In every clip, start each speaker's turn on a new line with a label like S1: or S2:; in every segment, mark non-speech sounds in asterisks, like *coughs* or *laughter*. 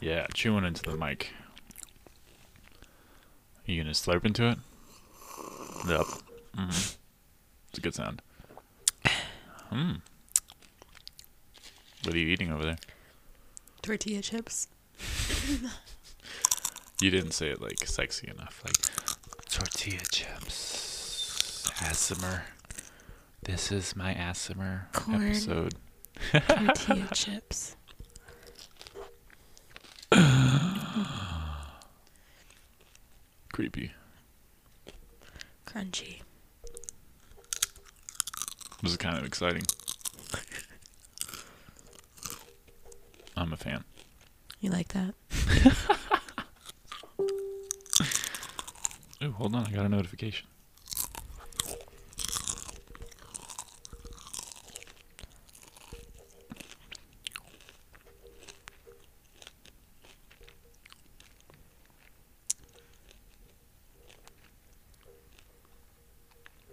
S1: Yeah, chewing into the mic. you gonna slurp into it? Yep. Mm. It's a good sound. Hmm. What are you eating over there?
S2: Tortilla
S1: *laughs*
S2: chips.
S1: You didn't say it like sexy enough. Like tortilla chips. Assimer. This is my Assimer
S2: Corn.
S1: episode.
S2: Tortilla chips.
S1: Creepy.
S2: Crunchy.
S1: This is kind of exciting. I'm a fan.
S2: You like that?
S1: Ooh, hold on, I got a notification.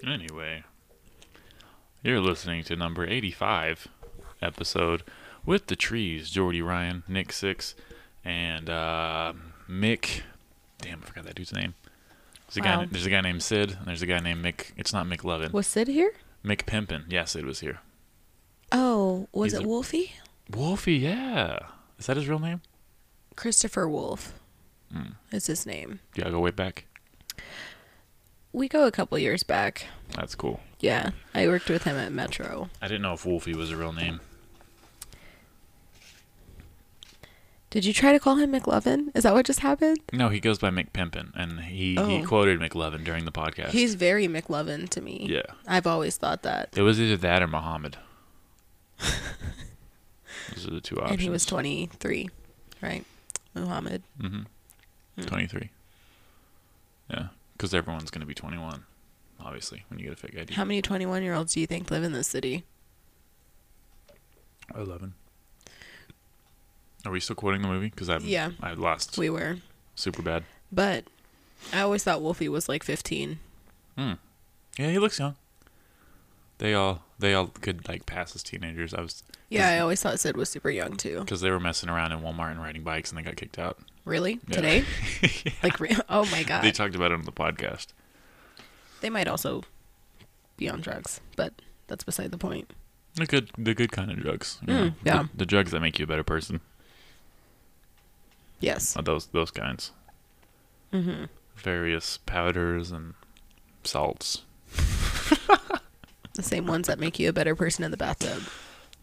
S1: Anyway, you're listening to number 85 episode with the trees, Jordy Ryan, Nick Six, and uh, Mick. Damn, I forgot that dude's name. There's a,
S2: Wow.
S1: guy, there's a guy named Sid, and there's a guy named Mick. It's not Mick Levin.
S2: Was Sid here?
S1: Mick Pimpin. Yeah, Sid was here.
S2: Oh, was
S1: He's
S2: it
S1: a-
S2: Wolfie?
S1: Wolfie, yeah. Is that his real name?
S2: Christopher Wolf
S1: Mm.
S2: is his name.
S1: Yeah, go way back.
S2: We go a couple years back.
S1: That's cool.
S2: Yeah, I worked with him at Metro.
S1: I didn't know if Wolfie was a real name.
S2: Did you try to call him McLovin? Is that what just happened?
S1: No, he goes by Mick Pimpin, and he, he
S2: Oh.
S1: quoted McLevin during the podcast.
S2: He's very McLovin to me.
S1: yeah.
S2: I've always thought that.
S1: It was either that or
S2: *laughs*
S1: Muhammad. Those are the two options.
S2: And he was 23, right? Muhammad.
S1: Mm-hmm.
S2: Mm.
S1: 23. Yeah, because everyone's going to be 21, obviously, when you get a fake ID.
S2: How many 21 year olds do you think live in this city?
S1: 11. Are we still quoting the movie? Because I
S2: Yeah.
S1: I lost
S2: We were.
S1: super bad.
S2: But I always thought Wolfie was like 15.
S1: Hmm. Yeah, he looks young. They all they all could like pass as teenagers. I was
S2: Yeah, I always thought Sid was super young too.
S1: because they were messing around in Walmart and riding bikes and they got kicked out.
S2: Really?
S1: *laughs* Yeah.
S2: Today? Like, re- oh my God.
S1: They
S2: They,
S1: talked about it on the podcast.
S2: might also be on drugs, but that's beside the point.
S1: The good the good kind of drugs. you
S2: Mm,
S1: know, the-
S2: yeah.
S1: The, drugs that make you a better person.
S2: Yes.
S1: Uh, Those those kinds.
S2: Mm-hmm.
S1: Various powders and salts.
S2: The same ones that make you a better person in the bathtub.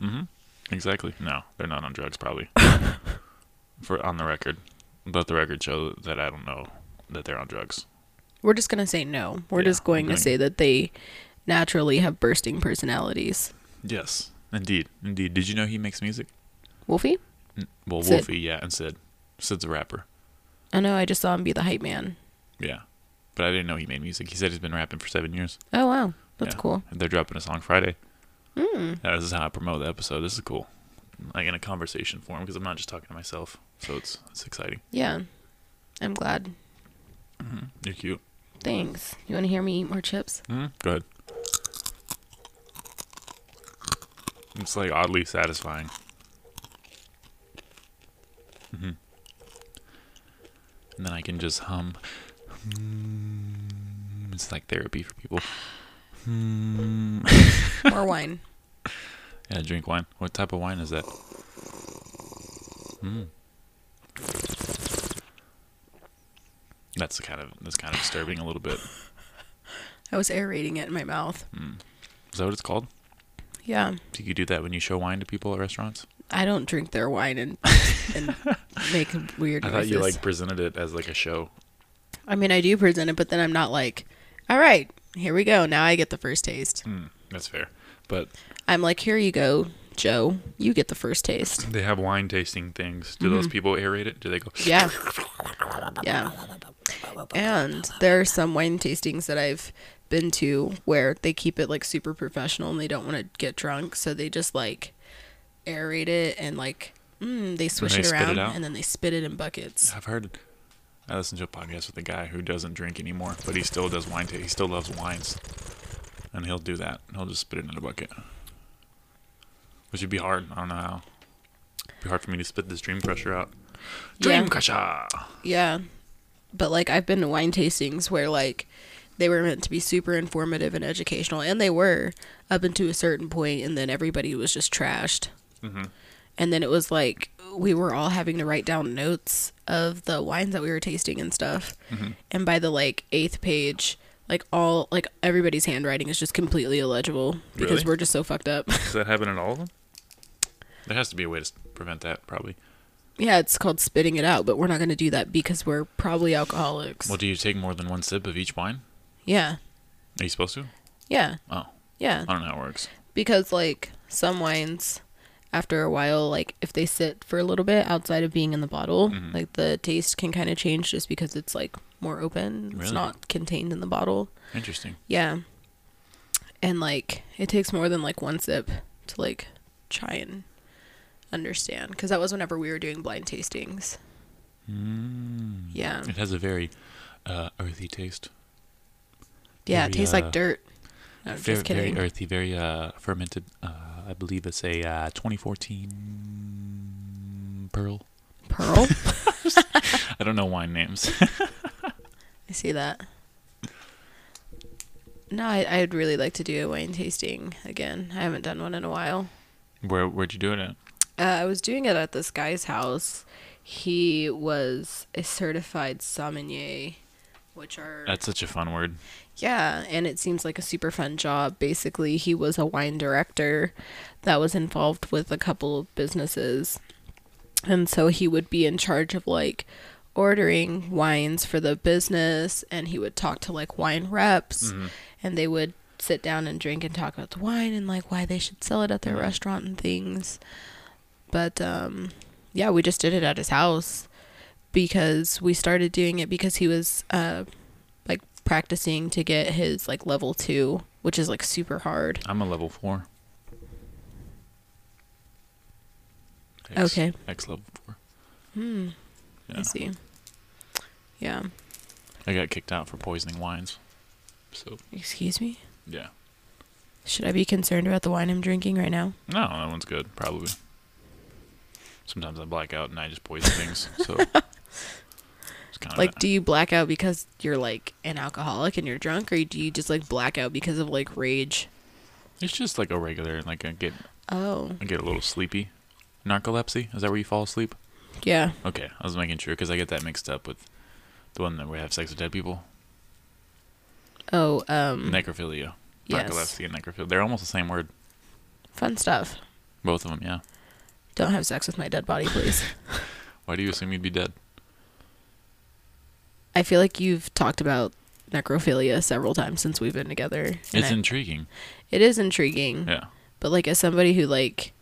S1: Mm-hmm. Exactly. No, they're not on drugs
S2: *laughs*
S1: probably. For on the record, let the record show that I don't know that they're on drugs.
S2: We're just going to say no. We're
S1: Yeah,
S2: just going
S1: I'm
S2: to
S1: going-
S2: say that they naturally have bursting personalities.
S1: Yes, indeed, indeed. Did you know he makes music?
S2: Wolfie?
S1: N- Well,
S2: Sid.
S1: Wolfie, yeah, and Sid. Sid's a rapper.
S2: I know I just saw him be the hype man.
S1: Yeah. But I didn't know he made music. He said he's been rapping for seven years.
S2: Oh, wow. That's
S1: Yeah.
S2: cool. Hmm.
S1: They're dropping a song Friday. Mm. This is how I promote the episode. This is cool. Like in a conversation form because I'm not just talking to myself. So it's it's exciting.
S2: Yeah. I'm glad.
S1: You're cute.
S2: Thanks. You want to hear me eat more chips?
S1: Mm. Go ahead. It's like oddly satisfying. hmm And then I can just hum. Mm. It's like therapy for people. Mm. *laughs*
S2: More wine.
S1: Yeah, drink wine. What type of wine is that? Mm. That's kind of that's kind of disturbing a little bit.
S2: I was aerating it in my mouth.
S1: Hmm. Is that what it's called?
S2: Yeah.
S1: Do you do that when you show wine to people at restaurants?
S2: I don't drink their
S1: *laughs*
S2: wine and, and make weird
S1: I
S2: noises.
S1: thought you like presented it as like a show.
S2: I mean, I do present it, but then I'm not like, all right, here we go. Now I get the first taste.
S1: Mm, that's fair. But
S2: I'm like, here you go, Joe. You get the first taste.
S1: they have wine tasting things. Do those people aerate it? Do they go?
S2: Yeah. Yeah. And there are some wine tastings that I've been to where they keep it like super professional and they don't want to get drunk. So they just like aerate it and like, mm, they swish
S1: they
S2: it
S1: spit it
S2: around
S1: out?
S2: and then they spit it in buckets.
S1: I've heard. I listened to a podcast with a guy who doesn't drink anymore, but he still does wine. Ta- he still loves wines, and he'll do that. He'll just spit it in a bucket, which would be hard. I don't know how. be hard for me to spit this dream crusher out. Dream
S2: Yeah.
S1: crusher.
S2: Yeah. But like I've been to wine tastings where like they were meant to be super informative and educational and they were up until a certain point and then everybody was just trashed.
S1: Mm-hmm.
S2: And then it was like we were all having to write down notes of the wines that we were tasting and stuff.
S1: Mm-hmm.
S2: And by the like 8th page, like all like everybody's handwriting is just completely illegible because
S1: Really?
S2: we're just so fucked up. *laughs*
S1: Does that happen in all of them? There has to be a way to s- prevent that, probably.
S2: yeah, it's called spitting it out, but we're not going to do that because we're probably alcoholics.
S1: Well, do you take more than one sip of each wine?
S2: yeah.
S1: Are you supposed to?
S2: Yeah.
S1: Oh,
S2: Yeah.
S1: I don't know how it works.
S2: because like some wines after a while like if they sit for a little bit outside of being in the bottle
S1: Mm-hmm.
S2: like the taste can kind of change just because it's like more open it's
S1: Really?
S2: not contained in the bottle
S1: Interesting.
S2: yeah and like it takes more than like one sip to like try and understand because that was whenever we were doing blind tastings yeah
S1: Hmm. It has a very uh, earthy taste.
S2: yeah it
S1: very,
S2: tastes
S1: uh,
S2: like dirt no,
S1: very,
S2: just kidding
S1: very earthy, very uh, fermented. Uh, I believe it's a uh, 2014 Pearl.
S2: pearl
S1: I don't know wine names. *laughs*
S2: I see that. No, I, I'd really like to do a wine tasting again. I haven't done one in a while.
S1: Where where'd you do it at?
S2: Uh, I was doing it at this guy's house. He was a certified sommelier, which are
S1: That's such a fun word.
S2: yeah, and it seems like a super fun job. Basically, he was a wine director that was involved with a couple of businesses. And so he would be in charge of like ordering wines for the business and he would talk to like wine reps and they would sit down and drink and talk about the wine and like why they should sell it at their restaurant and things. But um yeah, we just did it at his house because we started doing it because he was uh like practicing to get his like level 2, which is like super hard.
S1: I'm a level four.
S2: Okay.
S1: X level four.
S2: I
S1: Yeah.
S2: see. Yeah.
S1: I got kicked out for poisoning wines. So
S2: Excuse me?
S1: yeah.
S2: Should I be concerned about the wine I'm drinking right now?
S1: No, that one's good, probably. Sometimes I black out and I just poison things,
S2: *laughs*
S1: so it's kind of
S2: Like, do you black out because you're like an alcoholic and you're drunk, or do you just like black out because of like rage?
S1: it's just like a regular. Like I get
S2: Oh,
S1: I get a little sleepy. Narcolepsy is that where you fall asleep?
S2: yeah.
S1: Okay, I was making sure because I get that mixed up with the one that we have sex with dead people.
S2: Oh, um,
S1: Necrophilia.
S2: Yes.
S1: Narcolepsy and necrophilia. They're almost the same word.
S2: fun stuff.
S1: Both of them, yeah.
S2: Don't have sex with my dead body, please.
S1: Why do you assume you'd be dead?
S2: I feel like you've talked about necrophilia several times since we've been together. and
S1: It's
S2: I- *laughs*
S1: intriguing.
S2: it is intriguing,
S1: Yeah.
S2: but like as somebody who like,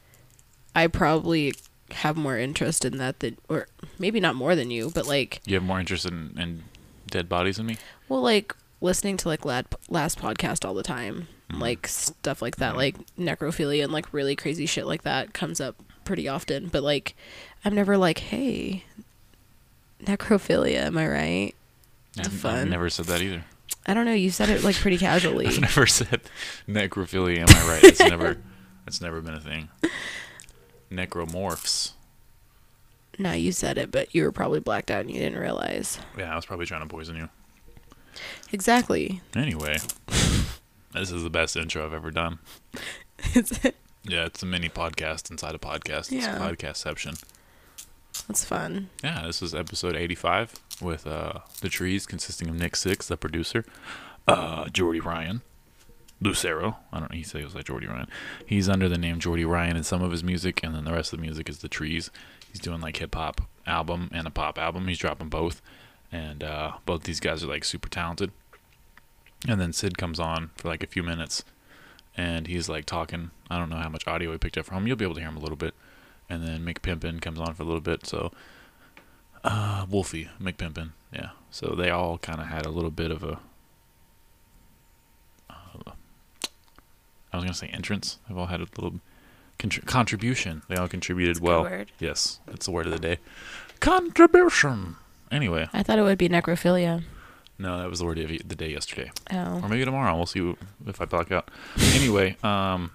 S2: I probably have more interest in that than, or maybe not more than you, but like
S1: You have more interest in, in dead bodies than me?
S2: Well, like listening to like lad, last podcast all the time, like stuff like that, like necrophilia and like really crazy shit like that comes up pretty often. But like, I'm never like, hey, necrophilia, am I right?
S1: I've, I've
S2: fun.
S1: never said that
S2: *laughs*
S1: either.
S2: I don't know. You said it like pretty
S1: *laughs*
S2: casually.
S1: I've never said necrophilia, am I right? That's
S2: *laughs*
S1: never that's never been a thing. Necromorphs.
S2: no, you said it, but you were probably blacked out and you didn't realize.
S1: Yeah, I was probably trying to poison you.
S2: Exactly. *laughs*
S1: Anyway. *laughs* This is the best intro I've ever done.
S2: Is it?
S1: Yeah, it's a mini podcast inside a podcast.
S2: Yeah.
S1: It's a podcastception.
S2: That's fun.
S1: Yeah, this is episode 85 with uh, the trees consisting of Nick Six, the producer, uh, Jordy Ryan, Lucero. I don't know. He said he was like Jordy Ryan. He's under the name Jordy Ryan in some of his music, and then the rest of the music is the trees. He's doing like hip hop album and a pop album. He's dropping both, and uh, both these guys are like super talented. And then Sid comes on for like a few minutes, and he's like talking. I don't know how much audio he picked up from him. You'll be able to hear him a little bit. And then Mick Pimpin comes on for a little bit. So uh, Wolfie McPimpin, yeah. So they all kind of had a little bit of a. uh, I was gonna say entrance. They've all had a little contr contribution. They all contributed
S2: That's a good
S1: well.
S2: word.
S1: Yes, that's the word of the day. Contribution. Anyway,
S2: I thought it would be necrophilia.
S1: no, that was the word of the day yesterday, or
S2: Oh,
S1: maybe tomorrow. We'll see w- um, if I block out. Anyway, um,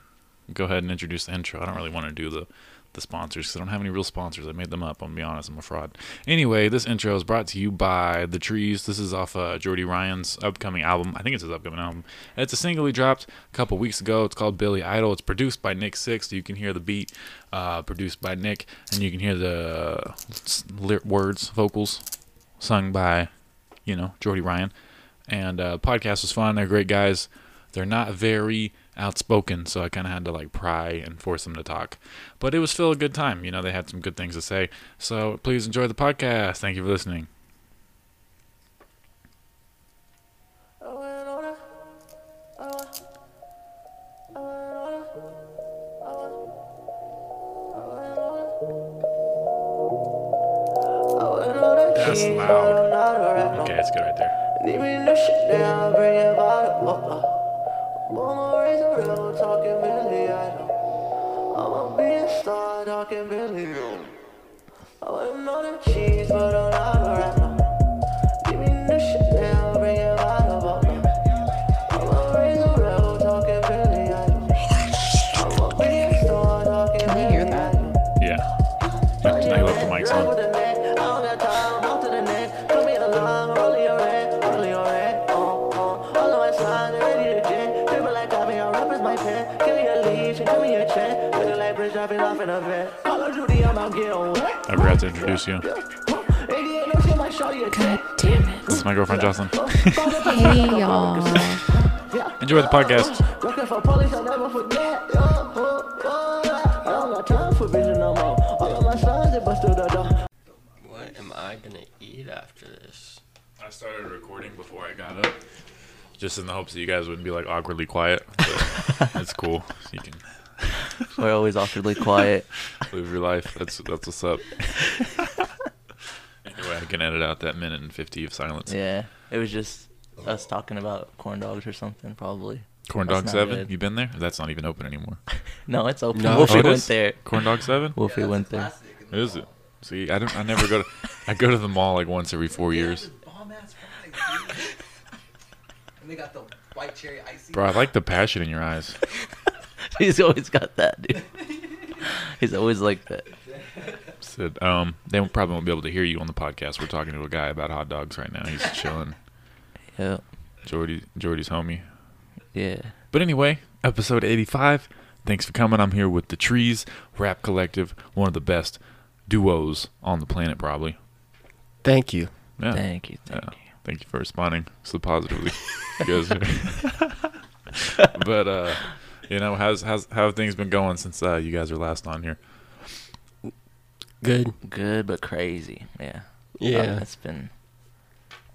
S1: go ahead and introduce the intro. I don't really want to do the the sponsors because I don't have any real sponsors. I made them up. I'm gonna be honest. I'm a fraud. Anyway, this intro is brought to you by The Trees. This is off uh, Jordy Ryan's upcoming album. I think it's his upcoming album. It's a single he dropped a couple weeks ago. It's called Billy Idol. It's produced by Nick Six. So you can hear the beat uh, produced by Nick, and you can hear the uh, s- lyric words, vocals, sung by, you know, Jordy Ryan. And uh, podcast was fun. They're great guys. They're not very outspoken, so I kind of had to like pry and force them to talk. But it was still a good time. You know, they had some good things to say. So please enjoy the podcast. Thank you for listening.
S3: That's loud.
S1: Okay, it's good right there.
S3: Leave me no shit down, bring it bottom up. Mama raised a real talking Billy Idol. I'ma be a star talking Billy Idol. I wouldn't know the cheese, but I'm not a rapper. Leave me no shit down, bring it bottom up. Mama raised a real talking Billy Idol. I'ma be a star talking
S2: Can you
S3: Billy
S2: hear that?
S3: Idol.
S1: Yeah. I just- I left the mics on.
S3: Drop it off in a vet. Call of Duty, I'm out getting wet.
S1: I forgot to introduce you.
S3: Idiot, no shit, might show you a
S4: God damn it.
S1: *laughs* It's my girlfriend Jocelyn.
S4: Hey y'all.
S1: Enjoy the podcast.
S3: Looking for police, I'll never forget. Oh, oh, oh. I don't got time for vision no more. All of my sons, they busted the door.
S5: What am I gonna eat after this?
S1: I started recording before I got up, just in the hopes that you guys wouldn't be like awkwardly quiet. *laughs* That's cool. You can
S6: We're always
S5: *laughs*
S6: awkwardly quiet.
S1: live your life. That's that's what's up. *laughs* Anyway, I can edit out that minute and fifty of silence.
S6: Yeah, it was just us talking about corn dogs or something, probably.
S1: Corn
S6: That's
S1: Dog
S6: not
S1: Seven.
S6: good.
S1: You been there? That's not even open anymore.
S6: *laughs* No, it's open.
S5: No,
S6: Wolfie
S1: it
S6: went
S1: is?
S6: there.
S1: Corn Dog
S6: *laughs*
S1: Seven.
S6: Wolfie went there.
S1: Is it? See, I don't. I never go to. I go to the mall like once every four years.
S7: bomb ass fries, *laughs* dude. and they got the white cherry icy.
S1: Bro, I like the passion in your eyes.
S6: *laughs* He's always got
S1: *laughs*
S6: that, dude. He's always like that.
S1: Said, um, they probably won't be able to hear you on the podcast. We're talking to a guy about hot dogs right now. He's chilling.
S6: Yeah,
S1: Jordy, Jordy's homie.
S6: yeah.
S1: But anyway, episode 85. Thanks for coming. I'm here with the Trees Rap Collective, one of the best duos on the planet, probably.
S5: Thank you.
S1: Yeah.
S6: Thank you, thank
S1: Yeah.
S6: you.
S1: Thank you for responding so positively. You
S6: *laughs*
S1: guys- *laughs* but uh, you know, how's how's how have things been going since uh, you guys were last on here?
S5: Good.
S6: Good but crazy. Yeah. Um,
S5: Yeah.
S6: it's been,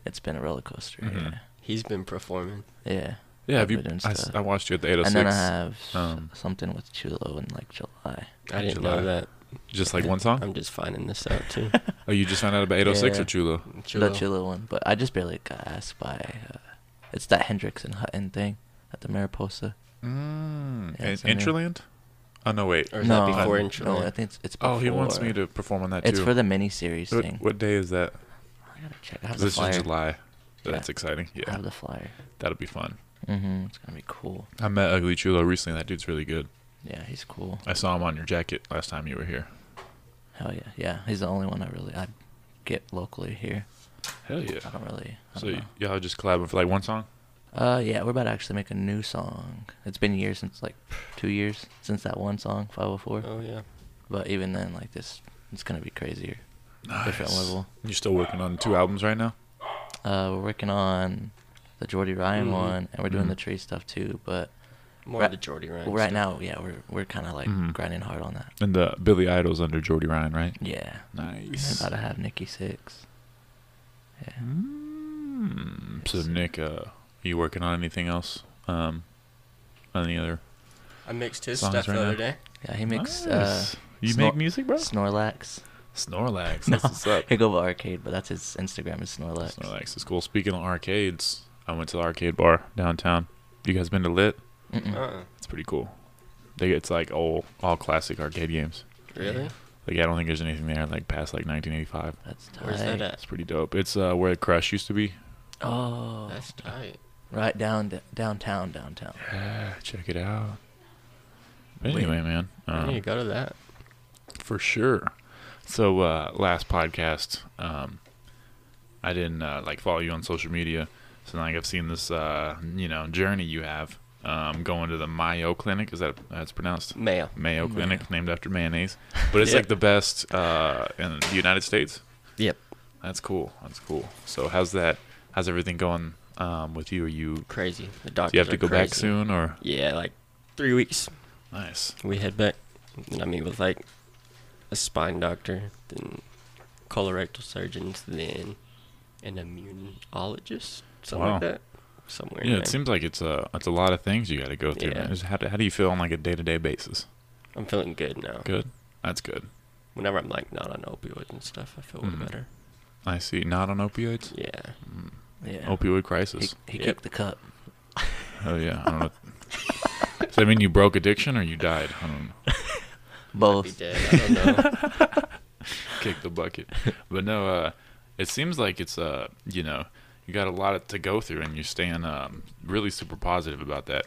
S6: it's been a roller coaster.
S1: Mhm.
S5: He's been performing.
S6: Yeah. Yeah.
S1: Yeah, have
S6: I've
S1: you?
S6: been doing
S1: I, s-
S6: stuff.
S1: I watched you at the 806.
S6: And then I have s-
S1: um,
S6: something with Chulo in like July.
S5: I didn't
S1: July.
S5: know that.
S1: Just like one song?
S5: I'm just finding this out *laughs* too.
S1: Oh, you just found out about 806
S6: Yeah.
S1: or Chulo?
S6: Chulo. The Chulo one, but I just barely got asked by. Uh, it's that Hendrix and Hutton thing at the Mariposa.
S1: Mm.
S6: Yeah,
S1: And
S6: it's in there.
S1: Intraland? Oh, no, wait.
S5: Or is that before intro?
S6: No, I think it's, it's before.
S1: Oh, he wants me to perform on that too.
S6: It's for the miniseries
S1: what,
S6: thing.
S1: what day is that?
S6: I gotta check. I have
S1: 'Cause
S6: the
S1: This
S6: flyer.
S1: is July.
S6: Yeah.
S1: That's exciting.
S6: I
S1: Yeah,
S6: have the flyer.
S1: that'll be fun.
S6: Mm-hmm. It's gonna be cool.
S1: I met Ugly Chulo recently. That dude's really good.
S6: Yeah, he's cool.
S1: I saw him on your jacket last time you were here.
S6: Hell yeah, yeah. He's the only one I really I get locally here.
S1: Hell yeah.
S6: I don't really. I
S1: So
S6: don't
S1: y- y'all just collabing for like one song?
S6: know. Uh, yeah, we're about to actually make a new song. It's been years since like two years since that one song 504.
S5: Oh yeah.
S6: But even then, like this, it's gonna be crazier. Different
S1: Nice.
S6: level.
S1: You're still working on two albums right now?
S6: Uh, we're working on the Jordy Ryan
S5: Mhm.
S6: one, and we're doing
S1: Mhm.
S6: the tree stuff too. But
S5: More
S6: Right-
S5: of the Jordy Ryan.
S6: well, right now, yeah, we're we're kind of like
S5: Mm-hmm.
S1: Mhm.
S6: grinding hard on that.
S1: And the Billy Idol's under Jordy Ryan, right?
S6: Yeah,
S1: Nice.
S6: about to have Nikki Six. Yeah.
S1: Mm. So Nick, uh, are you working on anything else? Um, any other?
S5: I mixed his
S1: Songs
S5: stuff
S1: right
S5: the
S1: now.
S5: other day.
S6: Yeah, he makes
S1: Nice.
S6: uh,
S1: you
S6: Snor-
S1: make music, bro?
S6: Snorlax. *laughs*
S1: Snorlax.
S6: No,
S1: That's what's up.
S6: Higgleba Arcade, but that's his Instagram is Snorlax.
S1: Snorlax is cool. Speaking of arcades, I went to the arcade bar downtown. You guys been to Lit?
S6: Mm-mm.
S5: Uh-uh.
S1: It's pretty cool. They it's like all all classic arcade games.
S5: Really?
S1: Like I don't think there's anything there like past like 1985.
S6: That's tight.
S5: Where's that at?
S1: That's pretty dope. It's uh, where Crush used to be.
S6: Oh,
S5: That's tight.
S6: right down d- downtown, downtown.
S1: Yeah, check it out. But anyway, man,
S5: I need to
S1: um,
S5: go to that.
S1: For sure. So uh, last podcast, um, I didn't uh, like follow you on social media. So like I've seen this, uh, you know, journey you have um, going to the Mayo Clinic. Is that how it's pronounced?
S5: Mayo.
S1: Mayo Clinic, named after
S5: *laughs*
S1: mayonnaise. But it's
S5: Yeah.
S1: like the best uh, in the United States.
S5: Yep.
S1: That's cool. That's cool. So how's that? How's everything going um, with you? Are you?
S5: Crazy. The doctors.
S1: Do you have to
S5: are
S1: go back
S5: crazy.
S1: soon or?
S5: Yeah, like three weeks.
S1: Nice.
S5: We head back. And I meet with like a spine doctor, then colorectal surgeons, then an immunologist, something
S1: Wow.
S5: like that. Somewhere. in
S1: Yeah, it
S5: there.
S1: seems like it's a it's a lot of things you got to go through.
S5: Yeah.
S1: man. Is- How do, how do you feel on like a day to day basis?
S5: I'm feeling good now.
S1: Good. That's good.
S5: Whenever I'm like not on opioids and stuff, I feel way
S1: Mhm.
S5: better.
S1: I see. Not on opioids.
S5: Yeah.
S6: Yeah.
S1: Opioid
S6: He,
S1: crisis.
S5: *laughs*
S6: he
S5: Yep.
S6: kicked the cup.
S1: Oh yeah. I don't know. Does that mean you broke addiction or you died? I don't know.
S5: Be
S6: Both.
S5: dead. I don't
S1: *laughs*
S5: know.
S1: Kick the bucket. But no, uh, it seems like it's uh, you know, you got a lot to go through, and you're staying um, really super positive about that.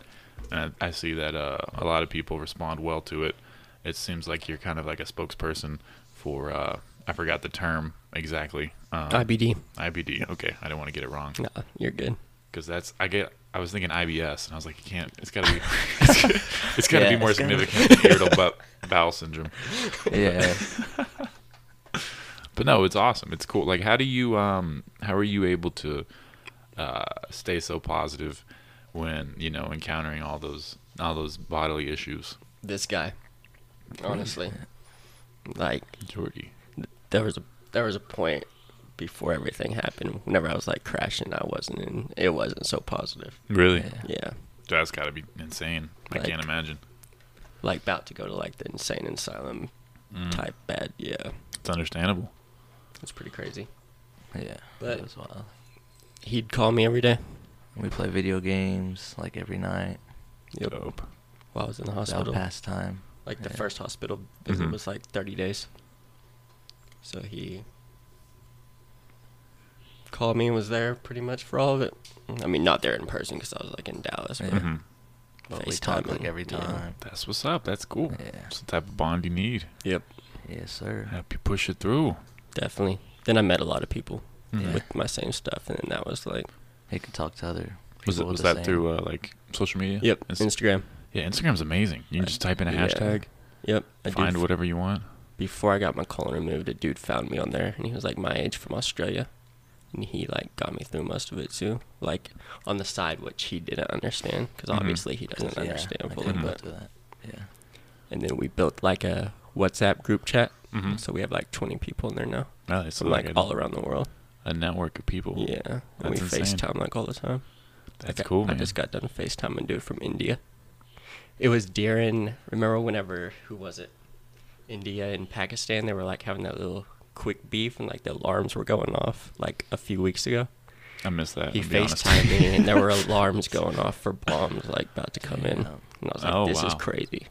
S1: And I, I see that uh, a lot of people respond well to it. It seems like you're kind of like a spokesperson for uh, I forgot the term exactly. Um,
S5: IBD.
S1: IBD. Okay, I don't want to get it wrong
S5: No, you're good.
S1: because that's I get. I was thinking IBS, and I was like, it can't. It's gotta
S6: *laughs*
S1: be. It's gotta, it's gotta
S6: Yeah,
S1: be more
S6: it's gotta-
S1: significant than irritable bu- bowel syndrome.
S6: yeah.
S1: But no, it's awesome. It's cool. Like, how do you um, how are you able to uh, stay so positive when you know encountering all those all those bodily issues,
S5: This guy. Honestly. Like
S1: Jordy?
S5: there was a there was a point before everything happened whenever I was like crashing I wasn't in it wasn't so positive.
S1: Really?
S5: *laughs* Yeah.
S1: That's gotta be insane. I
S5: Like-
S1: can't imagine.
S5: Like about to go to like the insane asylum
S1: Mm.
S5: type bed. Yeah.
S1: It's understandable.
S5: It's pretty crazy.
S6: Yeah.
S5: But-
S6: That was wild.
S5: He'd call me every day
S6: We play video games like every night.
S5: Yep.
S1: Dope.
S5: while I was in the
S6: That was
S5: hospital.
S6: pastime.
S5: Like the
S6: Yeah. Mm-hmm.
S5: first hospital visit
S1: Mhm.
S5: was like 30 days. So he called me and was there pretty much for all of it. I mean, not there in person because I was like in Dallas.
S6: Yeah. Mm-hmm.
S5: but
S1: hmm
S6: But we talk like
S5: FaceTiming,
S6: every
S5: yeah.
S6: time.
S1: That's what's up. That's cool.
S6: Yeah.
S1: It's the type of bond you need.
S5: Yep,
S6: Yes, sir.
S1: Help you push it through.
S5: definitely. Then I met a lot of people
S1: Mhm.
S5: with my same stuff, and then that was like,
S6: He can talk to other people.
S1: Was it
S6: with
S1: was
S6: the
S1: that
S6: same-
S1: through uh, like social media?
S5: yep,
S1: Inst-
S5: Instagram.
S1: yeah, Instagram's amazing. You can just type in a
S5: Yeah.
S1: hashtag,
S5: Yep, I
S1: find
S5: dude,
S1: whatever you want.
S5: before I got my colon removed, a dude found me on there, and he was like my age from Australia, and he like got me through most of it too, like on the side which he didn't understand because
S1: Mhm.
S6: Mm-hmm.
S5: obviously he doesn't
S6: Yeah,
S5: understand
S6: I
S5: fully.
S6: couldn't go
S5: But
S6: through that. Yeah.
S5: and then we built like a WhatsApp group chat,
S1: Mm-hmm.
S5: so we have like 20 people in there now,
S1: Oh, it's
S5: from like
S1: like a,
S5: all around the world.
S1: a network of people.
S5: Yeah, and we
S1: That's insane.
S5: FaceTime like all the time.
S1: That's
S5: Like, I-
S1: cool,
S5: I,
S1: man.
S5: just got done FaceTiming dude from India. It was Darren. Remember whenever who was it? India and Pakistan. They were like having that little quick beef, and like the alarms were going off like a few weeks ago.
S1: I missed that.
S5: He
S1: I'll be honest.
S5: FaceTimed me, and there were alarms going off for bombs like about to come in. And
S6: Damn.
S5: I was like,
S1: Oh,
S5: "This is
S1: wow.
S5: crazy."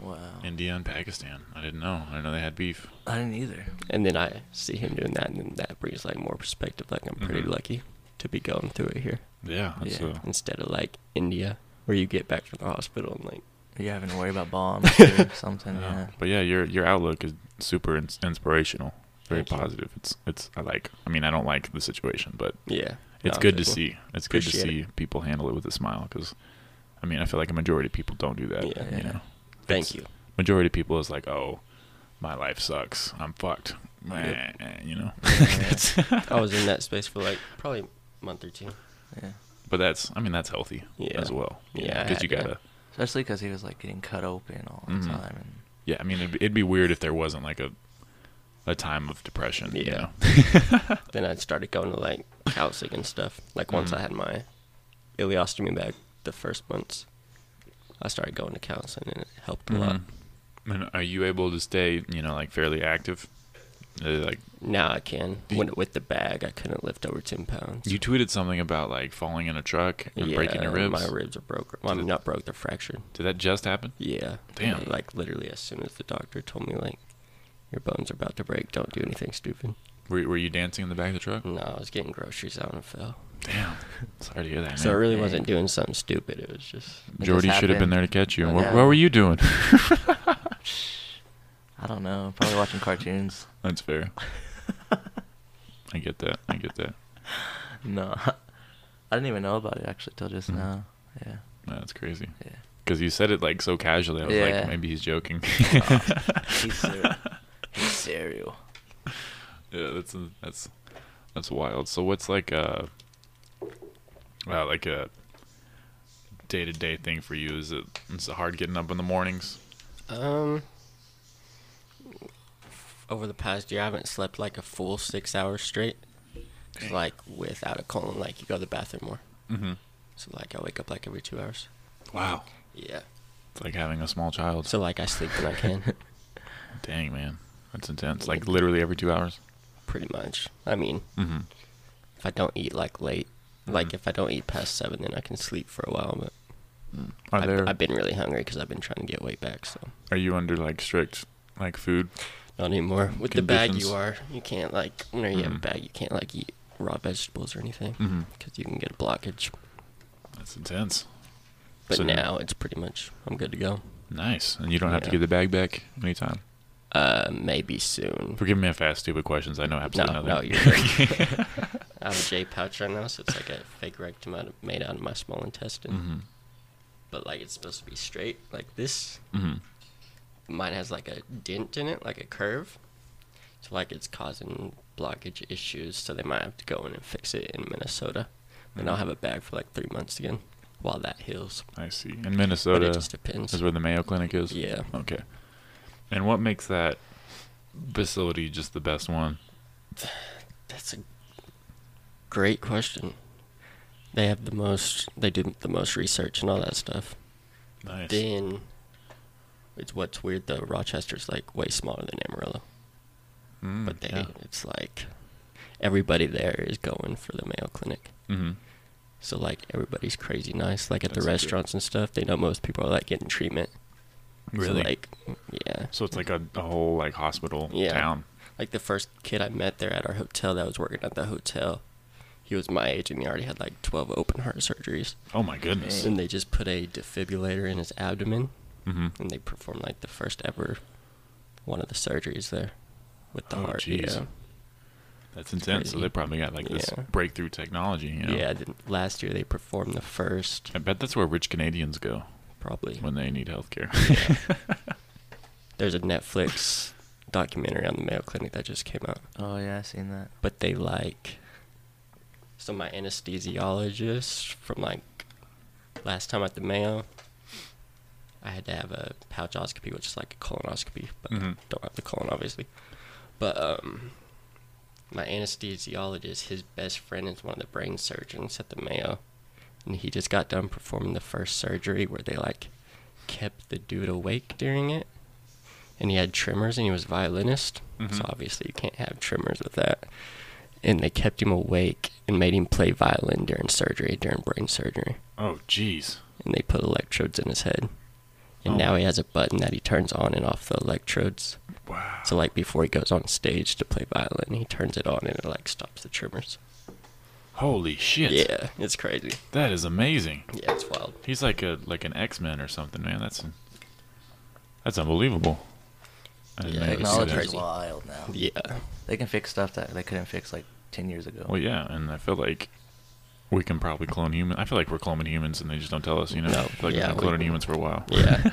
S6: Wow.
S1: *laughs* India and Pakistan. I didn't know. I didn't know they had beef.
S6: I didn't either.
S5: And then I see him doing that, and then that brings like more perspective. Like I'm pretty
S1: Mhm.
S5: lucky to be going through it here
S1: Yeah. That's
S6: Yeah.
S1: uh,
S5: instead of like India, where you get back from the hospital and like
S6: You're having to worry about bombs or something.
S1: yeah.
S5: uh,
S6: Yeah.
S1: But yeah, your your outlook is super ins- inspirational. Very
S5: Thank you.
S1: positive. It's it's I like. I mean, I don't like the situation, but
S5: yeah.
S1: it's
S5: Nah,
S1: good to
S5: people-
S1: see. It's good to
S5: Appreciate
S1: see people handle it with a smile because, I mean, I feel like a majority of people don't do that.
S5: Yeah.
S1: You know, It's-
S5: Thank you.
S1: majority of people is like, oh, my life sucks. I'm fucked. Meh, You know. It's- *laughs*
S5: I was in that space for like probably a month or two.
S6: yeah.
S1: but that's. I mean, that's healthy
S5: Yeah.
S1: as well.
S5: Yeah, I
S1: Because you
S5: had to.
S1: gotta.
S6: Especially because he was like getting cut open all the
S1: Mhm.
S6: time. And
S1: Yeah, I mean, it'd, be- it'd be weird if there wasn't like a a time of depression. you
S5: Yeah.
S1: know? *laughs*
S5: Then I started going to like counseling and stuff. Like once
S1: Mm-hmm.
S5: I had my ileostomy back, the first months, I started going to counseling and it helped a
S1: Mm-hmm.
S5: lot.
S1: And are you able to stay, you know, like fairly active? Uh, like
S5: Now I can.
S1: Do
S5: When, with the bag, I couldn't lift over ten pounds.
S1: you tweeted something about like falling in a truck and breaking your ribs.
S5: My ribs are broken. Well, I mean, not broke. They're fractured.
S1: Did that just happen?
S5: Yeah.
S1: Damn.
S5: Like literally, as soon as the doctor told me like, your bones are about to break. Don't do anything stupid.
S1: Were, were you dancing in the back of the truck? Oh,
S5: No, I was getting groceries out and fell.
S1: Damn. Sorry to hear that.
S5: So I
S1: man.
S5: really
S6: Dang.
S5: wasn't doing something stupid. It was just
S6: It
S1: Jordy
S6: just
S1: should have been
S6: happened.
S5: *laughs*
S1: there to catch you.
S6: I
S1: What,
S6: know.
S1: what were you doing?
S6: I don't know. Probably watching cartoons.
S1: That's fair. I get that. I get that.
S6: No, *laughs* I didn't even know about it actually till just now. Yeah.
S1: That's crazy.
S6: Yeah.
S1: *laughs* Because you said it like so casually. I was
S6: Yeah.
S1: like, maybe he's
S5: *laughs*
S1: joking.
S6: He's serial. He's serial.
S1: Yeah, that's that's that's wild. So what's like a wow, like a day to day thing for you? Is it is it hard getting up in the mornings?
S5: Um, over the past year, I haven't slept like a full six hours straight. 'Cause, like without a colon, like you go to the bathroom more.
S1: Mm-hmm.
S5: So like I wake up like every two hours.
S1: Wow,
S5: Yeah.
S1: it's like having a small child.
S5: So like I sleep when I
S1: *laughs*
S5: can,
S1: Dang man, that's intense. Like literally every two hours.
S5: pretty much. I mean,
S1: Mm-hmm.
S5: if I don't eat like late,
S1: Mm.
S5: like if I don't eat past seven, then I can sleep for a while. But
S1: Are
S5: I've,
S1: there?
S5: I've been really hungry because I've been trying to get weight back. So
S1: Are you under like strict like food?
S5: not anymore. With the bag
S1: Conditions.
S5: you are, you can't like when you have a
S1: Mhm.
S5: bag, you can't like eat raw vegetables or anything
S1: Mm-hmm.
S5: because you can get a blockage.
S1: That's intense.
S5: But
S1: So-
S5: now it's pretty much I'm good to go.
S1: Nice, and you don't have to
S5: Yeah.
S1: give the bag back anytime.
S5: Uh, maybe soon.
S1: Forgive me if I ask stupid questions. I know
S5: No,
S1: absolutely
S5: no,
S1: nothing.
S5: you're good.
S1: *laughs*
S5: I have a J pouch right now, so it's like a fake rectum out of, made out of my small intestine.
S1: Mm-hmm.
S5: But like it's supposed to be straight, like this.
S1: hmm hmm
S5: Mine has like a dent in it, like a curve. So like it's causing blockage issues. So they might have to go in and fix it in Minnesota. And I'll have a bag for like three months again, while that heals.
S1: I see. In
S5: Mm-hmm. But
S1: Minnesota,
S5: it just depends.
S1: Is where the Mayo Clinic is?
S5: Yeah.
S1: Okay. And what makes that facility just the best one?
S5: That's a great question. They have the most. They do the most research and all that stuff.
S1: Nice.
S5: Then, it's what's weird though. Rochester's like way smaller than Amarillo,
S1: Mm,
S5: but they it's like everybody there is going for the Mayo Clinic.
S1: hmm
S5: So like everybody's crazy nice. Like at
S1: That's
S5: the
S1: good.
S5: restaurants and stuff, they know most people are like getting treatment.
S1: Really?
S5: So, like, yeah.
S1: so it's like a, a whole like hospital
S5: Yeah.
S1: town.
S5: Like the first kid I met there at our hotel that was working at the hotel, he was my age and he already had like twelve open heart surgeries.
S1: Oh my goodness.
S5: And they just put a defibrillator in his abdomen,
S1: hmm
S5: and they performed like the first ever one of the surgeries there with the
S1: Oh,
S5: heart.
S1: jeez.
S5: Yeah,
S1: That's intense. So
S5: crazy.
S1: they probably got like this
S5: Yeah.
S1: breakthrough technology. You know?
S5: yeah. Then last year they performed the first,
S1: I bet that's where rich Canadians go
S5: probably.
S1: when they need healthcare.
S5: There's a Netflix documentary on the Mayo Clinic that just came out,
S6: Oh yeah, I seen that.
S5: but they like. So my anesthesiologist from like last time at the Mayo, I had to have a pouchoscopy, which is like a colonoscopy, but
S1: Mhm.
S5: don't have the colon obviously. But um, my anesthesiologist, his best friend is one of the brain surgeons at the Mayo, and he just got done performing the first surgery where they like kept the dude awake during it, and he had tremors, and he was a violinist, so
S1: Mhm.
S5: obviously you can't have tremors with that. And they kept him awake and made him play violin during surgery, during brain surgery
S1: *laughs* oh jeez.
S5: and they put electrodes in his head. And
S1: Oh
S5: now
S1: my-
S5: he has a button that he turns on and off the electrodes.
S1: Wow.
S5: So like before he goes on stage to play violin, he turns it on and it like stops the tremors.
S1: Holy shit.
S5: Yeah, it's crazy.
S1: That is amazing.
S5: Yeah, it's wild.
S1: He's like a like an X Men or something, man. That's that's unbelievable. I didn't
S5: Yeah,
S1: know you could do
S5: technology
S1: that.
S5: is
S6: Technology's
S5: crazy.
S6: wild now.
S5: Yeah,
S6: They can fix stuff that they couldn't fix like ten years ago.
S1: Well, yeah, and I feel like we can probably clone human. I feel like we're cloning humans, and they just don't tell us. You know,
S5: No,
S1: I feel like
S5: yeah,
S1: we've
S5: we-
S1: been cloning humans for a while.
S5: yeah.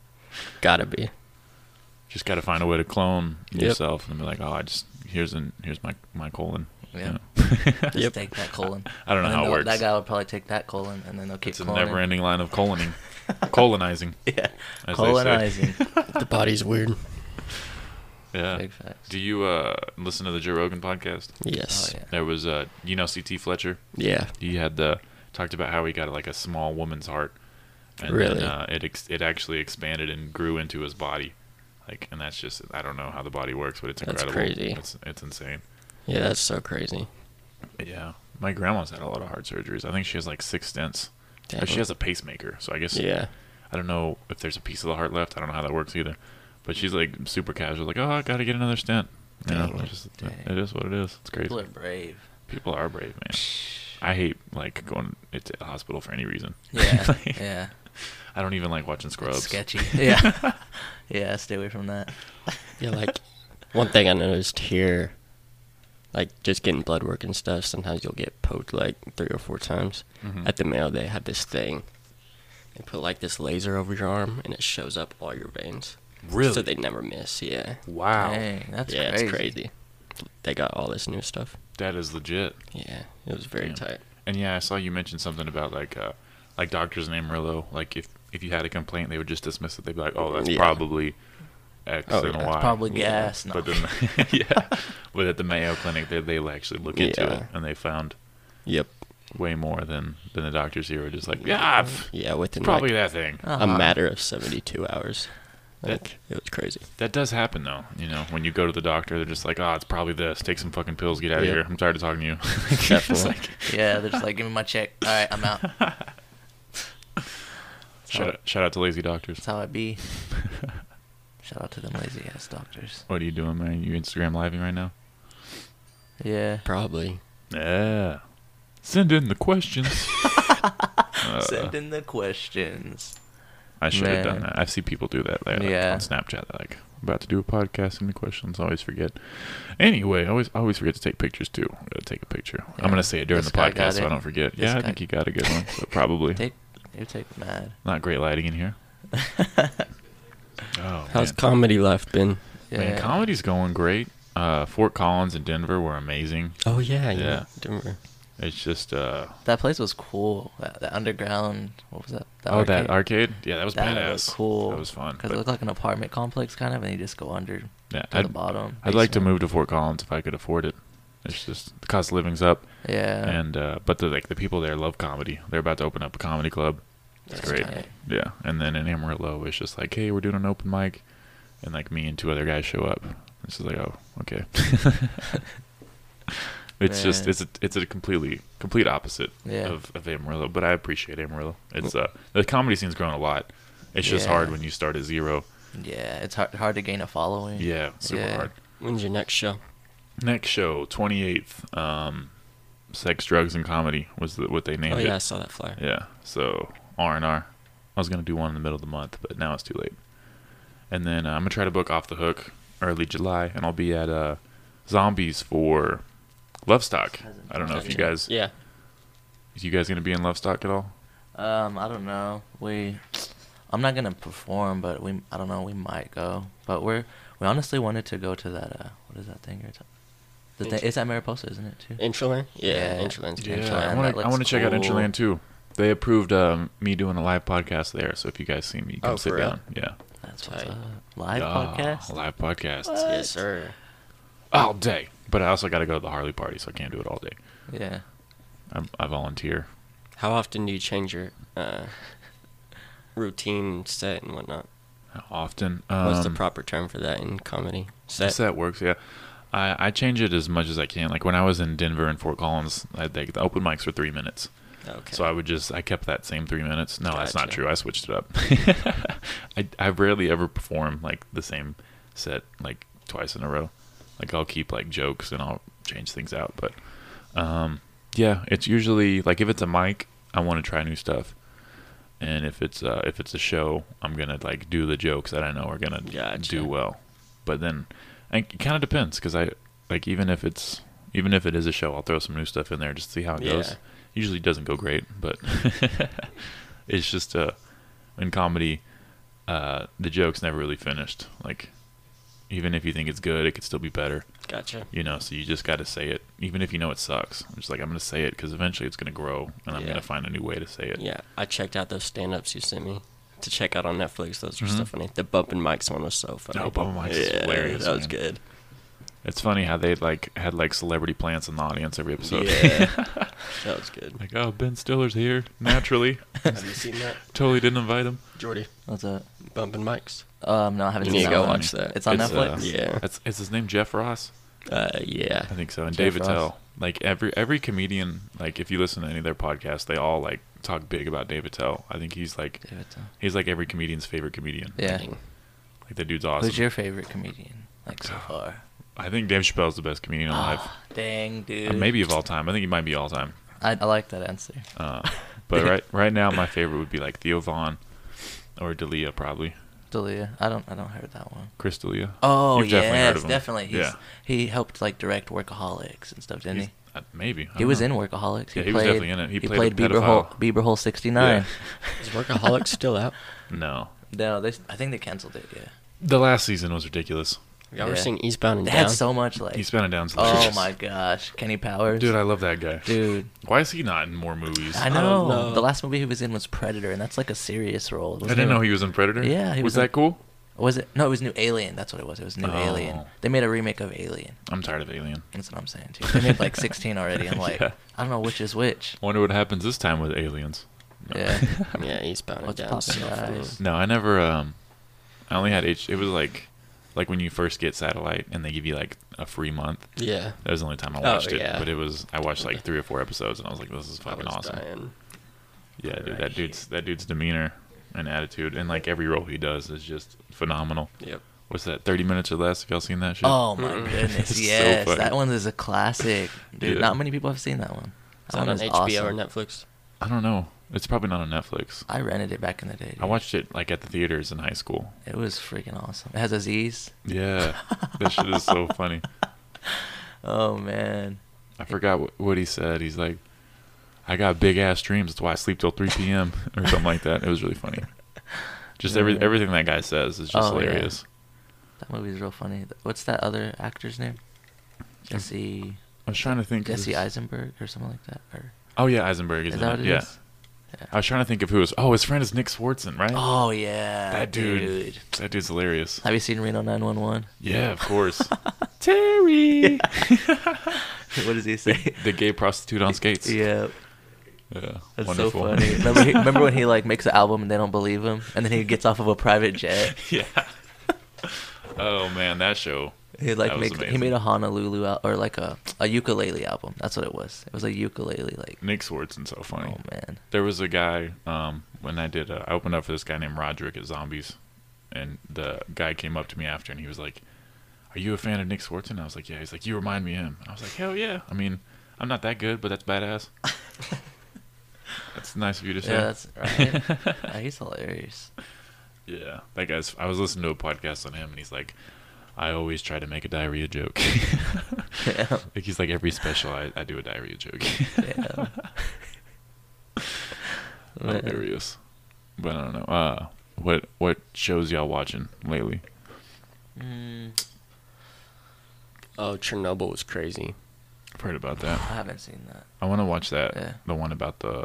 S5: *laughs* Gotta be.
S1: *laughs* Just got to find a way to clone
S5: Yep.
S1: yourself and be like, oh, I just here's an here's my my colon. you
S6: Yeah.
S5: *laughs*
S1: know? *laughs*
S6: Just
S5: Yep.
S6: take that colon.
S1: I don't know
S6: And then
S1: how it
S6: they'll-
S1: works.
S6: That guy would probably take that colon, and then they'll keep
S1: it's a
S6: cloning.
S1: never-ending line of
S5: *laughs*
S1: coloning, colonizing.
S6: *laughs* Yeah.
S1: *laughs* as they say. *laughs*
S6: Colonizing.
S5: The body's weird.
S1: Yeah.
S6: Big facts.
S1: Do you uh, listen to the Joe Rogan podcast?
S5: Yes.
S6: Oh, yeah.
S1: There was uh, you know, CT Fletcher.
S5: yeah.
S1: he had the talked about how he got like a small woman's heart, and
S5: Really?
S1: then, uh, it ex- it actually expanded and grew into his body, like and that's just I don't know how the body works, but it's
S5: That's
S1: incredible.
S5: crazy.
S1: It's it's insane.
S5: yeah. that's so crazy.
S1: But yeah, my grandma's had a lot of heart surgeries. I think she has like six stents. Or
S5: Damn.
S1: she has a pacemaker, so I guess
S5: Yeah.
S1: I don't know if there's a piece of the heart left. I don't know how that works either. But she's like super casual, like oh I gotta get another stent. You know,
S5: Dang.
S1: it's just,
S6: Dang.
S1: it is what it is. It's crazy.
S6: People are
S1: *laughs*
S6: brave.
S1: People are brave, man. I hate like going to the hospital for any reason.
S6: Yeah.
S1: *laughs* Like,
S6: yeah.
S1: *laughs* I don't even like watching Scrubs.
S5: *laughs*
S6: Sketchy. Yeah. yeah. Stay away from that.
S1: *laughs*
S5: Yeah, like one thing I noticed here, like just getting blood work and stuff. Sometimes you'll get poked like three or four times.
S1: Mm-hmm.
S5: At the Mayo, they have this thing. They put like this laser over your arm, and it shows up all your veins.
S1: Really?
S5: So they never miss. Yeah.
S1: wow.
S6: Dang, that's
S5: yeah,
S6: crazy.
S5: it's crazy. They got all this new stuff.
S1: That is legit.
S5: Yeah, it was very
S1: Damn.
S5: tight.
S1: And yeah, I saw you mention something about like uh, like doctors in Amarillo. Like if if you had a complaint, they would just dismiss it. They'd be like, "Oh, that's
S5: Yeah.
S1: probably X
S5: Oh,
S1: and
S5: yeah.
S1: Y."
S6: Probably
S5: Yeah,
S6: gas. No.
S1: But then,
S6: *laughs*
S1: *laughs* yeah. But at the Mayo Clinic, they they actually look into
S5: Yeah.
S1: it, and they found
S5: Yep.
S1: way more than than the doctors here were just like, "Yeah, pff,
S5: Yeah, within
S1: probably
S5: like,
S1: that
S6: Oh,
S1: thing."
S5: a matter of seventy-two hours.
S1: That-
S5: Like it was crazy.
S1: That does happen though. You know, when you go to the doctor, they're just like, "Oh, it's probably this. Take some fucking pills. Get out of
S5: Yeah.
S1: here. I'm tired of talking to you." *laughs* It's
S5: Definitely.
S1: like,
S6: yeah, they're just like, give me my check. All right,
S1: *laughs*
S6: I'm out. That's
S1: shout, out, shout out to lazy doctors.
S6: how
S1: *laughs*
S6: it be. Shout out to them lazy ass doctors.
S1: What are you doing, man? You Instagram living right now?
S6: Yeah.
S5: Probably.
S1: Yeah. Send in the *laughs* questions. Uh,
S6: Send in the questions.
S1: I should have done
S6: Man.
S1: that. I see people do that. They're like,
S6: Yeah.
S1: on Snapchat. They're like, "I'm about to do a podcast. Any questions? I always forget. Anyway, I always I always forget to take pictures too. I gotta take a picture. I'm
S6: Yeah.
S1: gonna say it during
S6: This
S1: the
S6: guy got
S1: podcast so I
S6: it.
S1: don't forget.
S6: This
S1: yeah, I
S6: guy-
S1: think you got a good one. *laughs* But probably
S6: Take, you take mad. *laughs*
S1: not great lighting in here. oh,
S5: How's
S1: man.
S5: comedy life been?
S6: Yeah.
S1: Man, comedy's going great. Uh, Fort Collins and Denver were amazing.
S5: Oh yeah, yeah.
S1: Yeah.
S5: Denver.
S1: It's just uh,
S6: That place was cool. That, the underground. What was that? The
S1: oh that arcade. Yeah, that was
S6: That
S1: badass.
S6: was cool.
S1: That was fun.
S6: Because it
S1: But-
S6: looked like an apartment complex, kind of, and you just go under
S1: Yeah,
S6: to the bottom.
S1: I'd like to
S6: basement.
S1: move to Fort Collins if I could afford it. It's just the cost of living's up,
S6: Yeah.
S1: and uh, but the like the people there love comedy. They're about to open up a comedy club. It's
S6: That's
S1: great.
S6: tight.
S1: Yeah, and then in Amarillo, it's just like, hey, we're doing an open mic, and like me and two other guys show up. It's just like, oh, okay. *laughs* it's just
S6: Man.
S1: it's a, it's a completely complete opposite
S6: Yeah.
S1: of, of Amarillo, but I appreciate Amarillo. It's uh the comedy scene's grown a lot. It's just
S6: Yeah.
S1: hard when you start at zero.
S6: yeah, it's hard, hard to gain a following.
S1: Yeah, super
S6: Yeah.
S1: hard.
S5: When's your next show?
S1: Next show, twenty eighth. Um, sex, drugs, and comedy was the, what they named
S5: Oh yeah, I
S1: it.
S5: saw that flyer.
S1: Yeah. So R and R. I was gonna do one in the middle of the month, but now it's too late. And then uh, I'm gonna try to book off the hook early July, and I'll be at uh, Zombies for Lovestock. I don't know if you guys,
S5: Yeah.
S1: is you guys gonna be in Lovestock at all?
S6: Um, I don't know. We, I'm not gonna perform, but we, I don't know. We might go, but we're, we honestly wanted to go to that. Uh, what is that thing you're talking? The thing,
S5: Inch-
S6: it's at Mariposa, isn't it too?
S5: Intraland? Yeah,
S6: Yeah.
S5: Intraland's
S6: Yeah.
S5: Intraland.
S1: I want
S6: Intraland, that
S1: to. I
S6: looks
S1: want to check out
S6: cool.
S1: Intraland too. They approved um, me doing a live podcast there, so if you guys see me, come
S5: Oh,
S1: sit
S5: for real?
S1: down. Yeah,
S6: That's what's
S5: Tight.
S6: up. Live
S1: Ah,
S6: podcast.
S1: live podcast.
S5: Yes, sir.
S1: all day. But I also got to go to the Harley party, so I can't do it all day.
S6: Yeah.
S1: I, I volunteer.
S5: How often do you change your uh, routine set and whatnot?
S1: How often? Um,
S5: What's the proper term for that in comedy? Set.
S1: Set works. Yeah, I, I change it as much as I can. Like when I was in Denver and Fort Collins, I, they, the open mics were three minutes.
S5: Okay.
S1: So I would just I kept that same three minutes. No, that's not
S5: Gotcha.
S1: true. I switched it up. *laughs* I I rarely ever perform like the same set like twice in a row. Like I'll keep like jokes and I'll change things out. But um, yeah, it's usually like if it's a mic, I want to try new stuff. And if it's uh, if it's a show, I'm gonna like do the jokes that I know are gonna
S5: Gotcha.
S1: do well. But then and it kind of depends because I like even if it's even if it is a show, I'll throw some new stuff in there just to see how it
S5: Yeah.
S1: goes. Usually doesn't go great, but *laughs* it's just uh in comedy, uh the joke's never really finished. Like even if you think it's good, it could still be better.
S5: gotcha.
S1: You know, so you just got to say it, even if you know it sucks. I'm just like I'm gonna say it because eventually it's gonna grow, and I'm
S5: Yeah.
S1: gonna find a new way to say it.
S5: Yeah, I checked out those stand-ups you sent me to check out on Netflix. Those were so funny. The bumping mics one was so funny.
S1: No, Bump and Mics is hilarious,
S5: That was
S1: man.
S5: good.
S1: It's funny how they like had like celebrity plants in the audience every episode.
S5: Yeah, that was good.
S1: *laughs* like oh, Ben Stiller's here naturally.
S5: *laughs* Have you
S1: *laughs*
S5: seen that,
S1: totally didn't invite him.
S5: Jordy?
S6: What's up?
S5: Bumping mics.
S6: Um, no, I haven't
S5: You
S6: seen
S5: need to
S6: that
S5: go
S6: one.
S5: watch that.
S6: It's on
S1: It's,
S6: Netflix.
S1: uh,
S5: Yeah.
S1: That's is his name Jeff Ross?
S5: Uh, yeah.
S1: I think so. And
S5: Jeff
S1: David
S5: Ross.
S1: Tell. Like every every comedian, like if you listen to any of their podcasts, they all like talk big about David Tell. I think he's like
S6: David Tell.
S1: he's like every comedian's favorite comedian.
S6: Yeah.
S5: Dang.
S1: Like that dude's awesome.
S6: Who's your favorite comedian like so far?
S1: I think Dave Chappelle's the best comedian
S6: *gasps*
S1: alive.
S6: Dang, dude.
S1: And uh, maybe of all time. I think he might be all time.
S6: I, I like that answer. *laughs*
S1: Uh, but right right now my favorite would be like Theo Vaughn or Dalia probably.
S6: D'Elia. I don't. I don't heard that one.
S1: Chris D'Elia.
S6: Oh
S1: You've
S6: yes,
S1: definitely
S6: definitely.
S1: heard of him.
S6: He's,
S1: Yeah.
S6: He helped like direct Workaholics and stuff, didn't
S1: He's- uh, maybe. I
S6: he? He
S1: don't
S6: was
S1: know.
S6: in Workaholics.
S1: Yeah, he was definitely in it. He
S6: He,
S1: played a
S6: played, Bieber Hole.
S1: pedophile.
S6: Bieber Hole sixty nine.
S5: Is Workaholics still *laughs* out?
S1: No.
S6: *laughs* No, they. I think they canceled it. Yeah.
S1: The last season was ridiculous.
S5: Y'all were
S6: Yeah.
S5: seeing Eastbound and
S6: They
S5: Down.
S6: had so much like.
S1: He's been a down *laughs*
S6: oh my gosh, Kenny Powers.
S1: Dude, I love that guy.
S6: Dude,
S1: Why is he not in more movies?
S6: I
S1: I,
S6: know.
S5: don't know.
S6: The last movie he was in was Predator, and that's like a serious role. It was
S1: didn't
S6: new-
S1: know he was in Predator.
S6: Yeah, he
S1: was
S6: was
S1: that
S6: in-
S1: cool?
S6: Was it? No, it was New Alien. That's what it was. It was New Alien.
S1: Oh.
S6: They made a remake of Alien.
S1: I'm tired of Alien.
S6: That's what I'm saying too. They
S1: *laughs*
S6: made like 16 already. I'm like,
S1: Yeah.
S6: I don't know which is which.
S1: Wonder what happens this time with aliens. No.
S6: Yeah.
S5: *laughs* yeah, Eastbound
S6: What's
S5: and Down.
S6: popping your
S5: so-
S1: *laughs*
S6: eyes?
S1: No, I never. Um, I only had H. It was like, like when you first get satellite and they give you like a free month.
S5: Yeah.
S1: That was the only time I
S5: Oh,
S1: watched it.
S5: yeah.
S1: But it was I watched like three or four episodes and I was like, this is
S5: I
S1: fucking
S5: was
S1: awesome.
S5: dying.
S1: Yeah, dude, that dude's that dude's demeanor and attitude and like every role he does is just phenomenal.
S5: Yep.
S1: What's that? Thirty minutes or less? If y'all seen that shit?
S6: Oh my
S1: *laughs*
S6: goodness,
S1: So
S6: yes,
S1: funny.
S6: that one is a classic, dude.
S1: Yeah.
S6: Not many people have seen that one.
S5: Is that on
S6: is
S5: HBO or Netflix?
S1: I don't know. It's probably not on Netflix.
S6: I rented it back in the day.
S1: I
S6: dude.
S1: watched it like at the theaters in high school.
S6: It was freaking awesome. It has Aziz.
S1: Yeah, that shit is so funny.
S6: Oh man.
S1: I forgot wh- what he said. He's like, I got big ass dreams. That's why I sleep till 3 p.m. *laughs* or something like that. It was really funny. Just every
S6: Yeah.
S1: everything that guy says is just
S6: Oh, yeah.
S1: hilarious.
S6: That movie's real funny. Th- What's that other actor's name? Jesse
S1: I was trying to think. of
S6: Jesse
S1: his-
S6: Eisenberg or something like that. Or
S1: Oh yeah, Eisenberg is,
S6: is
S1: in
S6: that what
S1: it.
S6: it
S1: yeah.
S6: is?
S1: I was trying to think of who was. Oh, his friend is Nick Swartzen, right?
S6: Oh yeah.
S1: that dude, That dude's hilarious.
S6: Have you seen Reno 911?
S1: Yeah, of course. Terry,
S6: *laughs* what does he say?
S1: the gay prostitute on skates.
S6: yeah.
S1: Yeah,
S6: That's
S1: wonderful.
S6: so funny. *laughs* remember, he- remember when he like makes an album and they don't believe him, and then he gets off of a private *laughs* jet.
S1: yeah. *laughs* Oh man, that show.
S6: He like
S1: That was
S6: makes he
S1: amazing.
S6: made a Honolulu al- or like a a ukulele album. That's what it was. It was a ukulele like.
S1: Nick Swartzen's so funny.
S6: Oh man.
S1: There was a guy um, when I did. Uh, I opened up for this guy named Roderick at Zombies, and the guy came up to me after, and he was like, "Are you a fan of Nick Swartzen?" I was like, "Yeah." He's like, "You remind me of him." I was like, "Hell yeah!" I mean, I'm not that good, but that's
S6: *laughs*
S1: badass. that's nice of you to say.
S6: Yeah, that's right. *laughs* Yeah, he's *laughs* hilarious.
S1: Yeah, that guy's. I was listening to a podcast on him, and he's like, "I always try to make a diarrhea joke." *laughs*
S6: Yeah.
S1: like he's like every special, I, I do a diarrhea joke. *laughs*
S6: Yeah. Man.
S1: Hilarious. But I don't know. Uh, what what shows y'all watching lately?
S6: Mm,
S5: Oh, Chernobyl was crazy.
S1: I've heard about
S6: I
S1: that.
S6: haven't seen that.
S1: I want to watch that.
S6: Yeah.
S1: The one about the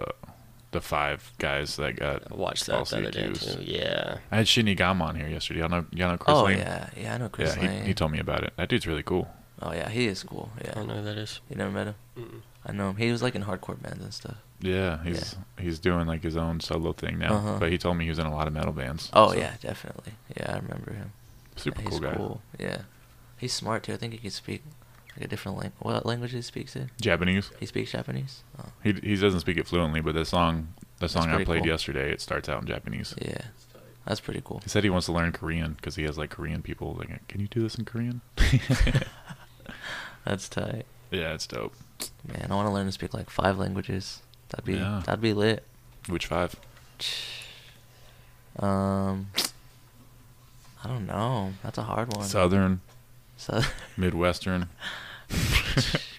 S1: the five guys that got.
S5: I watched that the
S1: falsely
S5: other day
S1: accused.
S5: too. Yeah.
S1: I had Shinny Gama on here yesterday. Y'all know, y'all know Chris
S6: oh
S1: Lane?
S6: yeah, yeah, I know Chris
S1: Yeah,
S6: Lane.
S1: he, he told me about it. That dude's really cool.
S6: oh yeah, he is cool.
S5: I
S6: Yeah,
S5: don't know who that is.
S6: you never met him.
S5: Mm-mm.
S6: I know him. He was like in hardcore bands and stuff.
S1: Yeah, he's he's doing like his own solo thing now.
S6: Uh-huh.
S1: But he told me he was in a lot of metal bands.
S6: Oh
S1: so
S6: yeah, definitely. Yeah, I remember him.
S1: super
S6: Yeah,
S1: cool guy.
S6: Yeah, he's smart too. I think he can speak like a different language. What language does he speak in?
S1: Japanese.
S6: He speaks Japanese. Oh,
S1: He he doesn't speak it fluently, but the song the song I
S6: pretty
S1: played
S6: cool.
S1: yesterday it starts out in Japanese.
S6: yeah, that's pretty cool.
S1: *laughs*
S6: *laughs*
S1: He said he wants to learn Korean because he has like Korean people. Like, can you do this in
S6: *laughs*
S1: Korean? *laughs*
S6: That's tight.
S1: yeah, it's dope.
S6: Man, I want to learn to speak like five languages. That'd be
S1: Yeah.
S6: that'd be lit.
S1: Which five?
S6: Um, I don't know. That's a hard one.
S1: Southern,
S6: so *laughs*
S1: Midwestern. *laughs*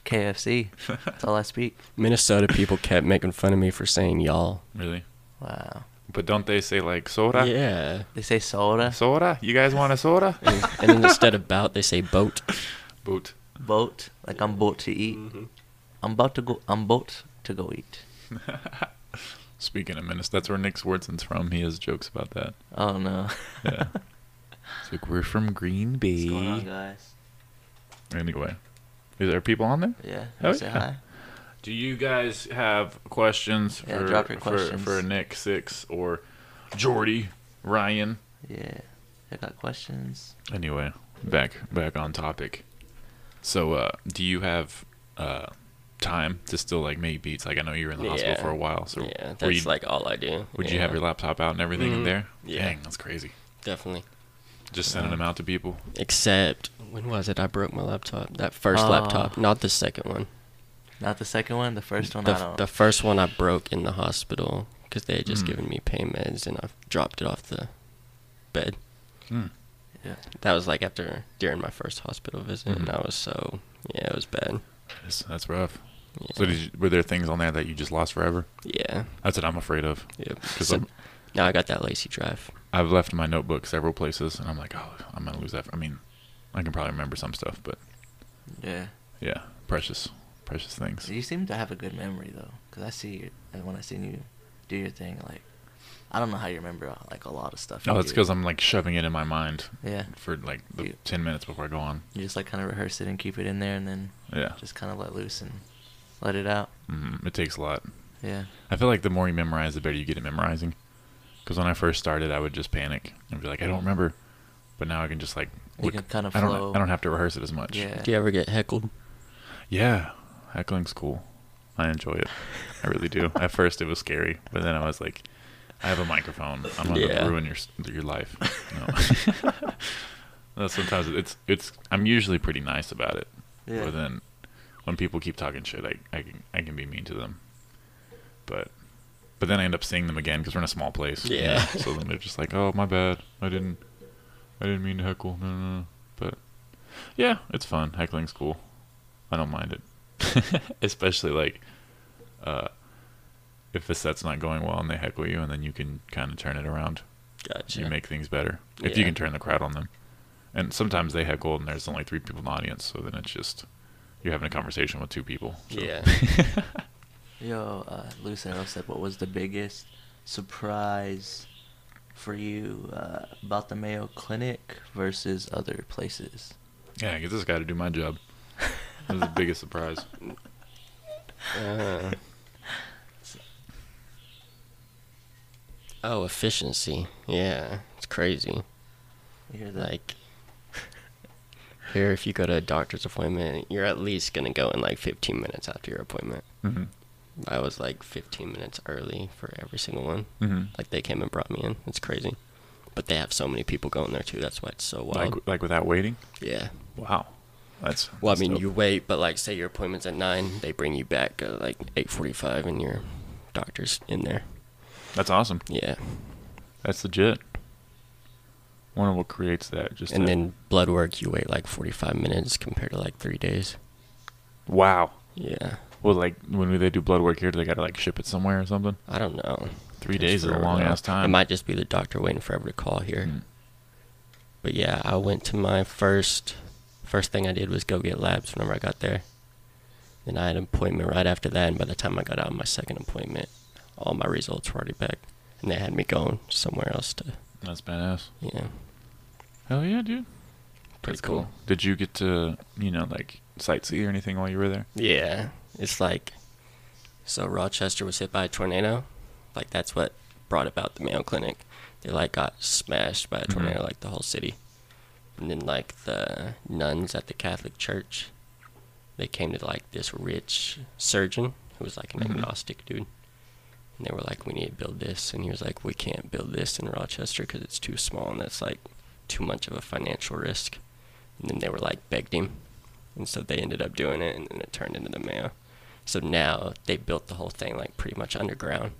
S6: KFC. That's all I speak.
S5: Minnesota people kept making fun of me for saying y'all.
S1: Really?
S6: Wow.
S1: But don't they say like soda?
S5: Yeah. *laughs*
S6: They say soda,
S1: Soda? You guys want a soda?
S5: And, and then instead of bout, they say boat.
S1: Boot.
S6: boat. Like I'm boat to eat. I'm about to go. I'm boat to go eat.
S1: Speaking of Minnesota, that's where Nick Swartzen's from. He has jokes about that.
S6: Oh no.
S1: Yeah. it's like we're from Green
S6: What's
S1: Bay.
S6: going on, guys?
S1: Anyway, is there people on there?
S6: Yeah.
S1: Oh,
S6: say
S1: yeah.
S6: hi.
S1: Do you guys have questions
S6: Yeah,
S1: for
S6: drop your
S1: for-
S6: questions.
S1: for Nick Six or Jordy Ryan?
S6: Yeah. I got questions.
S1: Anyway, back back on topic. So, uh, do you have uh, time to still like make beats? Like I know you were in the hospital
S5: Yeah.
S1: for a while, so
S5: Yeah,
S1: were
S5: that's
S1: you-
S5: like all I do.
S1: would you have
S5: Yeah,
S1: your laptop out and everything in
S5: Mhm.
S1: there?
S5: Yeah.
S1: Dang, that's crazy.
S5: Definitely.
S1: Just sending them out to people.
S5: Except, when was it? I broke my laptop. That first
S6: Oh.
S5: laptop, not the second one.
S6: Not the second one. The first one.
S5: the,
S6: I don't.
S5: the first one I broke in the
S6: Hmm.
S5: hospital because they had just
S1: Mm.
S5: given me pain meds and I dropped it off the bed. That was like after during my first hospital visit,
S6: Mm-hmm.
S5: and I was so yeah, it was bad.
S1: That's, that's rough.
S5: Yeah,
S1: So did you, were there things on there that you just lost forever?
S5: yeah.
S1: That's what I'm afraid of.
S5: Yep.
S1: 'Cause
S5: So
S1: I'm-
S5: now I got that lacy drive.
S1: I've left my notebook several places, and I'm like, oh, I'm gonna lose that. I mean, I can probably remember some stuff, but
S6: Yeah.
S1: yeah, precious, precious things.
S6: You seem to have a good memory though, because I see your, and when I seen you do your thing, like I don't know how you remember uh, like a lot of stuff.
S1: No,
S6: you
S1: Oh, it's
S6: do.
S1: because I'm like shoving it in my mind
S6: yeah,
S1: for like the
S6: Yeah.
S1: ten minutes before I go on.
S6: you just like kind of rehearse it and keep it in there, and then
S1: Yeah,
S6: just kind of let loose and let it out.
S1: mm, it takes a lot.
S6: Yeah,
S1: I feel like the more you memorize, the better you get at memorizing. Because when I first started, I would just panic and be like, I don't remember, but now I can just like
S6: You can kinda
S1: I
S6: flow.
S1: don't. I don't have to rehearse it as much.
S6: yeah.
S5: Do you ever get heckled?
S1: Yeah, heckling's cool. I enjoy it. I really
S6: *laughs*
S1: do. At first, it was scary, but then I was like, I have a microphone. I'm gonna
S5: Yeah.
S1: ruin your s- your
S6: *laughs*
S1: life. No. *laughs* No, sometimes it's it's. I'm usually pretty nice about it,
S6: Yeah.
S1: but then when people keep talking shit, I I can I can be mean to them. But but then I end up seeing them again because we're in a small place. you know?
S5: Yeah.
S1: so then they're just like, oh my bad, I didn't I didn't mean to heckle. No no. no. But yeah, it's fun. Heckling's cool. I don't mind it, *laughs* especially like uh, if the set's not going well and they heckle you, and then you can kind of turn it around.
S5: Gotcha.
S1: You make things better if you
S5: Yeah.
S1: can turn the crowd on them. And sometimes they heckle, and there's only three people in the audience, so then it's just you're having a conversation with two people. so.
S5: yeah.
S6: Yo, uh, Lucero said, "What was the biggest surprise for you uh, about the Mayo Clinic versus other places?"
S1: *laughs* yeah, I guess this guy to do my job. That was the biggest
S5: *laughs*
S1: surprise.
S5: Uh, oh, efficiency. Yeah, it's crazy.
S6: You hear that?
S5: Like here, if you go to a doctor's appointment, you're at least gonna go in like 15 minutes after your appointment.
S1: hmm
S5: I was like 15 minutes early for every single one.
S1: hmm
S5: Like they came and brought me in. It's crazy. But they have so many people going there too. That's why it's so wild.
S1: Like like without waiting.
S5: yeah.
S1: Wow, that's
S5: Well, I
S1: that's
S5: mean,
S1: dope.
S5: you wait, but like, say your appointment's at nine, they bring you back at like 8:45, and your doctor's in there.
S1: that's awesome.
S5: Yeah.
S1: That's legit. Wonder what creates that. Just
S5: And
S1: a-
S5: then blood work, you wait like 45 minutes compared to like three days.
S1: wow.
S5: Yeah.
S1: Well, like when they do blood work here, do they gotta like ship it somewhere or something?
S5: I don't know.
S1: Three
S5: Takes
S1: days is a
S5: forever
S1: long
S5: now.
S1: ass time.
S5: It might just be the doctor waiting forever to call here.
S1: Mm.
S5: But yeah, I went to my first first thing I did was go get labs whenever I got there. Then I had an appointment right after that, and by the time I got out of my second appointment, all my results were already back, and they had me going somewhere else to
S1: That's badass.
S5: yeah,
S1: Hell yeah, dude.
S5: pretty
S1: That's cool. Did you get to you know like sightsee or anything while you were there?
S5: Yeah, it's like so Rochester was hit by a tornado, like that's what brought about the Mayo Clinic. They like got smashed by a tornado, like the whole city, and then like the nuns at the Catholic Church, they came to like this rich surgeon who was like an agnostic dude, and they were like, "We need to build this," and he was like, "We can't build this in Rochester because it's too small and that's like too much of a financial risk," and then they were like begged him and so they ended up doing it and then it turned into the mayo so now they built the whole thing like pretty much underground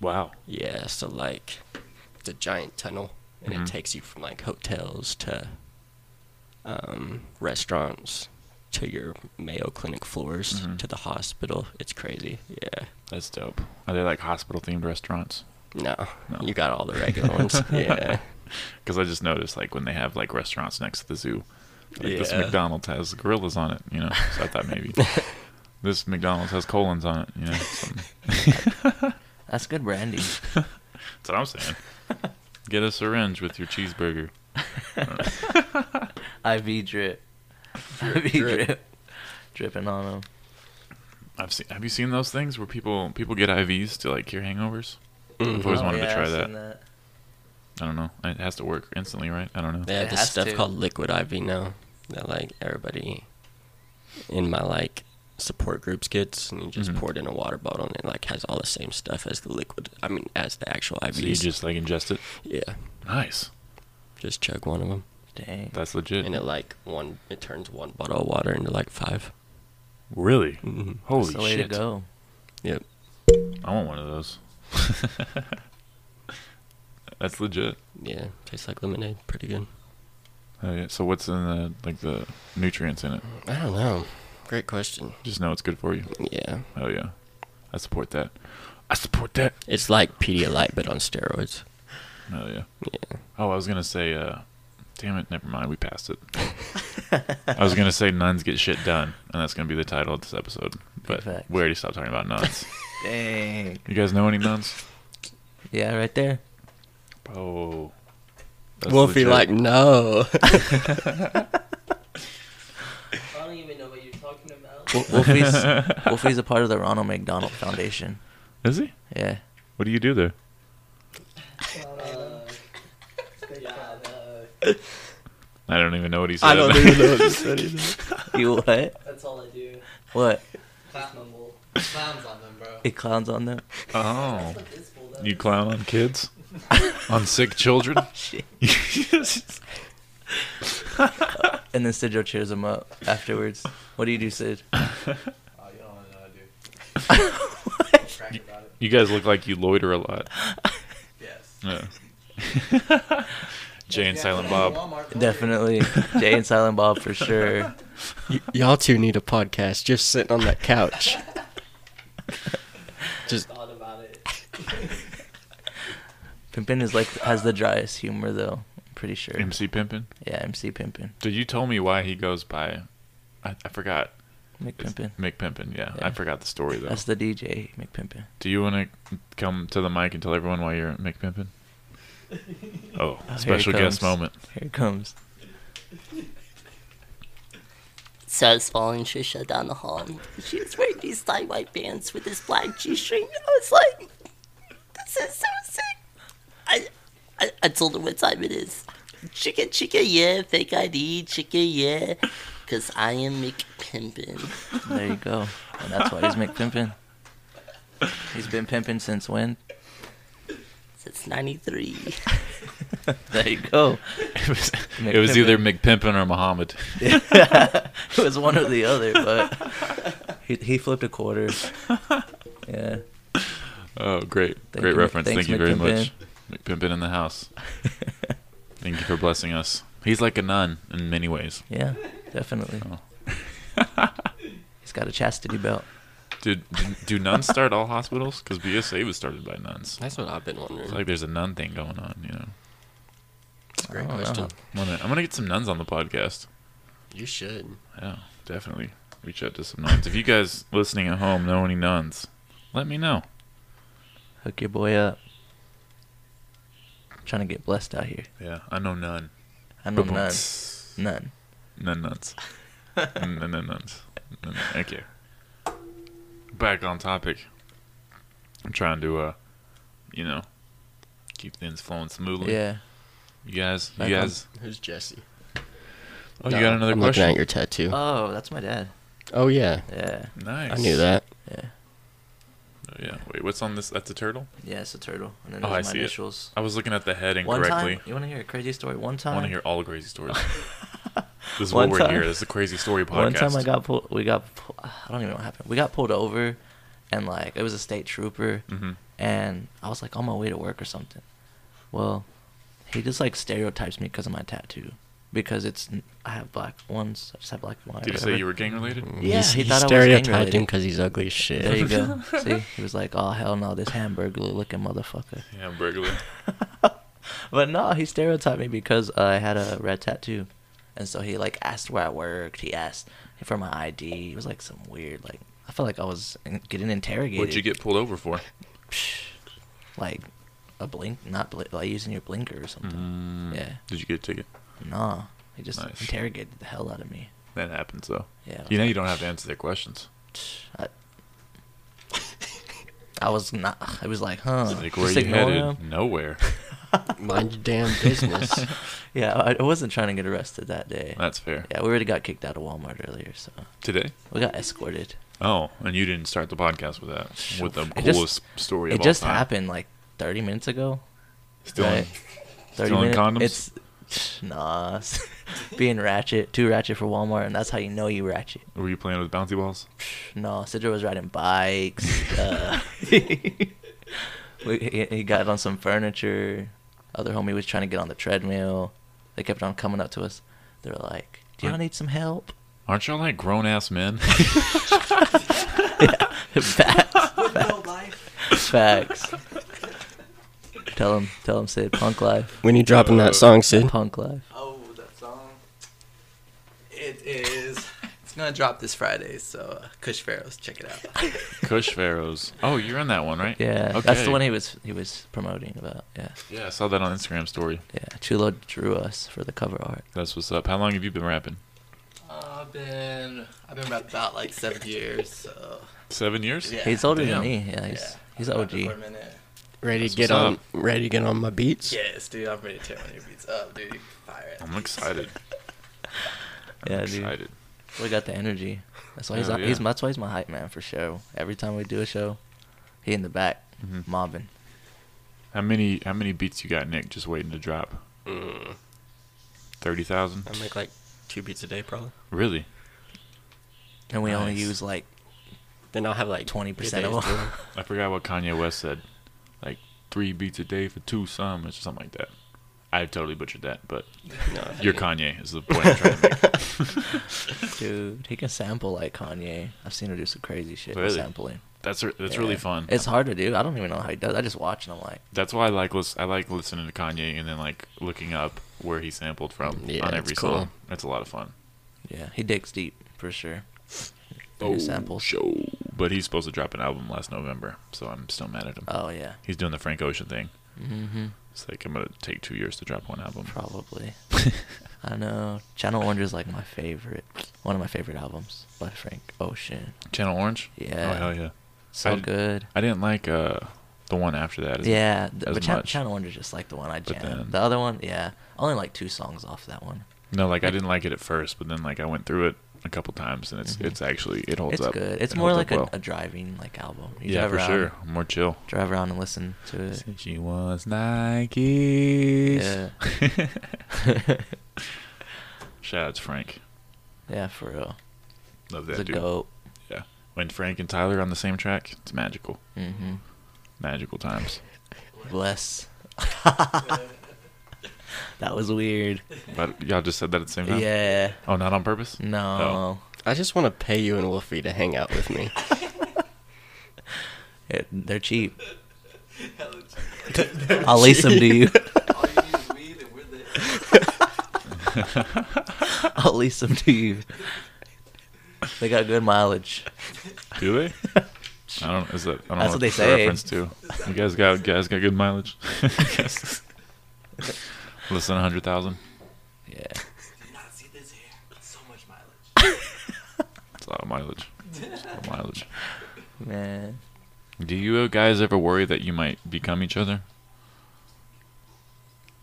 S1: Wow.
S5: yeah so like it's a giant tunnel and
S1: Mhm.
S5: it takes you from like hotels to um, restaurants to your mayo clinic floors
S1: Mhm.
S5: to the hospital it's crazy yeah
S1: That's dope. Are they like hospital themed restaurants?
S5: no,
S1: No.
S5: you got all the regular
S1: *laughs*
S5: ones yeah
S1: Because I just noticed like when they have like restaurants next to the zoo, like this
S5: Yeah.
S1: McDonald's has gorillas on it, you know. So I thought *laughs* maybe this McDonald's has colons on it, you know. something.
S6: That's good *laughs* branding.
S1: That's what I'm *laughs* saying. Get a syringe with your cheeseburger.
S6: IV drip. IV
S5: drip.
S6: drip. Dripping on them.
S1: I've seen. Have you seen those things where people people get IVs to like cure hangovers? Mm-hmm. Oh, I've always
S5: Mhm.
S1: wanted to
S6: Oh, yeah,
S1: try
S6: I've
S1: that.
S6: seen that.
S1: I don't know. It has to work instantly, right? I don't know.
S5: They have
S6: It
S5: this
S6: has
S5: stuff
S6: to.
S5: called liquid IV now that like everybody in my like support groups gets, and you just
S1: Mhm.
S5: pour it in a water bottle, and it like has all the same stuff as the liquid. I mean, as the actual IVs.
S1: So you just like ingest it.
S5: yeah,
S1: Nice.
S5: just chug one of them,
S6: Dang.
S1: That's legit.
S5: and it like one it turns one bottle of water into like 5
S1: Really?
S5: Mm-hmm.
S1: Holy
S6: That's the way
S1: shit!
S6: to go.
S5: Yep.
S1: *laughs* I want one of those. That's legit.
S5: Yeah, tastes like lemonade. Pretty good.
S1: Oh, yeah. So what's in the like the nutrients in it?
S5: I don't know. Great question.
S1: Just know it's good for you.
S5: Yeah.
S1: Oh yeah, I support that. I support that.
S5: It's like Pedialyte, but on steroids.
S1: Oh yeah.
S5: Yeah.
S1: Oh, I was gonna say, uh, damn it, never mind. We passed it. I was gonna say nuns get shit done, and that's gonna be the title of this episode. But
S6: facts.
S1: we already stopped talking about nuns.
S6: Dang.
S1: you guys know any nuns?
S6: Yeah, right there.
S1: Oh. that's
S5: Wolfie,
S1: legit.
S5: like,
S1: *laughs*
S5: no. *laughs*
S7: I don't even know what you're talking about.
S6: *laughs* Wo- Wolfie's, *laughs* Wolfie's a part of the Ronald McDonald Foundation.
S1: Is he?
S6: Yeah.
S1: What do you do there? I don't even know what he said. *laughs*
S5: I don't even know what this is.
S6: *laughs* You what?
S7: That's all I do.
S6: What?
S7: Clown mumble. Clowns on them, bro.
S6: It clowns on them?
S1: Oh.
S7: It's full though.
S1: You clown on kids? *laughs* on sick children?
S6: Shit.
S1: Yes.
S6: And then Sidro cheers him up afterwards. What do you do, Sid?
S7: Oh, you don't wanna know what I do.
S1: *laughs*
S6: What?
S7: Crack about it.
S1: you guys look like you loiter a lot.
S7: Yes.
S1: Yeah. *laughs* Jay and
S7: Yeah,
S1: Silent
S7: when I
S1: Bob.
S7: go to Walmart, don't
S6: Definitely. Jay and Silent Bob for sure.
S5: Y- y'all two need a podcast just sitting on that *laughs* couch.
S7: I Thought about *laughs* it.
S6: Pimpin is like has the driest humor though. I'm pretty sure.
S1: MC Pimpin.
S6: Yeah, MC Pimpin.
S1: Did you tell me why he goes by? I, I forgot.
S6: Mick
S1: It's
S6: Pimpin.
S1: Mick Pimpin. Yeah, I
S6: Yeah.
S1: forgot the story though.
S6: That's the DJ, Mick Pimpin.
S1: Do you want to come to the mic and tell everyone why you're Mick Pimpin? Oh,
S6: Oh, here
S1: special
S6: he
S1: guest
S6: comes.
S1: moment. *laughs*
S6: Here it comes.
S8: Sarah's following Trisha down the hall. She was wearing these tie white pants with this black G string. I was like, this is so sick. I, I, I told her what time it is. Chicken, chicken, yeah. Fake ID, chicken, yeah. Because I am McPimpin.
S6: There you go. And that's why he's Mick Pimpin. He's been pimping since when?
S8: Since 93.
S6: There you go.
S1: it was,
S6: Mick
S1: it was either
S6: Pimpin.
S1: Mick Pimpin or Muhammad.
S6: it was one or the other, but he, he flipped a quarter. Yeah.
S1: Oh, great,
S6: Thank
S1: great
S6: you, Mick-
S1: reference.
S6: thanks,
S1: Thank you
S6: Mick
S1: very
S6: Pimpin.
S1: much, Mick Pimpin in the house. Thank you for blessing us. He's like a nun in many ways.
S6: Yeah, definitely.
S1: Oh.
S6: He's got a chastity belt.
S1: Did, did do nuns start all hospitals? Because BSA was started by nuns.
S5: That's what I've been wondering.
S1: It's like there's a nun thing going on, you know.
S5: That's a great
S6: I don't
S5: question.
S1: I'm gonna, I'm gonna get some nuns on the podcast.
S5: You should.
S1: Yeah, definitely. Reach out to some nuns. If you guys listening at home know any nuns, let me know.
S6: Hook your boy up. trying to get blessed out here.
S1: Yeah, I know none.
S6: I know none.
S1: Ba-boom-ts.
S6: None.
S1: None nuns. none none nuns. None- Okay. Back on topic. I'm trying to, uh, you know, keep things flowing smoothly.
S6: Yeah.
S1: You guys,
S6: Back
S1: you
S6: on-
S1: guys.
S5: Um, Who's Jesse?
S1: Oh, you got another
S5: I'm
S1: question?
S5: looking at your tattoo.
S6: Oh, that's my dad.
S5: oh yeah,
S6: Yeah.
S1: Nice.
S5: I knew that.
S6: Yeah.
S1: Oh, yeah. Wait, what's on this? That's a turtle.
S6: Yeah, it's a turtle. And then
S1: Oh,
S6: there's
S1: I
S6: my
S1: see it.
S6: initials.
S1: I was looking at the head
S6: One
S1: incorrectly.
S6: time, you want to hear a crazy story? One
S1: I
S6: time,
S1: want to hear all the crazy
S6: *laughs*
S1: stories. this is
S6: One
S1: what we're
S6: time-
S1: here. This is the crazy story podcast.
S6: One time I got pulled. We got. pu- I don't even know what happened. We got pulled over, and like it was a state trooper,
S1: Mhm.
S6: and I was like on my way to work or something. Well, he just like stereotypes me because of my tattoo, because it's I have black ones. I just have black one.
S1: Did you say you were gang related?
S6: Yeah,
S5: He's-
S6: he
S5: he
S6: thought I was
S5: stereotyped
S6: gang-related.
S5: him because he's ugly as shit.
S6: There you *laughs* go. See, he was like, "Oh hell no, this hamburger looking motherfucker."
S1: Yeah, burglar.
S6: *laughs* But no, he stereotyped me because I had a red tattoo, and so he like asked where I worked. He asked for my ID. It was like some weird like. I felt like I was in- getting interrogated.
S1: What'd you get pulled over for?
S6: Like a blink, not blink, like using your blinker or something. Yeah.
S1: Did you get a ticket?
S6: No, he just
S1: Mm-hmm. Nice.
S6: interrogated the hell out of me.
S1: That happens though.
S6: Yeah. I
S1: You know
S6: was
S1: you don't have to answer their questions.
S6: like, *laughs* I, I was not. I was like, huh?
S1: Like where
S6: just
S1: you
S6: ignore
S1: headed?
S6: him?
S1: Nowhere.
S5: Mind your damn business.
S6: Yeah, I, I wasn't trying to get arrested that day.
S1: That's fair.
S6: yeah, we already got kicked out of Walmart earlier, so
S1: Today?
S6: we got escorted.
S1: Oh, and you didn't start the podcast with that. With the
S6: It just-
S1: coolest story of
S6: It
S1: all
S6: just
S1: time.
S6: happened like 30 minutes ago.
S1: Still in-
S6: right? 30
S1: Still in
S6: minute-
S1: condoms?
S6: It's *laughs* nah. it's Being ratchet, too ratchet for Walmart, and that's how you know you ratchet.
S1: Were you playing with bouncy balls?
S6: No, Sidra was riding *laughs* bikes. Uh, we, he, he got on some furniture. other homie was trying to get on the treadmill. They kept on coming up to us. They were like, "Do y'all
S1: Huh?
S6: need
S1: *laughs*
S6: some help?" *laughs*
S1: Aren't y'all like grown ass men?
S6: *laughs* Facts.
S7: With no life.
S6: Facts. tell him, tell him, Sid, punk life,
S5: *laughs* When you dropping that song, Sid?
S6: punk life.
S7: Oh, that song. It is. It's gonna drop this Friday, so uh, Kush Pharaohs, check it out.
S1: Kush Pharaohs. Oh, you're in that one, right?
S6: Yeah,
S1: Okay.
S6: that's the one he was he was promoting about. Yeah,
S1: Yeah, I saw that on Instagram story.
S6: yeah. Chulo drew us for the cover art.
S1: That's what's up. How long have you been rapping?
S7: Uh, I've been I've been rapping about like seven years, so
S1: Seven years?
S7: yeah.
S6: he's older
S1: damn.
S6: than me. Yeah, he's he's
S7: I've been rapping For a
S6: OG.
S7: minute.
S5: Ready
S1: That's
S5: to get
S1: what's
S5: on? Ready to get on my beats?
S7: Yes, dude, I'm ready to tear one of your beats up, dude. Fire it.
S1: I'm excited.
S6: *laughs*
S1: I'm
S6: Yeah, dude.
S1: excited.
S6: We got the energy. That's why he's,
S1: Hell
S6: he's
S1: yeah.
S6: that's why he's my hype man for show. Every time we do a show, he in the back
S1: Mhm.
S6: mobbing.
S1: How many how many beats you got, Nick, just waiting to drop? Thirty thousand?
S5: I make like two beats a day, probably.
S1: Really?
S6: And we only
S1: Nice.
S6: use like
S5: Then I'll have like
S6: 20%
S5: good
S6: of
S5: days,
S1: *laughs*
S6: them.
S5: too.
S1: I forgot what Kanye West said. Like three beats a day for two summers or something like that. I totally butchered that, but
S5: No,
S1: you're Kanye is the point I'm trying to
S6: *laughs*
S1: make.
S6: dude, he can sample like Kanye. I've seen him do some crazy shit with
S1: Really?
S6: sampling.
S1: That's re- that's
S6: Yeah.
S1: really fun.
S6: It's hard to do. I don't even know how he does. I just watch and I'm like,
S1: That's why I like lis- I like listening to Kanye and then like looking up where he sampled from
S5: Yeah,
S1: on
S5: it's
S1: every
S5: cool.
S1: song. That's a lot of fun.
S6: yeah, he digs deep for sure. He oh, samples.
S1: But he's supposed to drop an album last November, so I'm still mad at him.
S6: Oh yeah,
S1: He's doing the Frank Ocean thing.
S6: mm-hmm.
S1: It's like I'm gonna take two years to drop one album.
S6: probably. I know. Channel Orange is like my favorite, one of my favorite albums by Frank Ocean.
S1: Channel Orange.
S6: Yeah.
S1: Oh hell yeah.
S6: So
S1: I-
S6: good.
S1: I didn't like uh the one after that. as-
S6: Yeah, th-
S1: as
S6: but Chan-
S1: much.
S6: Channel Orange is just like the one I
S1: But
S6: jammed.
S1: then-
S6: the other one, yeah, only like two songs off that one.
S1: No, like I didn't like it at first, but then like I went through it a couple times, and it's
S6: Mhm.
S1: it's actually it holds
S6: it's
S1: up.
S6: good. It's
S1: It
S6: more
S1: holds
S6: like
S1: up
S6: a,
S1: well.
S6: a driving like album. You
S1: yeah
S6: drive
S1: for
S6: around,
S1: sure. More chill.
S6: Drive around and listen to it.
S1: Since she was Nike's. *laughs* Shout out to Frank.
S6: Yeah, for real.
S1: Love
S6: It's
S1: that
S6: a
S1: dude.
S6: dope.
S1: Yeah. When Frank and Tyler are on the same track, it's magical.
S6: Mm-hmm.
S1: Magical
S6: *laughs*
S1: times. *laughs*
S6: Bless. *laughs* that was weird.
S1: But y'all just said that at the same time?
S6: Yeah. Mm.
S1: Oh, not on purpose?
S6: No.
S5: I just want to pay you and Wolfie to hang out with me.
S6: It- they're cheap. I'll lease them to you. *laughs*
S7: All you need is weed, and we're the
S6: *laughs* I'll lease them to you. They got good mileage.
S1: Do
S6: *laughs*
S1: they? I don't. Is that? I don't
S6: That's
S1: know
S6: what they
S1: it's a
S6: say.
S1: Reference to. You guys got guys got good
S6: *laughs*
S1: mileage. *laughs* Yes. Less than a hundred thousand.
S6: Yeah.
S7: Do not see this hair. So much mileage.
S1: It's a lot of mileage. It's a lot of mileage.
S6: Man.
S1: Do you guys ever worry that you might become each other?
S6: *laughs*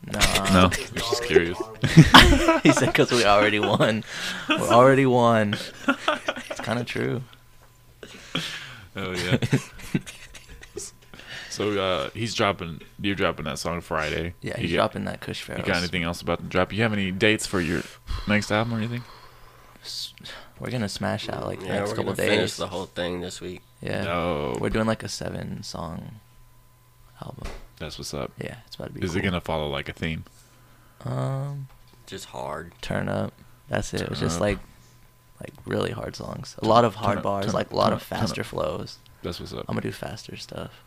S1: No,
S6: Nah.
S1: I'm just curious.
S6: he said because we already won. We already won. It's kind of true.
S1: Oh
S6: *laughs*
S1: yeah. so uh, he's dropping. You're dropping that song Friday.
S6: Yeah,
S1: You
S6: he's
S1: got-
S6: dropping that Kush
S1: You
S6: Pharaohs.
S1: got anything else about the drop? You have any dates for your next album or anything?
S6: S- We're gonna smash out like the
S5: yeah,
S6: next
S5: we're
S6: couple
S5: gonna finish
S6: days.
S5: the whole thing this week.
S6: Yeah,
S1: No.
S6: we're doing like a seven song album.
S1: That's what's up.
S6: Yeah, it's about to be.
S1: Is it
S6: cool.
S1: gonna follow like a theme?
S6: um
S5: Just hard.
S6: turn up? That's it. It was just
S1: Turn
S6: like like really hard songs. A lot of
S1: turn
S6: hard
S1: up,
S6: bars,
S1: turn
S6: like
S1: up,
S6: a lot
S1: turn
S6: of
S1: up, turn
S6: faster
S1: up.
S6: flows.
S1: That's what's up.
S6: I'm gonna do faster stuff. *coughs*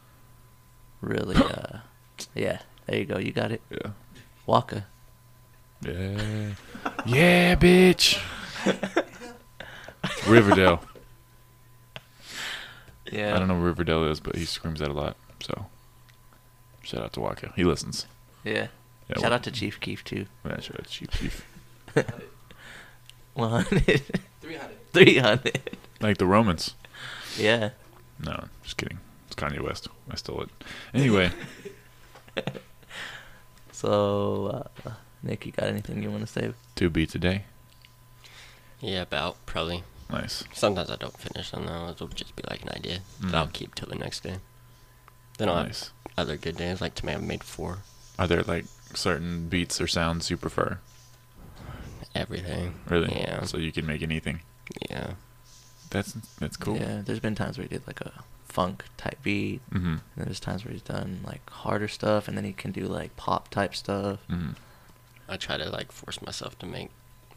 S6: Really, uh, yeah. There you go. You got it.
S1: yeah.
S6: Waka.
S1: Yeah. yeah,
S6: *laughs*
S1: bitch. Riverdale.
S6: Yeah.
S1: I don't know where Riverdale is, but he screams that a lot. So shout out to Waka. He listens.
S6: Yeah.
S1: Yeah,
S6: Shout
S1: Wa-
S6: out to Chief Keef too. *laughs*
S1: Yeah, shout out to Chief Keef.
S6: 100,
S7: Three hundred.
S6: 300.
S1: Like the Romans.
S6: Yeah.
S1: No, just kidding. It's Kanye West. I stole it.
S5: *laughs*
S1: Anyway,
S6: So, uh, Nick, you got anything you want to say?
S1: two beats a day.
S5: Yeah, about probably.
S1: Nice.
S5: Sometimes I don't finish them though. It'll just be like an idea that I'll
S1: Mm.
S5: keep till the next day. Then I'll have
S1: nice.
S5: other good days. Like today, I made four.
S1: Are there like certain beats or sounds you prefer?
S5: Everything.
S1: Really?
S5: Yeah.
S1: So you can make anything.
S5: Yeah.
S1: That's that's cool.
S6: Yeah, there's been times where we did like a funk type beat.
S1: Mm-hmm.
S6: And there's times where he's done like harder stuff, and then he can do like pop type stuff,
S1: Mm-hmm.
S5: I try to like force myself to make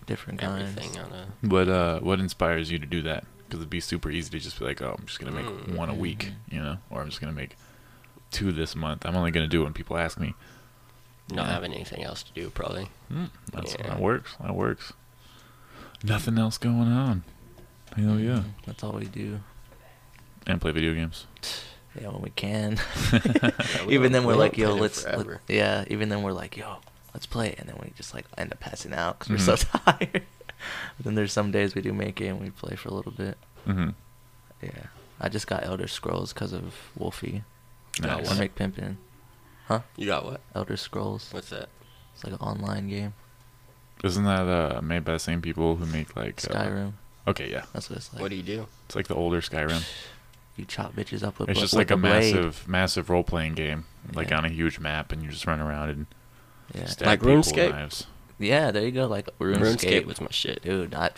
S6: different kinds.
S5: everything on a
S1: What uh, what inspires you to do that? Because it'd be super easy to just be like, oh, I'm just gonna make
S5: Mm,
S1: one a week, you know, or I'm just gonna make two this month. I'm only gonna do it when people ask me.
S5: not
S1: Yeah.
S5: having anything else to do probably.
S1: Mm, that's
S5: Yeah.
S1: that works. That works. Nothing else going on. Hell Oh, yeah.
S6: Mm, That's all we do.
S1: And play video games.
S6: Yeah, when
S1: *laughs*
S6: we can. *laughs*
S5: Yeah, we
S6: even
S5: don't-
S6: then
S5: we
S6: we're
S5: don't
S6: like,
S5: plan
S6: yo,
S5: it
S6: let's. let-
S5: forever.
S6: yeah. Even then we're like, yo, let's play, it," and then we just like end up passing out because we're so
S1: Mm-hmm.
S6: *laughs* tired. but then there's some days we do make it and we play for a little bit.
S1: Mm-hmm.
S6: Yeah. I just got Elder Scrolls because of Wolfie.
S5: Yeah,
S1: Nice.
S5: what?
S6: Or McPimpin.
S5: You got what?
S6: Elder Scrolls.
S5: What's that?
S6: It's like an online game.
S1: Isn't that uh, made by the same people who make like uh,
S6: Skyrim.
S1: Okay, yeah,
S6: That's what it's like.
S5: What do you do?
S1: it's like the older Skyrim.
S6: You chop bitches up with.
S1: It's
S6: bla-
S1: just
S6: with
S1: like a
S6: the blade.
S1: massive, massive role-playing game, like
S6: Yeah.
S1: on a huge map, and you just run around and
S6: Yeah.
S1: stab
S5: Like
S1: people with
S5: RuneScape?
S1: knives.
S6: yeah. There you go. Like RuneScape.
S5: RuneScape was my shit.
S6: Dude, I,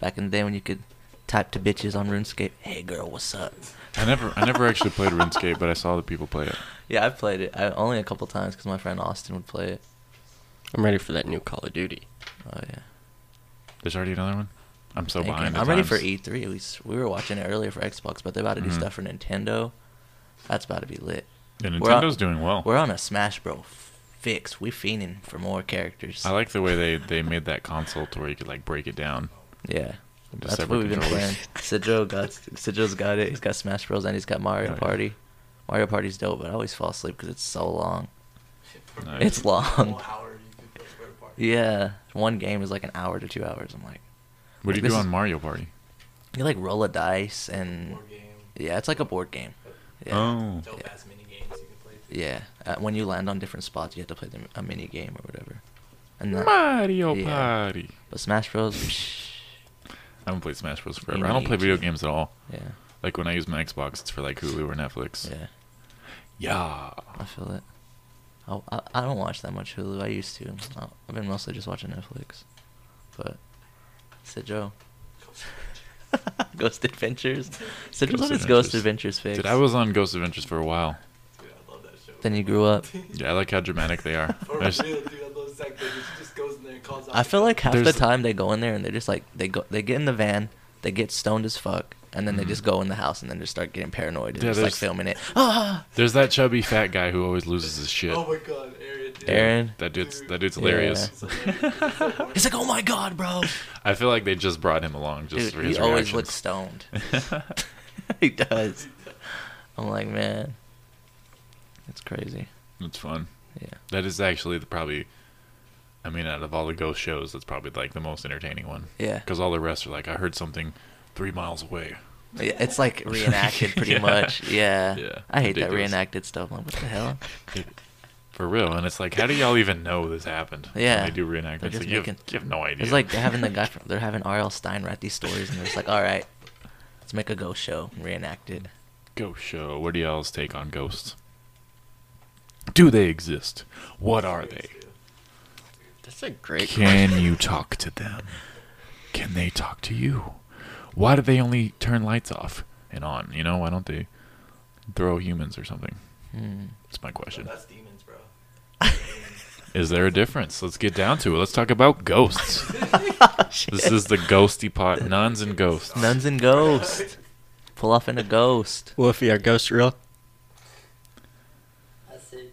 S6: back in the day when you could type to bitches on RuneScape, hey girl, what's up?
S1: I never, I never actually played RuneScape, but I saw the people play it.
S6: Yeah, I've played it I, only a couple times because my friend Austin would play it.
S5: I'm ready for that new Call of Duty.
S6: Oh yeah.
S1: There's already another one. I'm so
S6: Thinking-
S1: behind.
S6: I'm
S1: on
S6: ready for E.
S1: times.
S6: E3. We s- we were watching it earlier for Xbox, but they're about to do
S1: Mhm.
S6: stuff for Nintendo. That's about to be lit.
S1: Yeah,
S6: We're on-
S1: Nintendo's doing well.
S6: We're on a Smash Bro f- fix. We fiending for more characters.
S1: I like the way they they made that console to where you could like break it down.
S6: yeah.
S1: into
S6: That's
S1: separate
S6: what we've been
S1: controllers. *laughs*
S6: playing. Sidro got Sidro's got it. He's got Smash Bros. and he's got Mario
S1: Oh, yeah.
S6: Party. Mario Party's dope, but I always fall asleep because it's so long.
S1: Nice.
S6: It's long.
S9: hour you could play Square Park.
S6: Yeah, one game is like an hour to two hours. I'm like,
S1: What do you
S6: This
S1: do
S6: is-
S1: on Mario Party?
S6: you like roll a dice
S1: Mm.
S6: and
S9: Board game.
S6: yeah, it's like a board game. Yeah.
S1: Oh,
S9: Dope ass mini games you can play.
S6: Yeah, uh, when you land on different spots, you have to play the, a mini game or whatever. And that,
S1: Mario
S6: Yeah.
S1: Party.
S6: but Smash Bros. psh,
S1: I haven't played Smash Bros. forever.
S6: You
S1: I don't play
S6: need
S1: video
S6: to.
S1: games at all.
S6: yeah,
S1: Like when I use my Xbox, it's for like Hulu or Netflix.
S6: yeah,
S1: Yeah.
S6: I feel it. I, I, I don't watch that much Hulu. I used to. I- I've been mostly just watching Netflix. But Sid Joe. *laughs* Ghost Adventures. Sid Joe's
S1: Ghost
S6: on his Ghost
S1: Adventures.
S6: Adventures fix.
S1: Dude, I was on Ghost Adventures for a while.
S9: Dude, I love that show.
S6: Then you grew up.
S1: Yeah, I like how dramatic they are.
S9: *laughs* For
S1: There's-
S9: real, dude, I love Zach Baby. She just goes in there and calls out.
S6: I feel like half the
S1: There's-
S6: time they go in there and they're just like they go they get in the van, they get stoned as fuck, and then they just go in the house and then just start getting paranoid and
S1: Mm-hmm. Yeah,
S6: just like
S1: there's-
S6: filming it. Ah,
S1: There's that chubby fat guy who always loses his shit.
S9: Oh my god, Aaron. Dude.
S6: Aaron.
S1: That dude's
S9: Dude.
S1: that dude's hilarious.
S9: He's
S6: *laughs*
S9: hilarious.
S6: He's like, oh my god, bro.
S1: I feel like they just brought him along just
S6: Dude,
S1: for his
S6: he always
S1: reactions. *laughs*
S6: looks stoned. *laughs* he does. I'm like, man, it's crazy.
S1: It's fun.
S6: Yeah.
S1: That is actually the probably. I mean, out of all the ghost shows, that's probably like the most entertaining one.
S6: Yeah.
S1: Because all the rest are like, I heard something three miles away.
S6: Yeah,
S1: *laughs*
S6: It's like reenacted pretty
S1: Yeah.
S6: much. Yeah.
S1: Yeah,
S6: I hate that
S1: ridiculous.
S6: reenacted stuff. I'm like, what
S1: *laughs*
S6: the hell?
S1: For real. And it's like, how do y'all even know this happened? When
S6: Yeah.
S1: they do
S6: They're
S1: reenactments.
S6: just
S1: Like, you, have,
S6: making-
S1: you have no idea.
S6: It's like they're having the guy from they're having R.L. Stein write these stories, and they're just like, all right, let's make a ghost show and reenact it.
S1: Ghost show. What do y'all's take on ghosts? Do they exist? What are they?
S5: That's a great
S1: Can you talk to them? Can they talk to you? Why do they only turn lights off and on? You know, why don't they throw humans or something?
S6: Hmm.
S1: That's my question.
S9: That's demons, bro.
S1: Is there a difference? Let's get down to it. Let's talk about ghosts. *laughs* this is the ghosty pot. Nuns and ghosts.
S6: Nuns and ghosts. Pull off in a ghost.
S5: Wolfie, are ghosts real?
S10: I said,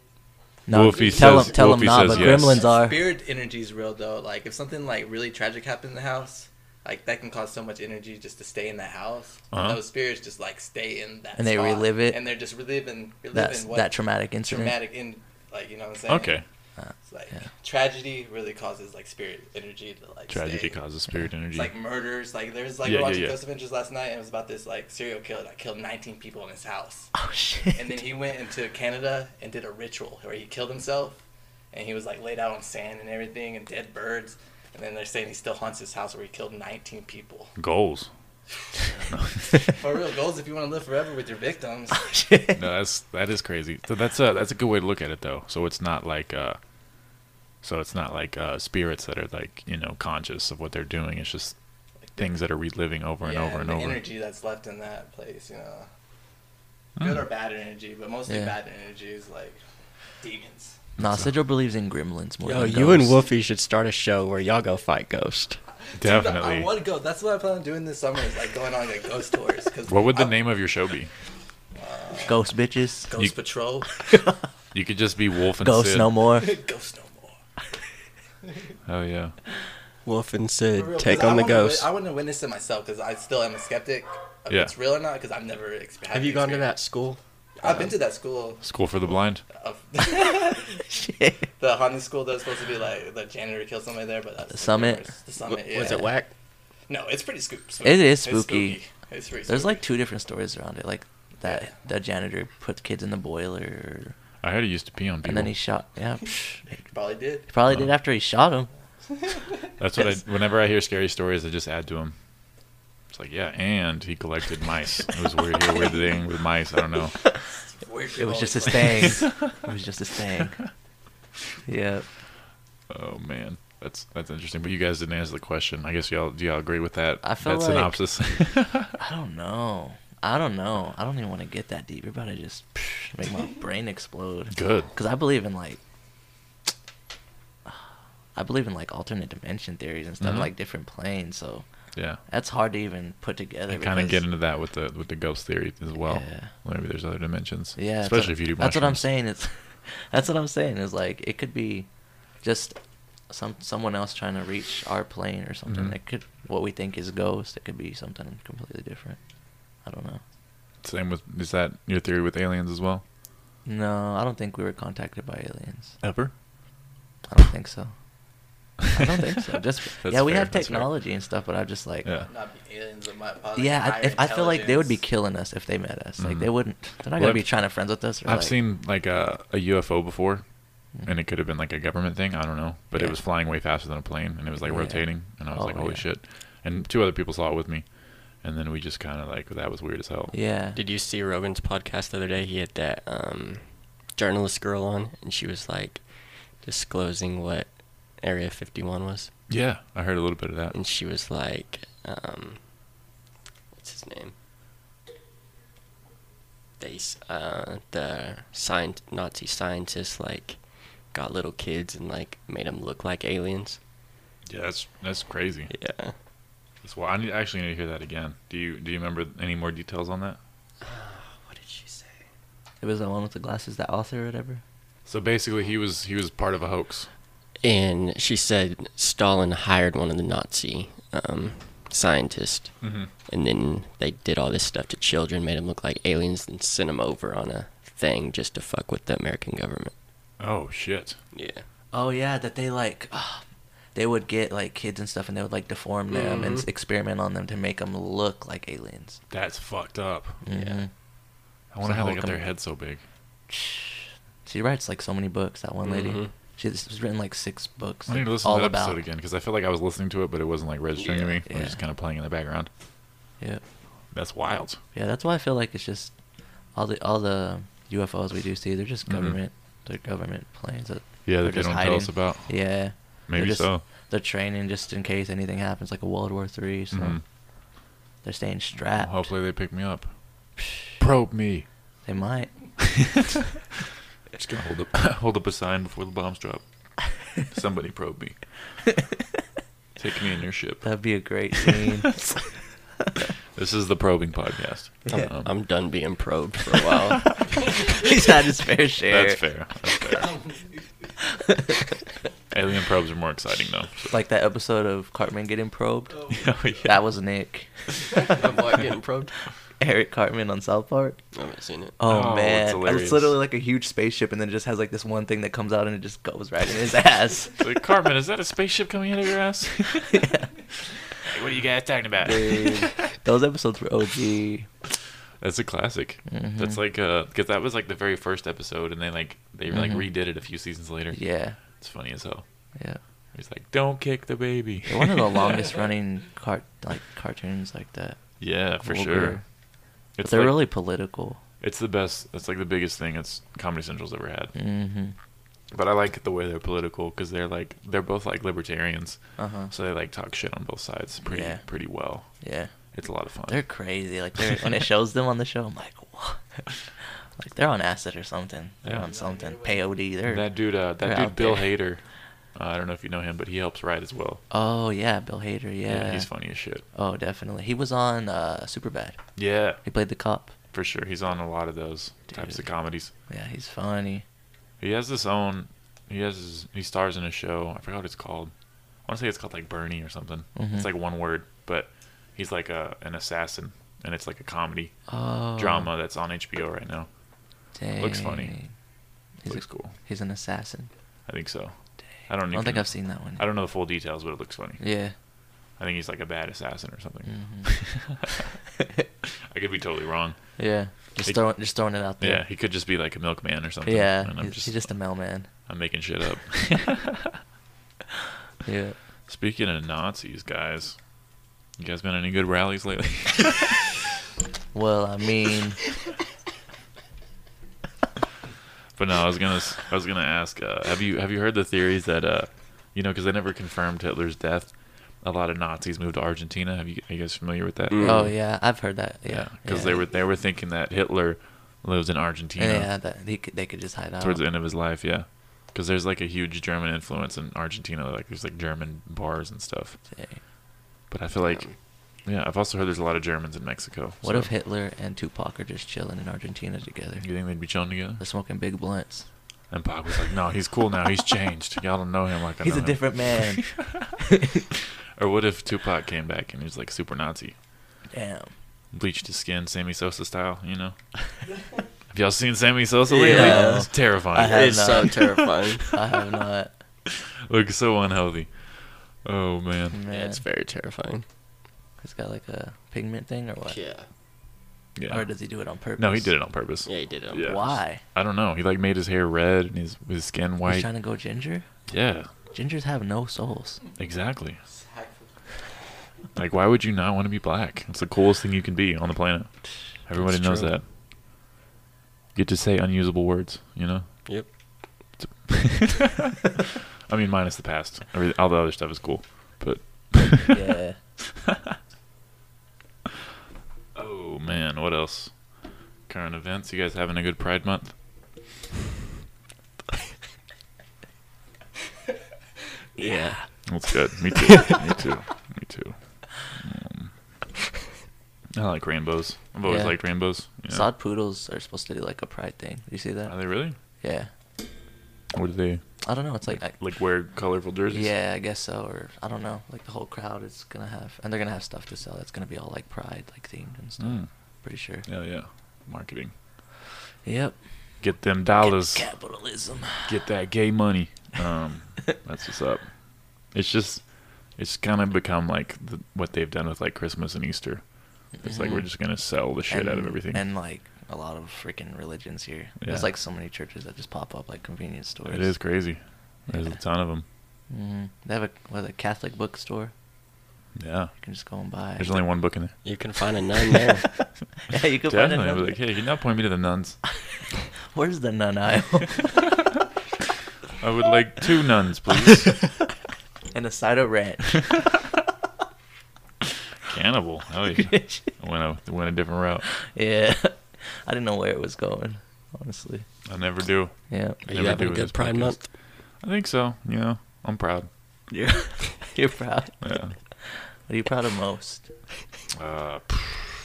S1: Wolfie
S6: tell
S1: says-
S6: him, tell
S1: Wolfie
S6: him not,
S1: says
S6: but
S1: yes.
S6: gremlins are.
S9: Spirit energy is real though. Like if something like really tragic happened in the house, like that can cause so much energy just to stay in the house.
S1: Uh-huh.
S9: Those spirits just like stay in that.
S6: And they
S9: spot.
S6: relive it?
S9: And they're just reliving, reliving
S6: That's
S9: what
S6: that traumatic incident.
S9: traumatic in, like you know what I'm saying.
S1: Okay.
S9: It's like
S6: Yeah.
S9: tragedy really causes like spirit energy to like
S1: Tragedy
S9: stay.
S1: causes spirit energy.
S9: It's like murders. Like there's like
S1: Yeah,
S9: we
S1: yeah,
S9: watching
S1: yeah.
S9: Ghost Adventures last night, and it was about this like serial killer that killed 19 people in his house.
S6: Oh shit. *laughs*
S9: And then he went into Canada and did a ritual where he killed himself, and he was like laid out on sand and everything and dead birds. And then they're saying he still haunts his house where he killed
S1: *laughs*
S9: 19 people.
S1: Goals.
S9: For real goals, if you want to live forever with your victims.
S6: shit.
S1: No, that's that is crazy. So that's a that's a good way to look at it though. So it's not like uh so it's not like uh spirits that are like, you know, conscious of what they're doing. It's just things that are reliving over and
S9: Yeah,
S1: over and
S9: the
S1: over.
S9: energy that's left in that place, you know.
S1: Hmm.
S7: Good or bad energy, but mostly
S6: Yeah.
S7: bad energy is like demons.
S6: Nah, Sidro believes in gremlins more
S5: Yo,
S6: than
S5: you and
S6: ghosts.
S5: Wolfie should start a show where y'all go fight Ghost.
S7: Dude, I
S1: Definitely.
S7: want to go. That's what I plan on doing this summer is like going on like ghost tours. Cause
S1: What would the
S7: I-
S1: name of your show be?
S6: Ghost bitches.
S7: Ghost
S1: you-
S7: Patrol. *laughs*
S1: You could just be Wolf and
S6: Ghost
S1: Sid.
S6: no
S5: *laughs*
S6: more.
S7: ghost no more.
S1: Oh yeah.
S5: Wolf and
S7: For real,
S5: Sid take
S7: 'cause I
S5: on the
S7: wanna wi-
S5: Ghost.
S7: I wouldn't have witnessed it myself because I still am a skeptic if
S1: Yeah.
S7: it's real or not because I've never experienced.
S5: Have you gone to that school?
S7: I've been to that school
S1: School for the blind.
S7: of *laughs* the haunted school that was supposed to be like the janitor killed somebody there, but that's
S6: The Summit?
S7: worst. The
S5: W-
S7: summit.
S5: Was
S7: yeah.
S5: it whack?
S7: No, it's pretty scoop.
S6: It is
S7: It's
S6: spooky.
S7: It's pretty
S6: There's
S7: spooky.
S6: like two different stories around it. Like that that janitor put kids in the boiler,
S1: I heard he used to pee on people.
S6: and then he shot. Yeah, psh, he
S7: probably did.
S6: probably did after he shot him.
S1: That's what I.
S6: Yes.
S1: Whenever I hear scary stories, I just add to them. It's like yeah, and he collected mice. It was weird. He had a weird thing with mice. I don't know.
S6: It was just his thing.
S5: *laughs*
S6: it was just his thing. Yeah.
S1: Oh man, that's that's interesting. But you guys didn't answer the question. I guess y'all do y'all agree with that?
S6: I feel
S1: that
S6: like- *laughs*
S1: synopsis. *laughs*
S6: I don't know. I don't know. I don't even want to get that deep. You're about to just psh, make my brain explode.
S1: Good.
S6: Because I believe in like, I believe in like alternate dimension theories and stuff,
S1: Mhm.
S6: like different planes. So
S1: Yeah.
S6: that's hard to even put together.
S1: I kind of
S6: because-
S1: get into that with the with the ghost theory as well.
S6: Yeah.
S1: Maybe there's other dimensions.
S6: Yeah, that's
S1: Especially
S6: what-
S1: if you do.
S6: That's what I'm
S1: mushrooms.
S6: saying. It's *laughs* that's what I'm saying. Is like it could be just some someone else trying to reach our plane or something.
S1: Mhm.
S6: It could what we think is ghost. It could be something completely different. I don't know.
S1: Same with is that your theory with aliens as well?
S6: No, I don't think we were contacted by aliens.
S1: Ever?
S6: I don't think so. I don't think
S1: *laughs*
S6: so. Just
S1: That's
S6: yeah, we
S1: fair,
S6: have
S1: that's fair.
S6: technology and stuff, but I'm just like
S1: Yeah.
S7: Not be aliens, but my probably
S6: yeah. I,
S7: higher
S6: if, I feel like they would be
S7: intelligence.
S6: killing us if they met us. Like
S1: Mhm.
S6: they wouldn't. They're not
S1: Well,
S6: gonna be
S1: I've-
S6: trying to friends with us. Or
S1: I've
S6: like,
S1: seen like a, a UFO before,
S6: Mhm.
S1: and it could have been like a government thing. I don't know, but it
S6: Yeah.
S1: was flying way faster than a plane, and it was like
S6: Yeah.
S1: rotating, and I was
S6: Oh,
S1: like, "Holy
S6: yeah.
S1: shit!" And two other people saw it with me, and then we just kind of like that was weird as hell.
S6: Yeah.
S5: Did you see Rogan's podcast the other day? He had that um, journalist girl on, and she was like disclosing what Area 51 was.
S1: Yeah, I heard a little bit of that.
S5: And she was like, um, what's his name? They, s- uh, the scient- Nazi scientists, like, got little kids and, like, made them look like aliens.
S1: Yeah, that's that's crazy.
S5: Yeah.
S1: That's why I need, actually need to hear that again. Do you do you remember any more details on that?
S5: What did she say?
S6: It was the one with the glasses, that author or whatever.
S1: So basically, he was he was part of a hoax.
S5: And she said Stalin hired one of the Nazi um, scientists,
S1: Mm-hmm.
S5: and then they did all this stuff to children, made them look like aliens, and sent them over on a thing just to fuck with the American government.
S1: Oh shit!
S5: Yeah.
S6: Oh yeah, that they like. *sighs* ah, they would get like kids and stuff, and they would like deform them and s- experiment on them to make them look like aliens.
S1: That's fucked up.
S6: Yeah.
S1: I wonder
S6: So
S1: how they
S6: how
S1: got
S6: come-
S1: their head so big.
S6: Mm-hmm. She writes like so many books. That one lady.
S5: Mhm.
S6: She- She's written like six books.
S1: Mm-hmm. I need to
S6: like,
S1: listen
S6: all
S1: to that
S6: about.
S1: episode again because I feel like I was listening to it, but it wasn't like registering to me. It
S6: Yeah.
S1: was just kind of playing in the background.
S6: Yeah.
S1: That's wild.
S6: Yeah. That's why I feel like it's just all the all the UFOs we do see. They're just
S1: Mhm.
S6: government. They're government planes. That
S1: Yeah,
S6: they're
S1: that they
S6: just
S1: don't
S6: hiding.
S1: tell us about.
S6: Yeah.
S1: Maybe
S6: they're just,
S1: so.
S6: They're training just in case anything happens, like a World War Three. So
S1: Mhm.
S6: they're staying strapped.
S1: Hopefully they pick me up. Probe me.
S6: They might.
S1: Just gonna hold up *laughs* hold up a sign before the bombs
S6: *laughs*
S1: drop. Somebody probe me. Take me in your ship.
S6: That'd be a
S1: *laughs*
S6: great scene.
S1: This is the probing podcast. Um,
S5: I'm done being probed for
S6: *laughs*
S5: a while.
S6: He's had his fair share.
S1: that's fair. That's fair. Alien probes are more exciting
S6: *laughs*
S1: though. *laughs* so-
S6: *laughs* Like that episode of Cartman getting probed.
S1: Oh, yeah.
S6: That was Nick.
S5: I'm like getting probed.
S6: *laughs* Eric Cartman on South Park.
S5: I haven't seen it.
S6: Oh,
S1: Oh,
S6: man,
S1: it's hilarious.
S6: it's literally like a huge spaceship, and then it just has like this one thing that comes out, and it just goes right in his *laughs* ass.
S1: Like, Cartman, is that a spaceship coming out of your
S6: *laughs*
S1: ass? Like, what are you guys talking *laughs* about?
S6: Dude, *laughs* those episodes were OP.
S1: That's a classic.
S6: Mm-hmm.
S1: That's like uh, because that was like the very first episode, and they like they like redid it a few seasons later.
S6: Mm-hmm. Yeah,
S1: It's funny as hell.
S6: yeah.
S1: He's like, "Don't kick the baby."
S6: They're one
S1: *laughs*
S6: of the longest running cart like cartoons like that.
S1: yeah, for
S6: Over.
S1: sure.
S6: But
S1: It's
S6: they're
S1: like-
S6: really political.
S1: it's the best. It's like the biggest thing it's Comedy Central's ever had.
S6: Mm-hmm.
S1: But I like the way they're political because they're like they're both like libertarians,
S6: Uh huh.
S1: so they like talk shit on both sides pretty
S6: Yeah.
S1: pretty well.
S6: Yeah.
S1: It's a lot of fun.
S6: They're crazy. Like they're, when it shows them on the show, I'm like, what? *laughs* Like they're on acid or something. They're
S1: Yeah.
S6: on something. Peyote. They're
S1: That dude, uh, that
S6: they're
S1: dude,
S6: out
S1: Bill
S6: there.
S1: Hader. Uh, I don't know if you know him, but he helps write as well.
S6: Oh yeah, Bill Hader. Yeah.
S1: he's funny as shit.
S6: Oh, definitely. He was on uh, Superbad.
S1: Yeah,
S6: He played the cop.
S1: for sure. He's on a lot of those types of
S6: Dude.
S1: comedies.
S6: Yeah, he's funny.
S1: He has his own. He has his, he stars in a show. I forgot what it's called. I want to say it's called like Bernie or something.
S6: Mhm.
S1: It's like one word, but he's like a an assassin, and it's like a comedy
S6: Oh.
S1: drama that's on HBO right now.
S6: Dang.
S1: Looks funny.
S6: He's
S1: looks
S6: a,
S1: cool.
S6: He's an assassin.
S1: I think so. I don't.
S6: I don't
S1: even-
S6: think I've seen that one.
S1: I don't know the full details, but it looks funny.
S6: Yeah.
S1: I think he's like a bad assassin or something.
S6: Mhm.
S1: *laughs* I could be totally wrong.
S6: Yeah. Just
S1: Like-
S6: throwing just throwing it out
S1: Yeah,
S6: there.
S1: he could just be like a milkman or something.
S6: Yeah.
S1: and I'm
S6: he's,
S1: just,
S6: he's just a mailman.
S1: I'm making shit
S6: *laughs*
S1: up.
S6: Yeah.
S1: Speaking of Nazis, guys, you guys been at any good rallies lately? *laughs*
S6: Well, I mean,
S1: But no, I was gonna s- I was gonna ask. Uh, have you have you heard the theories that uh, you know, because they never confirmed Hitler's death. A lot of Nazis moved to Argentina. Have you, are you guys familiar with that?
S5: Mm.
S6: oh yeah, I've heard that.
S1: yeah,
S6: Yeah.
S1: because
S6: yeah.
S1: they were they were thinking that Hitler lived in Argentina
S6: Yeah, that he could, they could just hide out.
S1: towards the end of his life. Yeah, because there's like a huge German influence in Argentina. Like there's like German bars and stuff.
S6: Dang.
S1: But I feel like, yeah, I've also heard there's a lot of Germans in Mexico.
S6: What
S1: so-
S6: if Hitler and Tupac are just chilling in Argentina together?
S1: You think they'd be chilling together?
S6: They're smoking big blunts.
S1: And Pac was like, "No, he's cool now. He's changed. Y'all don't know him like I
S6: He's
S1: know
S6: a
S1: him." *laughs*
S6: different man.
S1: Or what if Tupac came back and he was like super Nazi,
S6: Damn.
S1: bleached his skin, Sammy Sosa style, you
S6: *laughs*
S1: know? have y'all seen Sammy Sosa lately?
S6: Yeah.
S1: It's terrifying.
S6: I have
S1: It
S8: It's so
S6: not. *laughs*
S8: terrifying.
S6: I have not.
S1: looks so unhealthy. Oh man.
S6: Man.
S5: Yeah, it's very terrifying.
S6: He's got like a pigment thing or what?
S5: Yeah.
S1: Yeah.
S6: Or does he do it on purpose?
S1: No, he did it on purpose.
S5: Yeah, he did um, it. on
S1: Yeah.
S6: Why?
S1: I don't know. He like made his hair red and his his skin
S6: He's
S1: white.
S6: trying to go ginger.
S1: Yeah,
S6: Gingers have
S1: *laughs*
S6: no souls.
S1: exactly. Like, why would you not want to be black? It's the coolest thing you can be on the planet. Everybody
S5: That's
S1: knows
S5: true.
S1: that. You get to say unusable words, you know?
S5: Yep.
S1: *laughs* I mean, minus the past. Every, all the other stuff is cool, but
S6: yeah.
S1: *laughs* oh man, what else? Current events. You guys having a good Pride Month?
S5: Yeah.
S1: That's good. Me
S6: *laughs*
S1: too. Me too. Me too. Um, I like rainbows. I've always
S6: Yeah.
S1: liked rainbows. you know.
S6: Sod poodles are supposed to do like a pride thing. Did you see
S1: Are
S6: that?
S1: they really?
S6: Yeah.
S1: Or do they
S6: I don't know. It's like,
S1: like wear colorful jerseys?
S6: yeah, I guess so. Or I don't know. Like the whole crowd is gonna have, and they're gonna have stuff to sell. That's gonna be all like pride, like themed and stuff.
S1: Mm.
S6: Pretty sure.
S1: Yeah, yeah. Marketing.
S6: Yep.
S1: Get them dollars.
S6: Capitalism.
S1: get that gay money.
S6: *laughs*
S1: Um, that's what's up. It's just, it's kind of become like the, what they've done with like Christmas and Easter. It's like we're just gonna sell the shit out of
S6: Mm-hmm. And-
S1: everything.
S6: And like a lot of freaking religions here.
S1: Yeah.
S6: There's like so many churches that just pop up like convenience stores.
S1: it is crazy. There's a
S6: Yeah.
S1: ton of them.
S6: hmm They have a what a Catholic bookstore.
S1: Yeah.
S6: You can just go and buy.
S1: There's only one book in there.
S5: You can find a nun there.
S6: *laughs* yeah, you can find
S1: Definitely.
S6: another.
S1: I was like, hey, you can now point me to the nuns.
S6: *laughs* Where's the nun aisle?
S1: *laughs* I would like two nuns, please.
S6: *laughs* and a side of ranch.
S1: *laughs* Cannibal. Oh yeah.
S5: *laughs*
S1: I went a went a different route.
S6: *laughs* yeah. I didn't know where it was going, honestly.
S1: I never do.
S6: Yeah. *laughs*
S5: Are
S1: Never
S5: you having
S1: do
S5: a
S1: this
S5: good Pride
S1: podcast.
S5: Month?
S1: I think so. You know, I'm proud.
S6: You're, you're proud.
S5: *laughs*
S1: Yeah.
S6: What are you proud of most?
S1: Uh,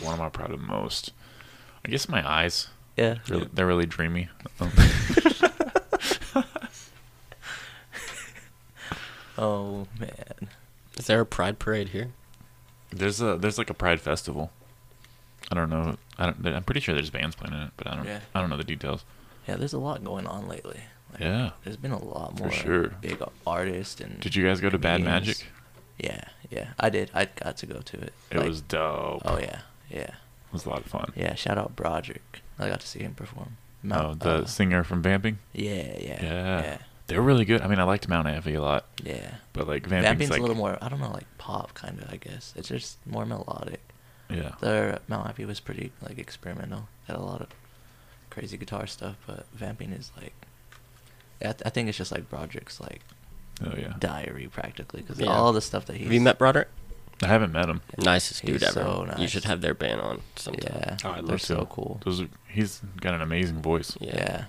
S1: what am I proud of most? I guess my eyes.
S6: Yeah.
S1: They're, they're really dreamy. Um,
S6: Oh, man.
S5: Is there a Pride parade here?
S1: there's a there's like a pride festival. I don't know. I don't. I'm pretty sure there's bands playing in it, but I don't.
S6: Yeah.
S1: I don't know the details.
S6: Yeah, there's a lot going on lately. Like,
S1: Yeah.
S6: There's been a lot
S1: For
S6: more
S1: sure.
S6: big artists and.
S1: Did you guys go to Bad
S6: comedians.
S1: Magic?
S6: Yeah, yeah. I did. I got to go to it.
S1: It
S6: Like,
S1: was dope.
S6: Oh yeah, yeah,
S1: It was a lot of fun.
S6: yeah. Shout out Broderick. I got to see him perform.
S1: Oh,
S6: Mount-
S1: the
S6: uh,
S1: singer from Vamping.
S6: yeah, yeah,
S1: Yeah.
S6: yeah,
S1: They're really good. I mean, I liked Mount Abbey a lot,
S6: yeah.
S1: but like
S6: Vamping's,
S1: Vamping's, like
S6: a little more. I don't know, like pop kind of. I guess it's just more melodic.
S1: yeah.
S6: The Mount Happy was pretty like experimental. Had a lot of crazy guitar stuff, but vamping is like. I, th- I think it's just like Broderick's like
S1: Oh yeah.
S6: diary practically because
S5: Yeah.
S6: all the stuff that he's.
S5: Have you met Broderick?
S1: I haven't met him.
S5: Nicest
S6: He's
S5: dude ever.
S6: so
S5: You
S6: nice.
S5: should have their band on sometime.
S6: Yeah,
S1: Oh, I'd
S6: they're
S1: love to.
S6: so cool.
S1: Those are, he's got an amazing voice.
S5: Yeah.
S6: Yeah,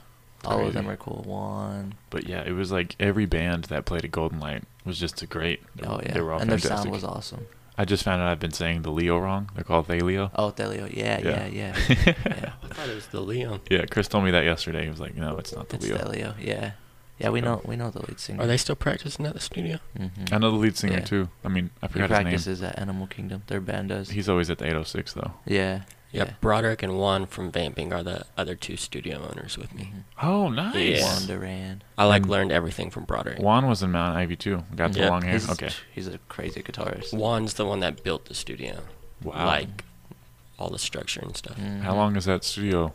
S6: all
S1: Crazy.
S6: of them are cool. One,
S1: But yeah, it was like every band that played at Golden Light was just a great.
S6: oh yeah,
S1: they were all
S6: and their
S1: fantastic.
S6: sound was awesome.
S1: I just found out I've been saying the Leo wrong. They're called Thaleo.
S6: Oh, Thelio, yeah,
S1: Yeah.
S6: yeah, yeah,
S1: *laughs*
S6: yeah.
S5: I thought it was the Leon.
S6: Mm-hmm.
S1: Yeah, Chris told me that yesterday. He was like, "No, it's not the
S6: It's
S1: Leo."
S6: Thelio, yeah, yeah. We
S1: Yeah.
S6: know, we know the lead singer.
S5: Are they still practicing at the studio?
S6: Mm-hmm.
S1: I know the lead singer
S6: Yeah.
S1: too. I mean, I
S6: He
S1: forgot his name.
S6: practices at Animal Kingdom. Their band does.
S1: He's always at the 806 though.
S6: yeah,
S5: Yeah.
S6: yeah.
S5: Broderick and Juan from Vamping are the other two studio owners with
S6: Mm-hmm.
S5: me.
S1: Oh, nice.
S5: Yeah.
S6: Juan Duran.
S5: I like
S1: And-
S5: learned everything from Broderick.
S1: Juan was in Mount Ivy too. Got the
S5: Yeah.
S1: long hair.
S6: He's,
S1: Okay.
S6: He's a crazy guitarist.
S5: Juan's the one that built the studio.
S1: Wow.
S5: Like mm-hmm. all the structure and stuff.
S1: How long has that studio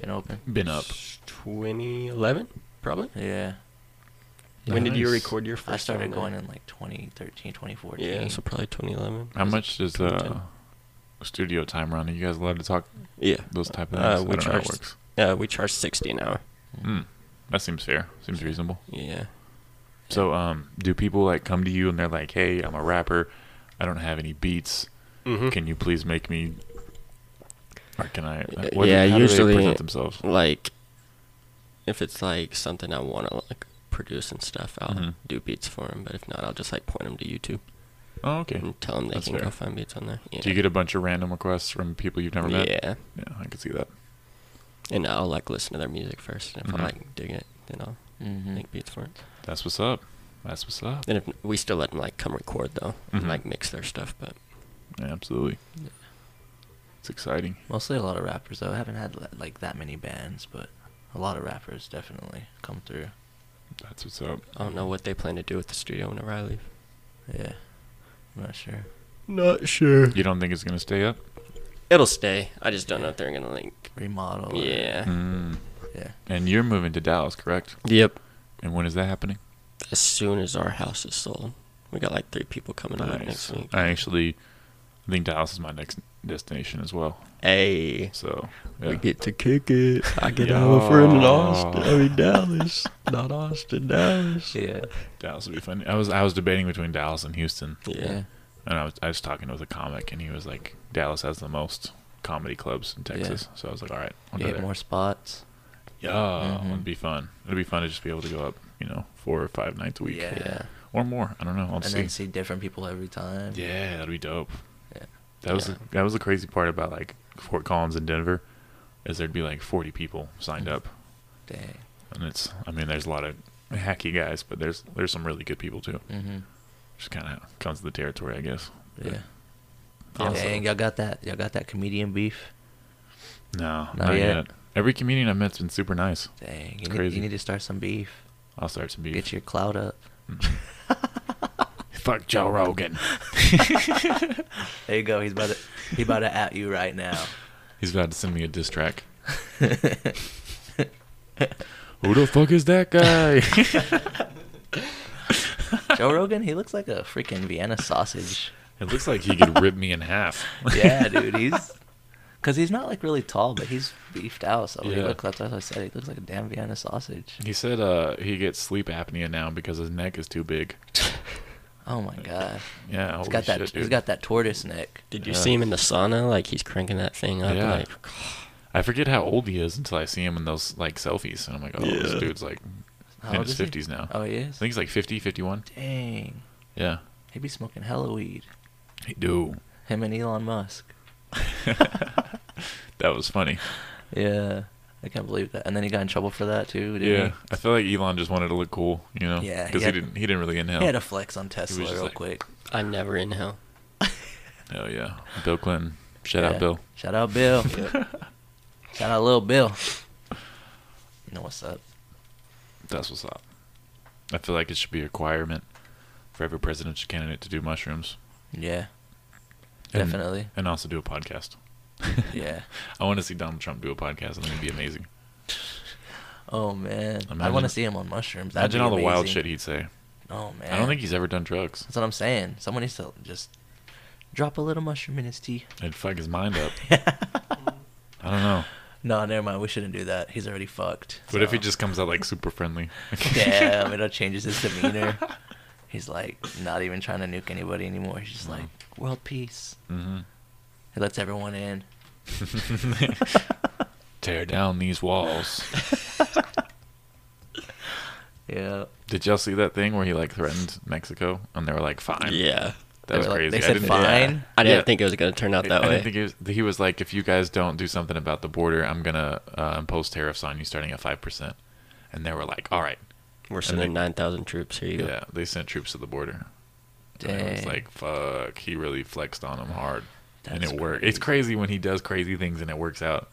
S6: Been open.
S1: been Mm. up?
S5: 2011, probably.
S6: Yeah.
S5: When did you
S1: Nice.
S5: record your first?
S6: I started
S5: song
S6: going
S5: then?
S6: in like 2013, 2014.
S5: Yeah, so probably 2011.
S1: How
S5: Was it
S1: much does
S5: 2010?
S1: uh, studio time run? Are you guys allowed to talk
S5: Yeah.
S1: those type of things?
S5: Uh,
S1: I
S5: we
S1: don't know how it
S5: charged-
S1: works.
S5: Uh, we charge 60 an hour.
S1: Hmm. That seems fair. Seems reasonable.
S5: Yeah.
S1: So, um, do people like come to you and they're like, "Hey, I'm a rapper. I don't have any beats.
S5: Mm-hmm.
S1: Can you please make me?" Or can I?
S5: Uh,
S1: what-
S5: yeah,
S1: how do they
S5: usually-
S1: present themselves.
S5: like if it's like something I want to like produce and stuff, I'll
S1: Mhm.
S5: do beats for him. But if not, I'll just like point him to YouTube
S1: Oh, okay.
S5: and tell him they
S1: That's
S5: can go
S1: fair.
S5: find beats on there. Mm-hmm. Yeah.
S1: Do you get a bunch of random requests from people you've never met?
S5: Yeah,
S1: Yeah, I can see that.
S5: and I'll like listen to their music first, and if
S1: Mhm.
S5: I like dig it, then I'll
S6: Mm-hmm.
S5: make beats for it.
S1: That's what's up. That's what's up.
S5: Then if we still let them like come record though, and
S1: Mhm.
S5: like mix their stuff, but
S1: Yeah, absolutely.
S6: Yeah.
S1: It's exciting.
S6: Mostly a lot of rappers though. I haven't had li- like that many bands, but a lot of rappers definitely come through.
S1: That's what's up.
S5: I don't know what they plan to do with the studio whenever I leave.
S6: Yeah. I'm not sure.
S5: Not sure.
S1: You don't think it's gonna stay
S5: *laughs*
S1: up?
S5: It'll stay. I just don't know if they're gonna like.
S6: Remodel. or-
S5: Yeah.
S1: Oh, Mm.
S6: Yeah.
S1: And you're moving to Dallas, correct?
S5: Yep.
S1: And when is that happening?
S5: As soon as our house is sold, we got like three people coming to live next
S1: Nice.
S5: week.
S1: I actually I think Dallas is my next destination as well.
S5: Hey.
S1: So yeah.
S5: We get to kick it. I get
S1: Yeah.
S5: to have a friend in Austin. I mean Dallas, not Austin, Dallas.
S6: Yeah.
S1: *laughs* Dallas would be fun. I was I was debating between Dallas and Houston,
S6: Yeah.
S1: and I was I was talking with a comic, and he was like, Dallas has the most comedy clubs in Texas. So I was like, all right, I'll
S6: You
S1: go
S6: get
S1: there.
S6: more spots.
S1: Yeah,
S6: Mhm.
S1: it'd be fun. It'd be fun to just be able to go up, you know, four or five nights a week
S6: Yeah.
S5: Yeah.
S1: or more. I don't know. I'll
S6: and
S1: see.
S6: then see different people every time.
S1: Yeah, that'd be dope.
S6: Yeah.
S1: That was
S5: Yeah.
S1: The, that was the crazy part about like Fort Collins in Denver, is there'd be like forty people signed up,
S6: Dang.
S1: and it's I mean there's a lot of hacky guys, but there's there's some really good people too.
S6: Mm-hmm.
S1: Just kind of comes to the territory, I guess.
S6: Yeah.
S1: Also-
S6: Dang, y'all got that. Y'all got that comedian beef.
S1: No, not,
S6: Not
S1: yet.
S6: yet.
S1: Every comedian I've met's been super nice.
S6: Dang, you
S1: It's
S6: need,
S1: crazy.
S6: you need to start some beef.
S1: I'll start some beef.
S6: Get your clout up.
S1: *laughs* Fuck Joe Rogan.
S6: There you go. He's about to he about to at you right now.
S1: He's about to send me a diss track. Who the fuck is that guy?
S6: *laughs* Joe Rogan, he looks like a freaking Vienna sausage.
S1: it looks like he could rip me in half.
S6: *laughs* Yeah, dude, he's because he's not like really tall, but he's beefed out. So he
S1: Yeah.
S6: looks. That's what I said. He looks like a damn Vienna sausage.
S1: He said uh, he gets sleep apnea now because his neck is too big.
S6: Oh my god,
S1: Yeah,
S6: he's
S1: holy
S6: got that.
S1: shit,
S6: he's
S1: dude.
S6: got that tortoise neck.
S5: Did you
S1: Yeah.
S5: see him in the sauna? Like he's cranking that thing up.
S1: Yeah.
S5: Like
S1: I forget how old he is until I see him in those like selfies, and I'm like, oh, this
S5: Yeah.
S1: dude's like
S6: How
S1: in
S6: old
S1: his
S6: is he?
S1: 50s now.
S6: Oh, he
S1: I
S6: is.
S1: think he's like 50, 51.
S6: Dang,
S1: Yeah,
S6: he be smoking hella weed.
S1: he do.
S6: Him and Elon Musk.
S1: That was funny.
S6: Yeah, I can't believe that. And then he got in trouble for that too. Didn't
S1: Yeah, I feel like Elon just wanted to look cool, you know?
S6: Yeah, he
S1: because he,
S6: had-
S1: didn't. He didn't really
S6: He?
S1: inhale.
S6: he had a flex on Tesla
S1: just
S6: real
S1: like-
S6: quick.
S5: I never inhale.
S1: oh yeah, Bill Clinton. Shout
S6: Yeah.
S1: out Bill.
S6: Shout
S1: *laughs*
S6: out Bill. Shout out little Bill. You know what's up?
S1: That's what's up. I feel like it should be a requirement for every presidential candidate to do mushrooms
S6: Yeah,
S1: And-
S6: definitely.
S1: and also do a podcast.
S6: *laughs* Yeah.
S1: *laughs* I want to see Donald Trump do a podcast. I think it'd be amazing.
S6: Oh man, I
S1: Imagine-
S6: want to see him on mushrooms. That'd
S1: Imagine
S6: be
S1: all the wild
S6: amazing.
S1: shit he'd say.
S6: Oh man,
S1: I don't think he's ever done drugs.
S6: that's what I'm saying. Someone needs to just drop a little mushroom in his tea.
S1: It'd fuck his mind
S6: *laughs*
S1: up. I don't know.
S6: No, never mind. We shouldn't do that. He's already fucked.
S1: What if he
S6: so.
S1: *laughs* just comes out like super friendly?
S5: *laughs*
S6: Damn, it all changes his demeanor. He's like not even trying to nuke anybody anymore. He's just like world peace.
S1: hmm
S6: He lets everyone in.
S1: *laughs* Tear down these walls.
S6: Yeah.
S1: Did y'all see that thing where he like threatened Mexico and they were like, "Fine."
S5: yeah.
S1: that was
S6: were like-
S1: crazy.
S6: they
S1: I
S6: said
S1: didn't-
S6: fine.
S5: I didn't
S1: Yeah.
S5: think it was going to turn out that
S1: I
S5: way.
S1: didn't think he was, he was like, if you guys don't do something about the border, I'm gonna uh, impose tariffs on you starting at five percent. And they were like, all right,
S5: We're sending
S1: they-
S5: 9,000 troops. Here you go.
S1: yeah. They sent troops to the border. And
S6: Dang.
S1: it was like, fuck. He really flexed on them hard, and
S6: That's
S1: it worked. It's crazy when he does crazy things and it works out,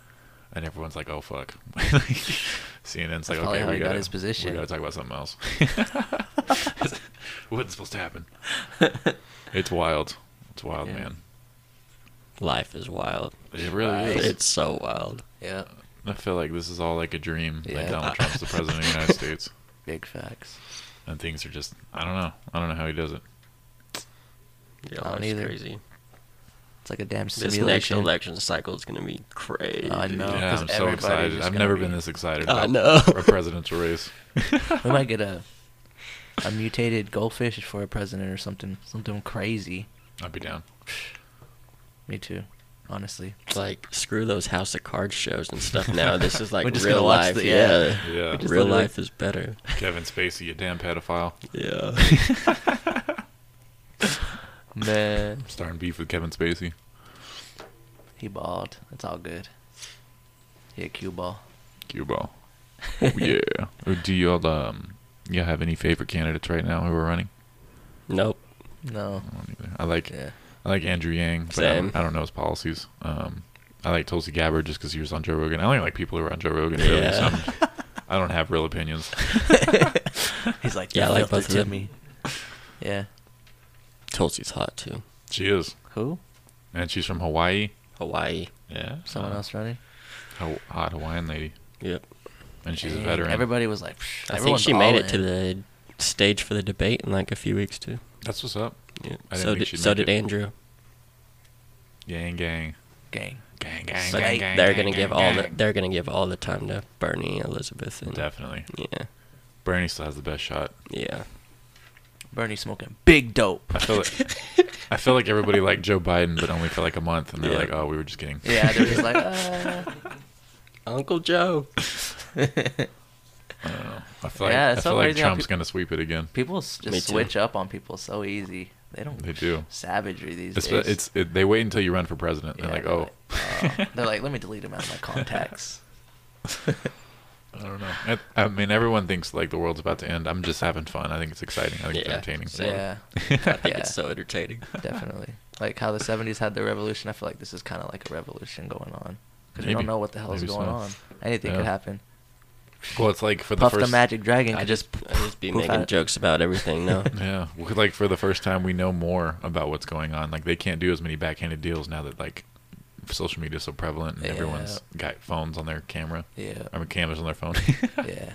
S1: and everyone's like, oh fuck. *laughs* CNN's like,
S6: probably
S1: okay,
S6: how
S1: we
S6: he got
S1: gotta,
S6: his position.
S1: we gotta talk about something else. *laughs* Wasn't supposed to
S6: *laughs*
S1: happen. It's wild. It's wild,
S6: Yeah.
S1: man.
S5: Life is wild.
S1: It really is.
S5: It's so wild.
S6: yeah.
S1: I feel like this is all like a dream. Like
S6: Yeah.
S1: Donald Trump's the president of the United
S6: *laughs*
S1: States,
S6: Big facts.
S1: and things are just I don't know. I don't know how he does it.
S5: Yeah,
S6: don't
S5: life's
S6: either.
S5: crazy.
S6: It's like a damn
S5: This next
S6: simulation.
S5: election cycle is going to be crazy.
S6: I know.
S1: yeah,
S6: 'cause
S1: I'm so
S6: everybody's
S1: excited.
S6: just
S1: I've
S6: gonna
S1: never
S6: be-
S1: been this excited
S5: I
S1: about
S5: know.
S1: a presidential race.
S6: We might get a a mutated goldfish for a president or something. Something crazy.
S1: I'd be
S6: *laughs*
S1: down.
S6: Me too. Honestly.
S5: It's like, screw those House of Cards shows and stuff now. This is like
S6: We're just
S5: real
S6: gonna watch
S5: life.
S6: the-
S5: yeah.
S6: yeah.
S1: Yeah,
S6: just
S5: Real
S6: literally-
S5: life is better.
S1: Kevin Spacey, you damn pedophile.
S5: Yeah.
S6: Man.
S1: I'm starting beef with Kevin Spacey.
S6: *laughs* He balled. It's all good. He a cue ball.
S1: Cue
S6: *laughs*
S1: ball. Oh, yeah. Or Do y'all um y'all have any favorite candidates right now who are running?
S5: nope.
S6: No.
S1: I don't either. I like
S6: Yeah.
S1: I like Andrew Yang, but I
S5: Same.
S1: don't, I don't know his policies. Um, I like Tulsi Gabbard just because he was on Joe Rogan. I only like people who are on Joe Rogan. Really,
S5: Yeah.
S1: so
S6: *laughs*
S1: I'm- I don't have real opinions.
S6: He's like,
S5: Yeah,
S6: yeah,
S5: I like
S6: like
S5: both of
S6: to
S5: them. *laughs*
S6: me. Yeah.
S5: Tulsi's hot too.
S1: She is,
S6: Who?
S1: and she's from Hawaii.
S5: Hawaii.
S1: Yeah,
S5: Uh-huh.
S6: Someone else running?
S1: Ho- hot Hawaiian lady,
S5: Yep.
S1: and she's
S6: Dang,
S1: a veteran.
S6: Everybody was like, Psh,
S5: I
S6: everyone's
S5: think she made
S6: all
S5: it to
S6: in.
S5: the stage for the debate in like a few weeks too.
S1: That's what's up.
S5: Yeah.
S1: I didn't
S5: So
S1: think
S5: did
S1: she'd
S5: so
S1: make
S5: did
S1: it.
S5: Andrew.
S1: Gang, gang,
S6: gang.
S1: gang, gang,
S5: So
S1: gang,
S6: they-
S1: gang.
S5: they're
S1: gang,
S5: gonna
S1: gang,
S5: give all the
S1: gang.
S5: they're gonna give all the time to Bernie, Elizabeth,
S6: *laughs*
S5: and
S1: Definitely,
S5: yeah,
S1: Bernie still has the best shot.
S5: yeah.
S6: Bernie smoking big dope.
S1: I feel like I feel like everybody liked Joe Biden, but only for like a month, and they're
S5: Yeah.
S1: like, "Oh, we were just kidding."
S6: Yeah, they're
S5: *laughs*
S6: just like, uh,
S5: Uncle Joe.
S1: I don't know. I feel like
S6: Yeah,
S1: I
S6: it's so
S1: feel like
S6: crazy how
S1: Trump's
S6: peop-
S1: gonna sweep it again.
S6: people s-
S5: Me
S6: just
S5: too.
S6: switch up on people so easy. They don't.
S1: They do.
S6: Savagery these
S1: It's, uh,
S6: days.
S1: it's it, they wait until you run for president.
S6: Yeah,
S1: they're like, "Oh,
S6: like, oh." they're like, let me delete him out of my contacts.
S1: I don't know." I, I mean, everyone thinks like the world's about to end. I'm just having fun. I think it's exciting. I think it's
S5: *laughs* Yeah.
S1: entertaining.
S5: Same.
S1: *laughs*
S6: yeah,
S5: I think
S6: Yeah.
S5: it's so entertaining.
S6: definitely. Like how the '70s had the revolution. I feel like this is kind of like a revolution going on because we
S1: Maybe.
S6: don't know what the hell is
S1: Maybe
S6: going
S1: so.
S6: on. Anything
S1: Yeah.
S6: could happen.
S1: Well, it's like for the
S6: Puff
S1: first
S6: the Magic Dragon
S5: I
S6: could
S5: just
S6: just
S5: I just be
S6: poof
S5: making
S6: out.
S5: jokes about everything *laughs* now.
S1: Yeah, well, like for the first time, we know more about what's going on. Like they can't do as many backhanded deals now that like social media is so prevalent and
S6: Yeah.
S1: everyone's got phones on their camera.
S6: yeah,
S1: I mean, cameras on their phone. *laughs*
S5: *laughs*
S6: yeah.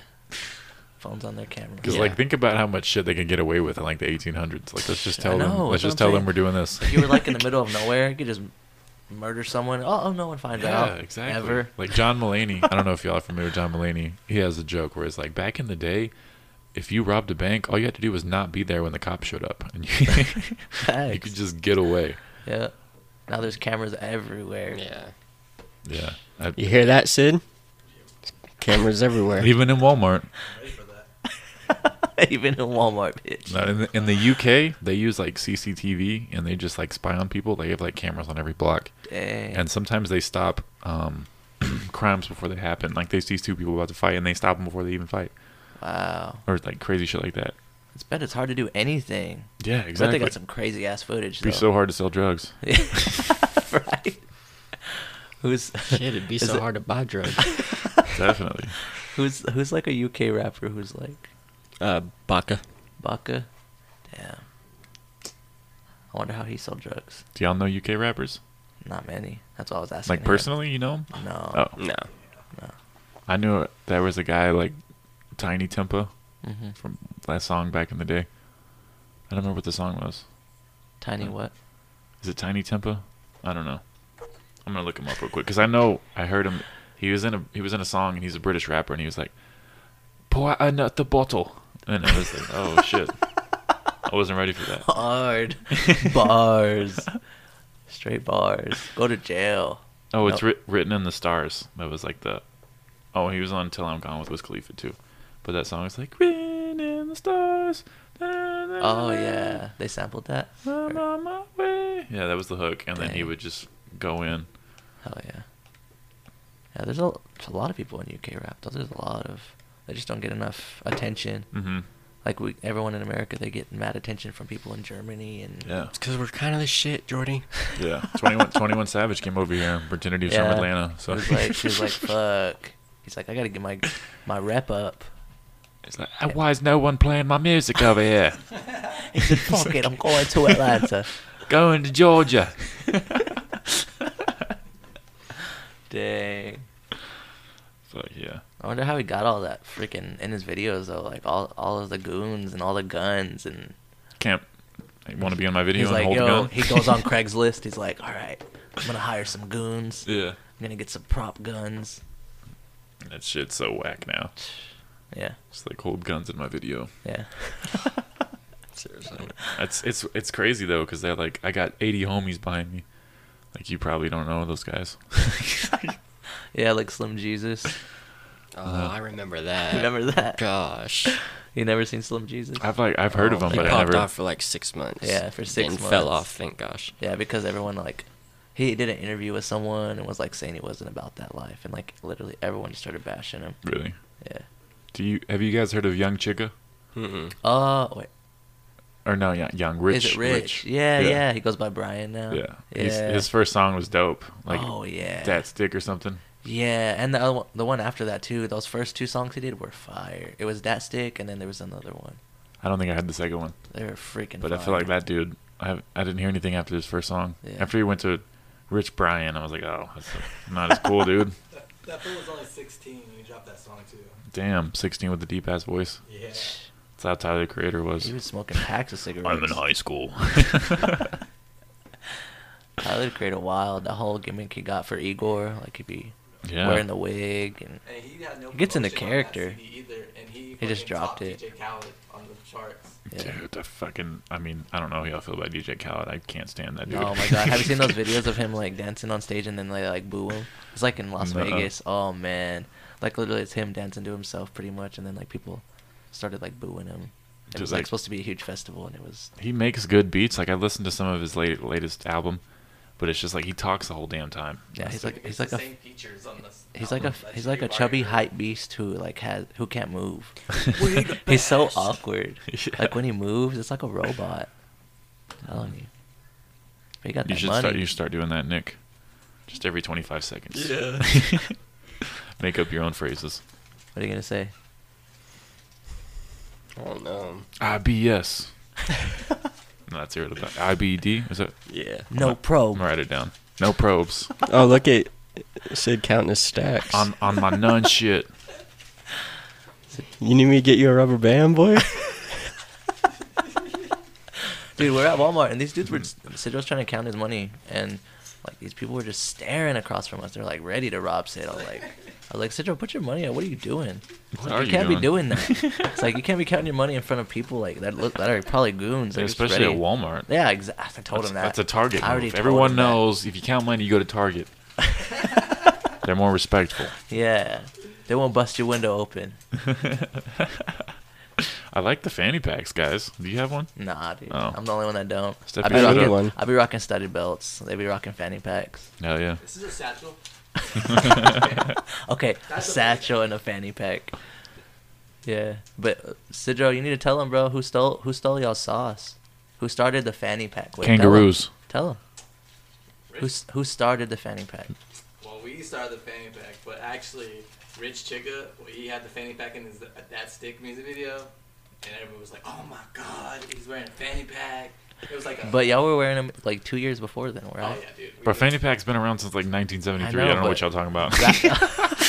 S6: Phones on their camera.
S1: Because like, think about how much shit they can get away with in like the 1800s. Like, let's just
S6: I
S1: tell them.
S6: know,
S1: Let's
S6: that's what
S1: just
S6: I'm
S1: tell them
S6: saying.
S1: we're doing this.
S6: If you were like in the
S1: *laughs*
S6: middle of nowhere, you could just murder someone. Oh, oh no one finds out.
S1: Yeah, exactly.
S6: Ever.
S1: Like John Mulaney. I don't know if y'all are familiar with John Mulaney. He has a joke where it's like, back in the day, if you robbed a bank, all you had to do was not be there when the cops showed up, and *laughs* you, you could
S6: Facts.
S1: just get away.
S6: yeah. Now there's cameras everywhere.
S5: yeah.
S1: Yeah. I-
S5: You hear that, Sid?
S1: *laughs*
S5: Cameras everywhere.
S1: Even in Walmart.
S6: *laughs* Even in Walmart, bitch.
S1: No, in, the, in the UK, they use like CCTV and they just like spy on people. They have like cameras on every block,
S6: Dang.
S1: and sometimes they stop um, *clears throat* crimes before they happen. Like they see two people about to fight and they stop them before they even fight,
S6: wow.
S1: or like crazy shit like that.
S6: It's bet it's hard to do anything.
S1: Yeah,
S6: But
S1: exactly.
S6: they got some crazy ass footage.
S1: It'd be so hard to sell drugs.
S6: though. *laughs* right. Who's
S5: Shit, it'd be so hard to buy drugs.
S1: Definitely.
S6: who's who's like a UK rapper who's like
S5: *laughs* Uh, Baka.
S6: Baka? Damn. I wonder how he sold drugs.
S1: Do y'all know UK rappers?
S6: Not many. That's what I was asking.
S1: Like
S6: him.
S1: personally, you know 'em?
S6: No.
S1: Oh,
S5: No.
S1: I knew there was a guy like Tiny Tempo
S6: hmm
S1: from that song back in the day. I don't remember what the song was.
S6: Tiny
S1: Uh,
S6: what?
S1: Is it Tiny Tempo? I don't know. I'm gonna look him up real quick because I know I heard him. He was in a he was in a song and he's a British rapper *laughs* and he was like, "Pour another bottle," and I was like, "Oh shit." I wasn't ready for that.
S6: *laughs* Hard bars, straight bars. Go to jail.
S1: Oh, it's
S6: No.
S1: writ- written in the stars. That was like the. Oh, he was on "Till I'm Gone" with Wiz Khalifa too, but that song is like written in the stars.
S6: Oh
S1: Oh
S6: yeah, they sampled that.
S1: I'm
S6: Hell
S1: on my way. Yeah, that was the hook, and then he
S6: Dang.
S1: would just go in.
S6: yeah. Yeah, there's a, there's a lot of people in UK rap. though. There's a lot of they just don't get enough attention.
S1: hmm
S6: Like we, everyone in America, they get mad attention from people in Germany and
S1: Yeah,
S5: It's because we're kind of the shit, Jordy.
S1: yeah. *laughs* 21, 21 Savage came over here and pretended he was
S6: Yeah.
S1: from Atlanta. So *laughs*
S6: He was like, she was like, "Fuck." He's like, "I gotta get my my rep *laughs* up."
S1: It's like, "Ah, why is no one playing my music over here?
S6: He *laughs* said, "Fuck it, I'm going to Atlanta."
S1: Going to Georgia.
S6: Dang.
S1: Fuck yeah.
S6: I wonder how he got all that freaking in his videos though, like all all of the goons and all the guns and
S1: Can't want to be on my video
S6: he's
S1: and
S6: like,
S1: hold a
S6: yo,
S1: gun.
S6: he goes on Craigslist. He's like, all right, I'm gonna hire some goons.
S1: *laughs* yeah,
S6: I'm gonna get some prop guns.
S1: that shit's so whack now.
S6: Yeah,
S1: It's like hold guns in my video.
S6: yeah.
S5: Seriously.
S1: It's it's it's crazy though because they're like I got 80 homies behind me. Like you probably don't know those guys.
S6: Yeah, like
S1: *laughs*
S6: Slim Jesus.
S5: Oh, I remember that.
S6: Remember that?
S5: Gosh.
S6: You never seen Slim Jesus?
S1: I've like I've heard of
S5: Oh,
S1: them,
S5: he
S1: but I
S5: popped
S1: never.
S5: off for like six months.
S6: Yeah, for six
S5: and fell
S6: months.
S5: off. Thank gosh.
S6: Yeah, because everyone like he did an interview with someone and was like saying he wasn't about that life, and like literally everyone just started bashing him.
S1: Really?
S6: Yeah.
S1: Do you have you guys heard of Young Chica?
S5: Mm-mm.
S6: Oh wait,
S1: Or no, Young, young Rich.
S6: is it Rich? Yeah, yeah,
S1: Yeah.
S6: He goes by Brian now.
S1: Yeah.
S6: yeah.
S1: He's, his first song was dope. Like
S6: oh yeah.
S1: Dat Stick or something.
S6: Yeah, and the other one, the one after that too. Those first two songs he did were fire. It was that stick, and then there was another one.
S1: I don't think I had the second one,
S6: They were freaking.
S1: but I feel like
S6: fire.
S1: that dude. I have, I didn't hear anything after his first song.
S6: Yeah.
S1: After he went to Rich Brian, I was like, oh, that's not as cool,
S6: *laughs*
S1: dude.
S7: That, that fool was only 16 when he dropped that song too.
S1: Damn, 16 with the deep ass voice.
S7: Yeah.
S1: That's how Tyler the Creator was.
S6: He was smoking packs of cigarettes.
S1: I'm in high school.
S6: *laughs*
S1: *laughs*
S6: Tyler the Creator wild. That whole gimmick he got for Igor, like he'd be
S1: yeah.
S6: wearing the wig and
S7: And he had no.
S6: He gets into
S7: promotion on that
S6: character.
S7: CD either, and he,
S6: He just
S7: fucking
S6: dropped
S7: topped
S6: it.
S7: DJ Khaled on the charts.
S6: yeah.
S1: Dude, the fucking. I mean, I don't know how y'all feel about DJ Khaled. I can't stand *laughs* that dude.
S6: Oh my god! Have you
S1: *laughs*
S6: seen those videos of him like dancing on stage and then they like boo him? It's like in Las
S1: Nuh-uh.
S6: Vegas. Oh man, like literally it's him dancing to himself pretty much, and then like people started like booing him. It
S1: Just
S6: was like,
S1: like-
S6: supposed to be a huge festival, and it was
S1: he makes good beats. Like I listened to some of his late, latest album, but it's just like he talks the whole damn time.
S6: yeah. He's
S7: So
S6: like
S7: it's
S6: he's
S7: the
S6: like a
S7: same features on this
S6: He's
S1: Oh.
S6: like a
S7: album. That
S6: he's
S7: should
S6: like
S7: be
S6: a chubby
S7: marketed.
S6: hype beast who like has who can't move. he's so awkward.
S1: Yeah.
S6: Like when he moves, it's like a robot. I'm telling you. But he got
S1: You
S6: that
S1: should
S6: money.
S1: start. You should start doing that, Nick. Just every 25 seconds. Yeah. Make up your own phrases.
S6: What are you gonna say?
S5: *laughs* Oh no.
S6: *laughs*
S1: IBS. no, that's irritating. IBD. Is it?
S5: Yeah.
S6: No
S1: I'm
S6: probe.
S1: gonna write it down. No probes
S5: Oh look at Sid counting his stacks.
S1: on on my nun shit.
S5: you need me to get you a rubber band, boy?
S6: Dude, we're at Walmart and these dudes were Sid was trying to count his money and like these people were just staring across from us. They're like ready to rob Sid. I was like I was like, Sidro, put your money out. What are you doing?
S1: What are
S6: you,
S1: you
S6: can't be
S1: doing? *laughs*
S6: doing that. it's like you can't be counting your money in front of people like that. Look, that are probably goons. They're just
S1: Especially at
S6: ready.
S1: Walmart.
S6: Yeah, exactly. I told
S1: that's,
S6: him that.
S1: that's a Target
S6: I already
S1: move.
S6: told
S1: Everyone
S6: him that.
S1: knows if you count money, you go to
S6: *laughs*
S1: Target. They're more respectful.
S6: Yeah, they won't bust your window open.
S1: I like the fanny packs, guys. Do you have one?
S6: Nah, dude.
S1: Oh.
S6: I'm the only one that don't.
S1: Step
S6: I be
S1: your
S5: shit
S6: rocking,
S5: up.
S6: I be rocking studded belts. They be rocking fanny packs.
S1: Hell yeah.
S7: This is a satchel.
S6: Okay, a
S7: That's a-
S6: satchel and a fanny pack. Yeah, but uh, Sidro, you need to tell him, bro, who stole who stole y'all sauce? Who started the fanny pack? Wait, tell him.
S1: Kangaroos.
S6: Tell him. Who s- who started the fanny pack?
S7: Well, we started the fanny pack, but actually, Rich Chica, he had the fanny pack in his That Stick music video, and everyone was like, "Oh my God, he's wearing a fanny pack." It was like a.
S6: But y'all were wearing them like two years before then,
S7: oh yeah,
S6: right?
S7: dude. We,
S1: Bro, fanny pack's been around since like 1973.
S6: I
S1: I,
S6: know,
S1: don't know what
S6: but-
S1: y'all talking about.
S7: Oh,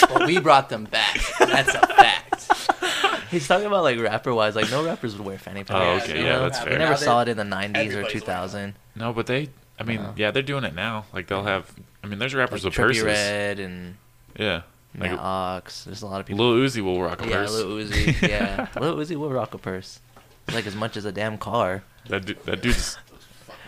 S7: well, we brought them back. That's a fact.
S6: *laughs* He's talking about like rapper wise, like no rappers would wear fanny packs.
S1: *laughs* Oh, okay,
S6: you
S1: yeah,
S6: know?
S1: that's
S6: We
S1: fair.
S6: never
S7: Now
S6: saw
S7: they-
S6: it in the '90s or
S7: everybody's
S6: 2000.
S1: *laughs* no, but they. I mean,
S6: No.
S1: yeah, they're doing it now. Like they'll have. I mean, there's rappers
S6: like
S1: with purses.
S6: Trippie Red and
S1: Yeah. Like
S6: Matt Ox. There's a lot of people.
S1: Lil Uzi will rock a
S6: yeah,
S1: purse. *laughs*
S6: Lil Uzi. Yeah, Lil Uzi will rock a purse. like as much as a damn car.
S1: That du- that dude's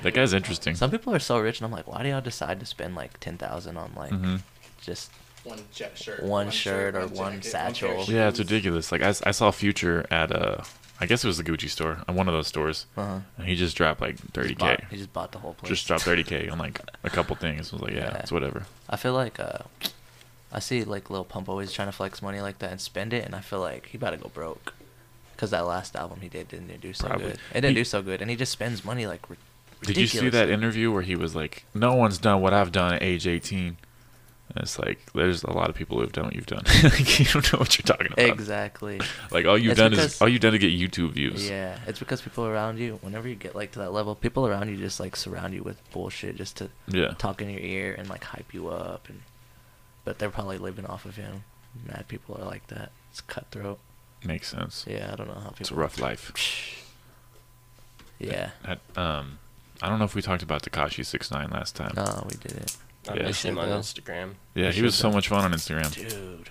S1: that guy's interesting.
S6: Some people are so rich, and I'm like, why do y'all decide to spend like ten thousand on like
S1: Mhm.
S6: just
S9: One jet shirt.
S6: One shirt or one
S9: jacket,
S6: satchel.
S9: pair of
S1: Yeah, it's
S9: shoes.
S1: ridiculous. Like I, s- I saw Future at uh, I guess it was the Gucci store, uh, one of those stores,
S6: uh
S1: and he just dropped like
S6: he
S1: thirty
S6: just bought,
S1: k.
S6: he just bought the whole place.
S1: Just dropped thirty k on like a couple things. I was like, yeah,
S6: Yeah.
S1: it's whatever.
S6: I feel like uh, I see like Lil Pump always trying to flex money like that and spend it, and I feel like he about to go broke. Cause that last album he did didn't do so
S1: Probably.
S6: good. It didn't
S1: He-
S6: do so good, and he just spends money like. ri-
S1: Did you see that
S6: ridiculously.
S1: interview where he was like, "No one's done what I've done at age 18." And it's like there's a lot of people who have done what you've
S6: *laughs*
S1: done. like, you don't know what you're talking *laughs* about. *laughs*
S6: Exactly.
S1: Like all you've
S6: It's
S1: done
S6: because-
S1: is all you've done to get YouTube views.
S6: Yeah, it's because people around you, whenever you get like to that level, people around you just like surround you with bullshit just to
S1: Yeah.
S6: talk in your ear and like hype you up and but they're probably living off of him. Mad people are like that. It's cutthroat.
S1: Makes sense.
S6: So, yeah, I don't know how people
S1: It's a rough life.
S6: Yeah.
S1: That, um, I don't know if we talked about Takashi Six Nine last time.
S6: No, we didn't.
S5: I
S1: Yeah.
S5: miss him on
S6: Yeah.
S5: Instagram.
S1: yeah,
S5: I
S1: he was
S5: should
S1: so
S5: have.
S1: much fun on Instagram.
S6: Dude.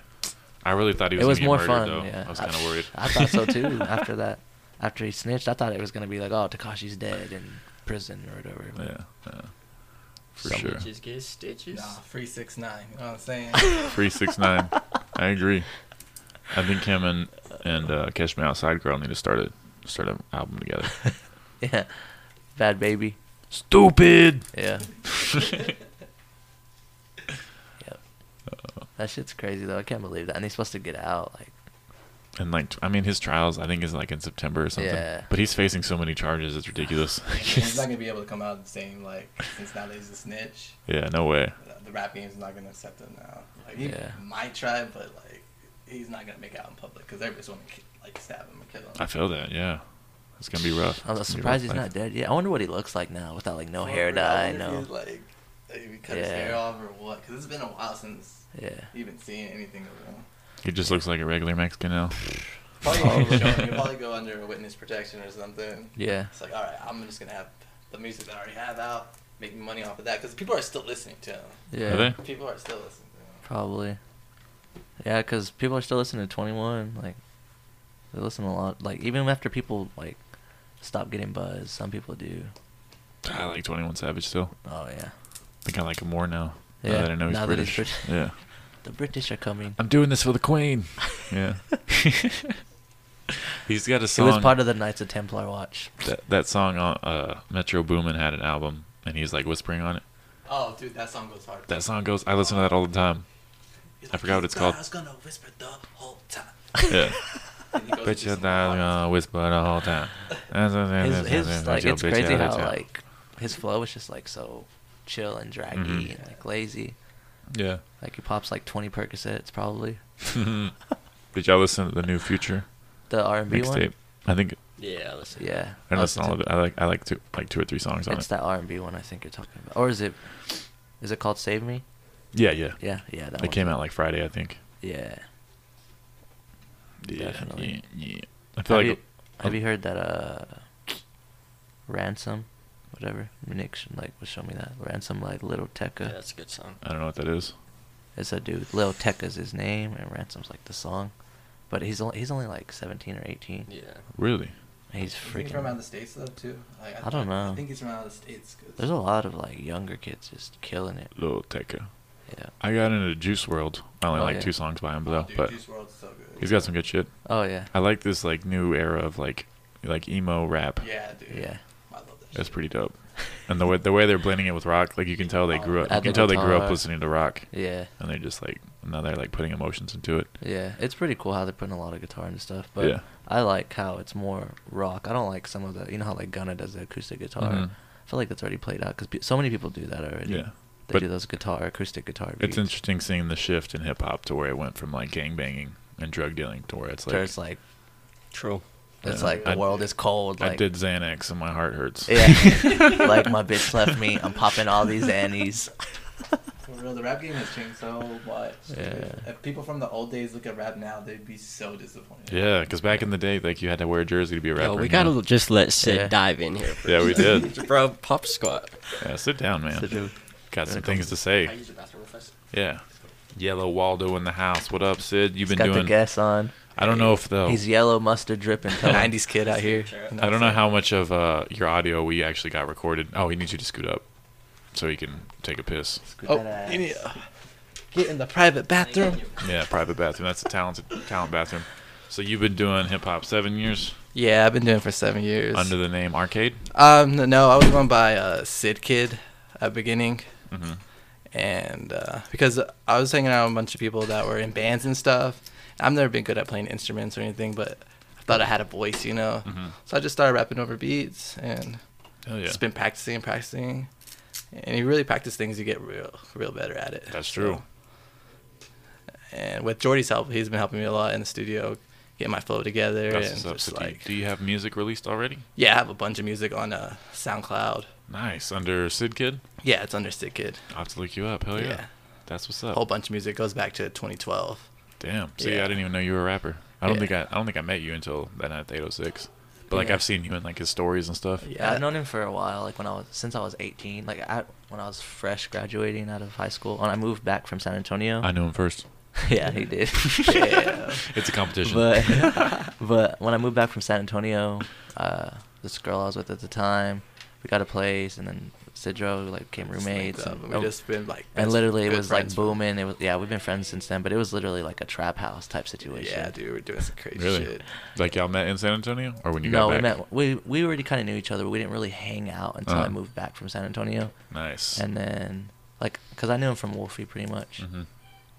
S1: I really thought he was.
S6: It was
S1: gonna get
S6: more
S1: murdered,
S6: fun,
S1: Though.
S6: yeah.
S1: I was kind of
S6: *laughs*
S1: worried.
S6: I thought so
S1: *laughs*
S6: too after that. After he snitched, I thought it was gonna be like, Oh, Takashi's dead in prison or whatever. but-
S1: yeah, yeah, for
S5: Some
S1: sure.
S5: bitches get stitches.
S9: Nah, free six nine. You know
S1: *laughs*
S9: what I'm saying?
S1: Three
S6: *laughs*
S1: Six Nine. I agree. I think him and and uh, Catch Me Outside Girl need to start a start an album
S6: *laughs*
S1: together.
S6: yeah. Bad baby.
S1: Stupid. *laughs*
S6: Yeah. yep. That shit's crazy though. I can't believe that. And he's supposed to get out. Like,
S1: And like, I mean, his trials I think is like in September or something.
S6: Yeah.
S1: But he's facing so many charges, it's
S6: *sighs*
S1: ridiculous. *laughs*
S9: He's not gonna be able to come out the same like since now that he's a snitch.
S1: yeah, no way.
S9: Uh, the- The rap game's not gonna accept him now. Like he
S6: Yeah.
S9: might try, but like he's not gonna make it out in public because everybody's gonna ki- like stab him or kill him.
S1: I feel that. Yeah, it's gonna be rough.
S6: I was
S1: It's gonna be
S6: surprised he's
S1: rough
S6: not
S1: life.
S6: dead yet. I wonder what he looks like now without like no
S9: Or
S6: hair
S9: if
S6: dye.
S9: he's,
S6: No.
S9: Like if he cut his
S6: Yeah.
S9: hair off or what? Because it's been a while since
S6: Yeah.
S9: you've been seeing anything of him.
S1: He just looks like a regular Mexican now. *sighs* *laughs*
S9: Probably, show, he'll probably go under witness protection or something.
S6: Yeah.
S9: It's like, all right, I'm just gonna have the music that I already have out, making money off of that, because people are still listening to him.
S6: Yeah.
S1: Are they?
S9: People are still listening. to
S6: Probably. Yeah, because people are still listening to Twenty One. Like, they listen a lot. Like, even after people like stop getting buzz, some people do.
S1: I like Twenty One Savage still.
S6: Oh yeah.
S1: I think I like him more now. Yeah.
S6: Yeah,
S1: Now that I know he's
S6: now that he's
S1: British.
S6: Brit-
S1: yeah.
S6: The British are coming.
S1: I'm doing this for the
S6: *laughs*
S1: Queen. Yeah. *laughs* he's got a
S6: He
S1: song.
S6: was part of the Knights of Templar Watch.
S1: that, that song on uh, Metro Boomin had an album, and he's like whispering on it.
S9: him. Oh, dude, that song goes hard.
S1: That song goes. I listen to that all the
S6: *laughs*
S1: time.
S9: He's
S1: I forgot what
S9: "You
S1: it's called."
S9: guys gonna whisper the whole time.
S1: Yeah.
S9: And he goes
S1: Bet
S9: into
S1: you
S9: some
S1: that uh,
S9: wild-
S1: gonna whisper the whole time.
S6: his,
S1: His,
S6: his like it's crazy how like his flow is just like so chill and draggy
S1: Mhm.
S6: and like lazy.
S1: Yeah.
S6: Like he pops like twenty Percocets probably.
S1: *laughs* Did y'all listen to the new Future
S6: The R and B one.
S1: mixtape? I think
S5: Yeah, listen.
S6: Yeah.
S1: I
S6: Oh,
S1: didn't listen to all of
S6: it's-
S1: it. I like I like two like two or three songs on
S6: It's
S1: it.
S6: that R and B one I think you're talking about, or is it? Is it called Save Me?
S1: Yeah, yeah.
S6: Yeah, yeah. That
S1: It
S6: one.
S1: came out like Friday, I think.
S6: Yeah.
S1: Yeah,
S6: Definitely.
S1: Yeah, yeah. I feel like
S6: Have, you, have
S1: oh.
S6: you heard that? Uh, ransom, whatever. Nick should, like was showing me that ransom like Little
S5: Yeah,
S6: Tekka.
S5: that's a good song.
S1: I don't know what that is.
S6: It's a dude. Lil Tecca's his name, and Ransom's like the song, but he's only he's only like seventeen or eighteen.
S5: Yeah.
S1: Really?
S6: He's
S9: I think He's from
S6: freaking.
S9: out of the states though too. Like,
S6: I don't know.
S9: I think he's from out of the states. 'cause-
S6: There's a lot of like younger kids just killing it.
S1: Little Tekka.
S6: Yeah.
S1: I got into Juice World. I only
S6: Oh,
S1: like
S6: yeah.
S1: two songs by him
S9: Oh,
S1: though,
S9: dude,
S1: but
S9: Juice WRLD's so good.
S1: he's got some good shit.
S6: Oh yeah.
S1: I like this like new era of like like emo rap.
S9: Yeah, dude.
S6: Yeah.
S9: I love that.
S1: That's
S9: shit.
S1: pretty dope. And the way the way they're blending it with rock, like you can tell
S9: Oh,
S1: they grew up. You
S6: Add the
S1: can tell they grew up
S6: guitar.
S1: listening to rock,
S6: Yeah.
S1: and they're just like now they're like putting emotions into it.
S6: Yeah. It's pretty cool how they're putting a lot of guitar into stuff, but
S1: Yeah.
S6: I like how it's more rock. I don't like some of the you know how like Gunna does the acoustic guitar.
S1: Mhm.
S6: I feel like that's already played out because pe- so many people do that already.
S1: Yeah,
S6: They
S1: but-
S6: do those guitar acoustic guitar beats.
S1: it's interesting seeing the shift in hip hop to where it went from like gang banging and drug dealing to where it's like,
S6: Where it's like
S5: True.
S6: it's
S1: Yeah.
S6: like the
S1: I-
S6: world is cold. Like
S1: I did Xanax and my heart hurts. *laughs*
S6: Yeah. like my bitch left me. I'm popping all these annies.
S9: For real, the rap game has changed so much. dude.
S6: Yeah.
S9: If people from the old days look at rap now, they'd be so disappointed.
S1: Yeah, because back in the day, like you had to wear a jersey to be a rapper.
S5: Yo, we
S1: you
S5: gotta
S1: know?
S5: just let Sid
S6: Yeah.
S5: dive in here.
S1: Yeah, we did.
S5: Bro, pop squat.
S1: *laughs* Yeah, sit down,
S6: Sit
S1: man.
S6: down.
S1: Got some
S6: Gotta come.
S1: things to say.
S9: use the bathroom with us?
S1: Yeah. Yellow Waldo in the house. What up, Sid? You've been
S6: got
S1: doing. Oh.
S6: the guests on.
S1: I don't know if though.
S6: He's yellow mustard dripping.
S5: *laughs*
S6: '90s kid out here.
S1: I don't know how much of uh, your audio we actually got recorded. Oh, he needs you to scoot up so he can take a piss.
S6: Oh,
S5: You need to get in the private bathroom.
S1: Yeah, private bathroom. That's a talented talent bathroom. So you've been doing hip hop seven years
S9: Yeah, I've been doing it for seven years.
S1: under the name Arcade.
S9: um, no, no, I was going by uh, Sid Kid at beginning,
S1: Mhm.
S9: and uh, because I was hanging out with a bunch of people that were in bands and stuff. I've never been good at playing instruments or anything, but I thought I had a voice, you know.
S5: Mm-hmm.
S1: Mhm.
S9: So I just started rapping over beats and
S1: Hell yeah,
S9: just been practicing and practicing. And you really practice things, you get real, real better at it.
S1: that's
S9: So-
S1: true.
S9: and with Jordy's help, he's been helping me a lot in the studio, getting my flow together.
S1: That's
S9: and
S1: what's up. So
S9: just
S1: do, you,
S9: like,
S1: do you have music released already?
S9: yeah, I have a bunch of music on uh, SoundCloud.
S1: Nice under Sid Kid.
S9: Yeah, it's under Sick Kid.
S1: I will have to look you up. Hell yeah,
S9: Yeah.
S1: that's what's
S9: A
S1: up.
S9: whole bunch of music goes back to 2012.
S1: Damn. See,
S9: Yeah.
S1: I didn't even know you were a rapper. I don't
S9: Yeah.
S1: think I, I don't think I met you until that night at the 806. But like
S9: Yeah.
S1: I've seen you in like his stories and stuff.
S6: Yeah,
S9: Yeah,
S6: I've known him for a while. Like when I was since I was 18. Like I, when I was fresh graduating out of high school, and I moved back from San Antonio.
S1: I knew him first. *laughs*
S6: yeah, he *laughs* did.
S9: Yeah.
S1: It's a competition. *laughs*
S6: but but when I moved back from San Antonio, uh, this girl I was with at the time, we got a place, and then Sidro we, like became
S9: It's
S6: roommates,
S9: linked up,
S6: and, oh,
S9: and we just been like
S6: and
S9: best-
S6: literally it
S9: good
S6: was like
S9: friends for-
S6: booming. It was yeah, we've been friends since then, but it was literally like a trap house type situation.
S9: Yeah, dude, we're doing some crazy
S1: Really?
S9: shit.
S1: like y'all met in San Antonio, or when you got
S6: no, we
S1: back?
S6: met. We we already kind of knew each other, but we didn't really hang out until I
S1: Uh-huh.
S6: moved back from San Antonio,
S1: Nice.
S6: and then like because I knew him from Wolfie pretty much.
S1: hmm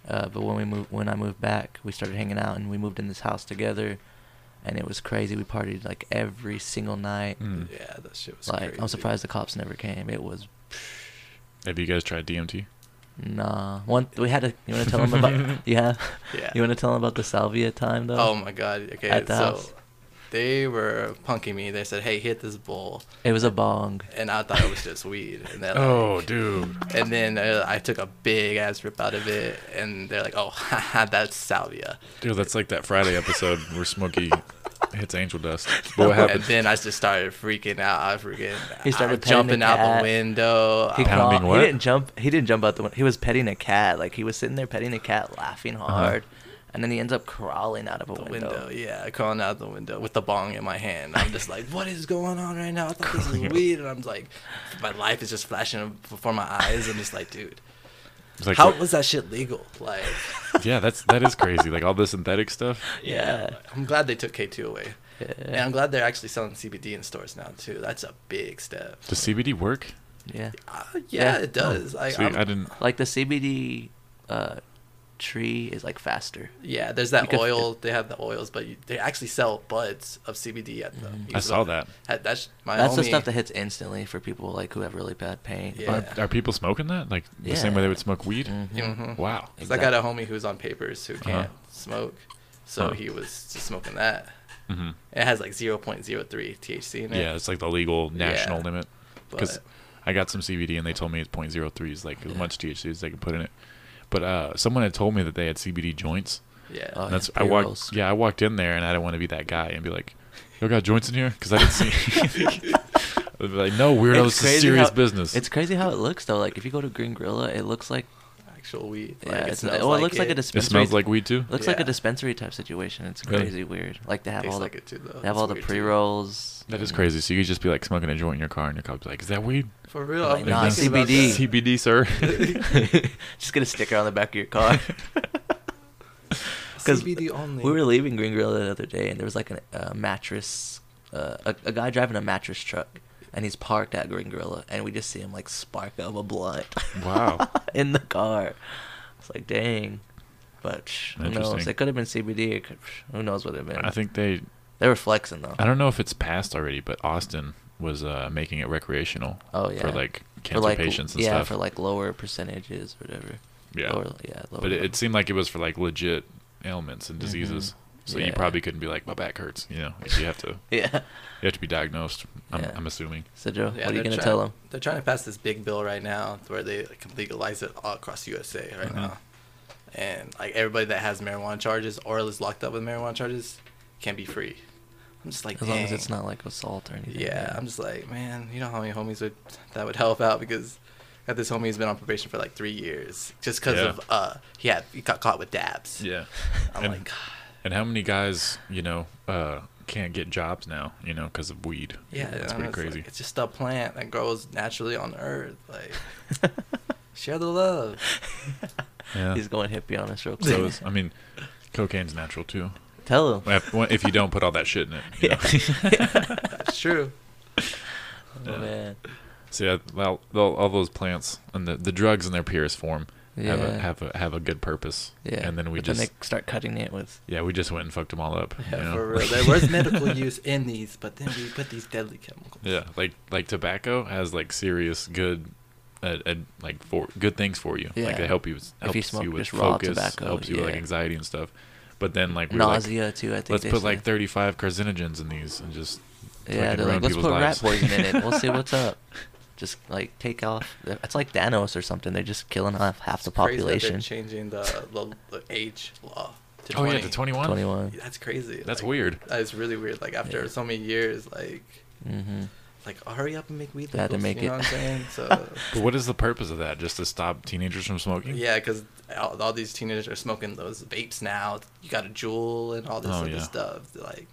S6: Uh, but when we moved, when I moved back, we started hanging out, and we moved in this house together, and it was crazy. We partied like every single night.
S1: Mm.
S9: Yeah, that shit was
S6: like
S9: crazy.
S6: I'm surprised the cops never came. It was
S1: Have you guys tried DMT?
S6: nah. One we had a. You want to tell them
S1: *laughs*
S6: about? *laughs* yeah.
S9: Yeah.
S6: You want to tell them about the salvia time though?
S9: Oh my god. Okay,
S6: At the
S9: so
S6: house.
S9: they were punking me. They said, "Hey, hit this bowl,"
S6: It was a bong.
S9: and I thought it was just weed.
S6: *laughs*
S9: And they're like,
S1: Oh, dude.
S9: And then uh, I took a big ass rip out of it, and they're like, "Oh, *laughs* haha, that's salvia."
S1: Dude, that's like that Friday episode where
S9: *laughs*
S1: Smokey hits angel dust. But what
S9: And
S1: happened?
S9: then I just started freaking out. I freaking
S6: He started
S9: I
S6: petting
S9: jumping
S6: the
S9: out
S6: cat.
S9: the window.
S6: He,
S9: I-
S1: Pounding
S6: crawled-
S1: what?
S6: he didn't jump. He didn't jump out the window. He was petting a cat. Like he was sitting there petting a cat, laughing
S1: Uh-huh.
S6: hard, and then he ends up crawling out of a
S9: the
S6: window.
S9: window, yeah, crawling out the window with the bong in my hand. I'm just like, what is going on right now? I thought
S1: *laughs*
S9: this was weed, and I'm like, my life is just flashing before my eyes. I'm just like, dude,
S1: It's like,
S9: how was that shit legal? Like,
S1: yeah, that's that is crazy. Like all the synthetic stuff.
S6: Yeah.
S9: I'm glad they took K2 away,
S6: Yeah.
S9: and I'm glad they're actually selling CBD in stores now too. That's a big step.
S1: Does CBD work?
S6: yeah.
S9: Uh, yeah,
S6: Yeah. Oh,
S9: it does. I,
S1: See,
S9: I'm-
S1: I didn't.
S6: Like the CBD uh, tree is like faster.
S9: Yeah, there's
S6: You
S9: that
S6: could-
S9: oil. they have the oils, but you, they actually sell buds of CBD at
S6: Mm.
S9: the.
S1: I saw that.
S9: At, that's my
S6: That's the
S9: homie-
S6: stuff that hits instantly for people like who have really bad pain.
S9: Yeah.
S1: Are, are people smoking that? Like the same way they would smoke weed?
S6: mm-hmm.
S9: Mhm.
S1: Wow.
S9: 'Cause I got a homie who's on papers
S6: Uh-huh.
S9: who can't smoke, so
S1: Huh.
S9: he was just smoking that.
S1: hmm
S9: It has like 0.03 THC in it.
S1: Yeah, it's like the legal national
S9: Yeah.
S1: limit. Because
S9: but
S1: I got some CBD and they told me it's 0.03 is like as much THC as they can put in it. But uh, someone had told me that they had CBD joints.
S9: yeah,
S6: Oh,
S1: And that's
S6: yeah,
S1: I
S6: pre-rolls.
S1: walked. Yeah, I walked in there and I didn't want to be that guy and be like, "Y'all got joints in here?" Because I didn't see. *laughs* I'd be like, "No, weirdo, this
S6: It's
S1: is
S6: crazy
S1: serious
S6: how-
S1: business."
S6: It's crazy how it looks though. Like if you go to Green Gorilla, it looks like
S9: actual weed.
S6: yeah,
S9: Like,
S6: it's,
S9: smells
S6: well, it looks like a
S1: it
S6: dispensary.
S1: smells like weed too.
S6: looks like a
S9: Yeah.
S6: dispensary type situation. It's
S1: Really?
S6: crazy weird. Like they have
S9: Tastes
S6: all the
S9: like it too, though.
S6: they have
S9: It's
S6: all the
S9: weird, too.
S6: pre rolls.
S1: That is crazy. So you could just be like smoking a joint in your car, and your car's like, "Is that weed?"
S9: For real,
S6: Like,
S9: I'm
S6: nah,
S9: thinking about
S1: *laughs*
S6: CBD.
S9: that.
S1: CBD, sir.
S6: *laughs* Just get a sticker on the back of your
S9: *laughs*
S6: car. 'Cause
S9: CBD only.
S6: we were leaving Green Gorilla the other day, and there was like a, a mattress, uh, a, a guy driving a mattress truck, and he's parked at Green Gorilla, and we just see him like spark up a blunt
S1: wow.
S6: *laughs* in the car. It's like, dang. But psh, who knows?
S1: Interesting.
S6: It could have been CBD. It could, psh, who knows what it been?
S1: I think they.
S6: they were flexing though.
S1: I don't know if it's passed already, but Austin was uh, making it recreational
S6: Oh yeah.
S1: for like
S6: For,
S1: cancer
S6: like,
S1: patients and
S6: yeah,
S1: stuff.
S6: for like lower percentages or whatever.
S1: yeah,
S6: Lower, yeah. Lower
S1: but it, it seemed like it was for like legit ailments and
S6: Mhm.
S1: diseases. So
S6: Yeah.
S1: you probably couldn't be like, "My back hurts," you know. You have to.
S6: *laughs* yeah.
S1: You have to be diagnosed. I'm,
S6: Yeah.
S1: I'm assuming.
S6: So Joe,
S9: Yeah,
S6: what are you
S9: they're
S6: gonna
S9: trying-
S6: tell him?
S9: They're trying to pass this big bill right now where they like, can legalize it all across USA
S6: Uh-huh.
S9: right
S1: Mhm.
S9: now. And like everybody that has marijuana charges or is locked up with marijuana charges can be free. I'm just like,
S6: As long as it's
S9: dang.
S6: not like assault or anything.
S9: Yeah, I'm just like, man, you know how many homies would that would help out because got this homie who's been on probation for like three years just because
S1: Yeah.
S6: *laughs*
S9: of uh he had he got caught with dabs.
S1: Yeah.
S9: I'm
S1: and
S9: like, God,
S1: And how many guys, you know, uh, can't get jobs now, you know, because of weed?
S9: Yeah,
S1: it's
S9: and
S1: pretty
S9: it's
S1: crazy.
S9: like- it's just a plant that grows naturally on Earth.
S6: *laughs*
S9: Like, share the love.
S1: yeah.
S6: He's going hippie on us real quick.
S1: So
S6: *laughs*
S1: is, um, I mean, cocaine's natural too. *laughs*
S6: Tell him.
S1: If, if you don't put all that shit in it. You know?
S9: That's true.
S6: *laughs* Oh, man.
S1: So yeah, well, tho- all those plants and the, the drugs in their purest form have a
S6: Yeah.
S1: have a have a good purpose.
S6: Yeah.
S1: And then we
S6: but
S1: just
S6: then they start cutting it with.
S1: yeah we just went and fucked them all up.
S9: *laughs* Yeah,
S1: you know?
S9: for real. There
S1: *laughs*
S9: was medical use in these, but then we put these deadly chemicals.
S1: Yeah, like like tobacco has like serious good, uh, uh, like for good things for you. Like
S6: Yeah.
S1: they help you with
S6: you
S1: helps
S6: smoke
S1: you with
S6: just raw
S1: focus,
S6: tobacco,
S1: helps you with like
S6: yeah.
S1: anxiety and stuff. But then like we're like,
S6: Nausea too. I think
S1: let's
S6: they
S1: put like
S6: said.
S1: 35 carcinogens in these and just
S6: Yeah,
S1: fucking
S6: they're
S1: ruin
S6: like, let's
S1: people's
S6: put
S1: lives." *laughs*
S6: rat poison in it. We'll see what's up. Just like take off. It's like Thanos or something. They're just killing off half the
S9: Crazy that they're
S6: population.
S9: changing the, the, the age law to
S1: oh
S9: 20.
S1: yeah, to 21.
S6: Twenty-one.
S9: That's crazy.
S1: That's
S9: like,
S1: weird.
S9: That's really weird. Like after
S6: Yeah.
S9: so many years, like
S6: Mm-hmm.
S9: like oh, hurry up and make weed
S6: They had
S9: legal.
S6: to make
S9: you
S6: it.
S9: know what
S6: *laughs*
S9: I'm saying?
S1: *laughs*
S9: So
S1: But what is the purpose of that? Just to stop teenagers from smoking?
S9: yeah, because all, all these teenagers are smoking those vapes now. You got a jewel and all this
S1: Oh,
S9: other
S1: yeah.
S9: stuff. Like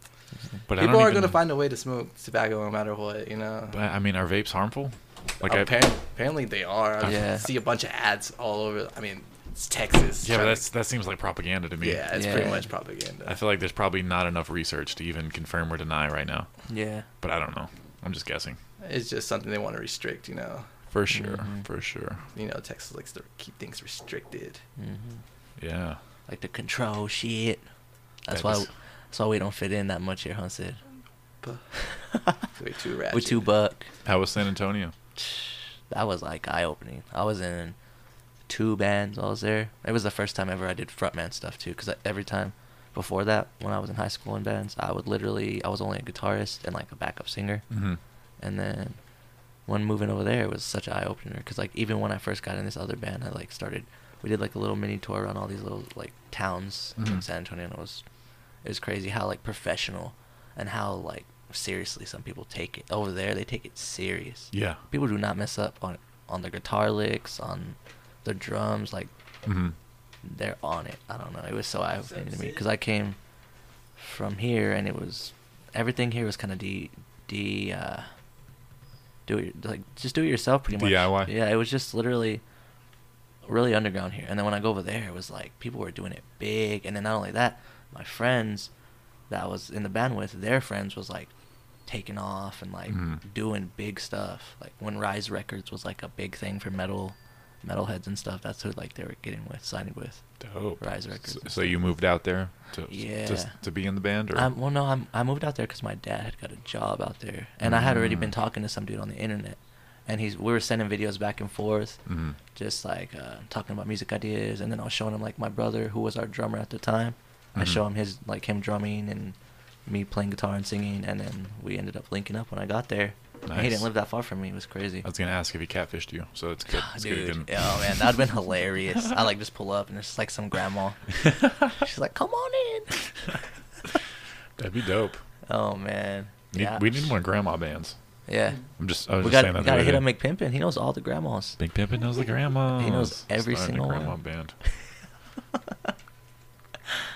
S1: But I
S9: people
S1: don't
S9: are
S1: even,
S9: gonna find a way to smoke tobacco no matter what. You know.
S1: But, I mean, are vapes harmful? Like I,
S9: apparently, Oh, apparently they are. I
S6: Yeah.
S9: see a bunch of ads all over. I mean, it's Texas.
S1: yeah, but
S9: trying
S1: that's
S9: to-
S1: that seems like propaganda to me.
S9: yeah, it's
S6: Yeah.
S9: pretty much propaganda.
S1: I feel like there's probably not enough research to even confirm or deny right now.
S6: Yeah.
S1: But I don't know. I'm just guessing.
S9: it's just something they want to restrict. You know,
S1: For sure. For sure.
S9: you know, Texas likes to keep things restricted.
S6: Mm-hmm.
S1: Yeah.
S6: Like the control shit. That's
S1: That
S6: why.
S1: is-
S6: That's why we don't fit in that much here, huh, Sid?
S9: But way too
S6: We're
S9: ratchet.
S6: too buck. *sighs*
S1: How was San Antonio?
S6: That was like eye opening. I was in two bands. I was there. It was the first time ever I did frontman stuff too. Cause I- every time before that, when I was in high school in bands, I would literally I was only a guitarist and like a backup singer.
S1: Mm-hmm.
S6: and then when moving over there it was such an eye-opener because like even when i first got in this other band i like started we did like a little mini tour around all these little like towns in
S1: Mhm.
S6: san antonio and it was it was crazy how like professional and how like seriously some people take it over there they take it serious
S1: Yeah.
S6: people do not mess up on on their guitar licks on their drums like
S1: Mm-hmm.
S6: they're on it. I don't know. It was so eye opening to me because I came from here and it was everything here was kind of de de uh, do it like just do it yourself pretty much.
S1: DIY.
S6: Yeah, it was just literally really underground here. And then when I go over there, it was like people were doing it big. And then not only that, my friends that I was in the band with, their friends was like taking off and like
S1: Mhm.
S6: doing big stuff. Like when Rise Records was like a big thing for metal metalheads and stuff. That's who like they were getting with, signing with.
S1: Dope.
S6: Rise Records
S1: So,
S6: and
S1: so you moved out there to
S6: Yeah.
S1: just to be in the band, or
S6: Um, well, no, I'm, I moved out there because my dad had got a job out there, and I had already been talking to some dude on the internet, and he's we were sending videos back and forth,
S1: Mhm.
S6: just like uh, talking about music ideas, and then I was showing him like my brother who was our drummer at the time. I
S1: Mhm.
S6: show him his like him drumming and me playing guitar and singing, and then we ended up linking up when I got there. And he
S1: Nice.
S6: didn't live that far from me. It was crazy.
S1: I was gonna ask if he catfished you. So it's good. It's good.
S6: Dude,
S1: he
S6: oh
S1: didn't.
S6: man, that'd
S1: *laughs*
S6: been hilarious. I like just pull up and it's just, like some grandma. She's like, "Come on in."
S1: That'd be dope.
S6: Oh man.
S1: Need-
S6: Yeah.
S1: We need more grandma bands.
S6: Yeah.
S1: I'm just. I was
S6: We
S1: just
S6: got
S1: saying that.
S6: we
S1: the
S6: gotta
S1: other
S6: hit
S1: day.
S6: up McPimpin. He knows all the grandmas.
S1: Big Pimpin knows the grandma.
S6: every single
S1: a grandma
S6: one.
S1: band.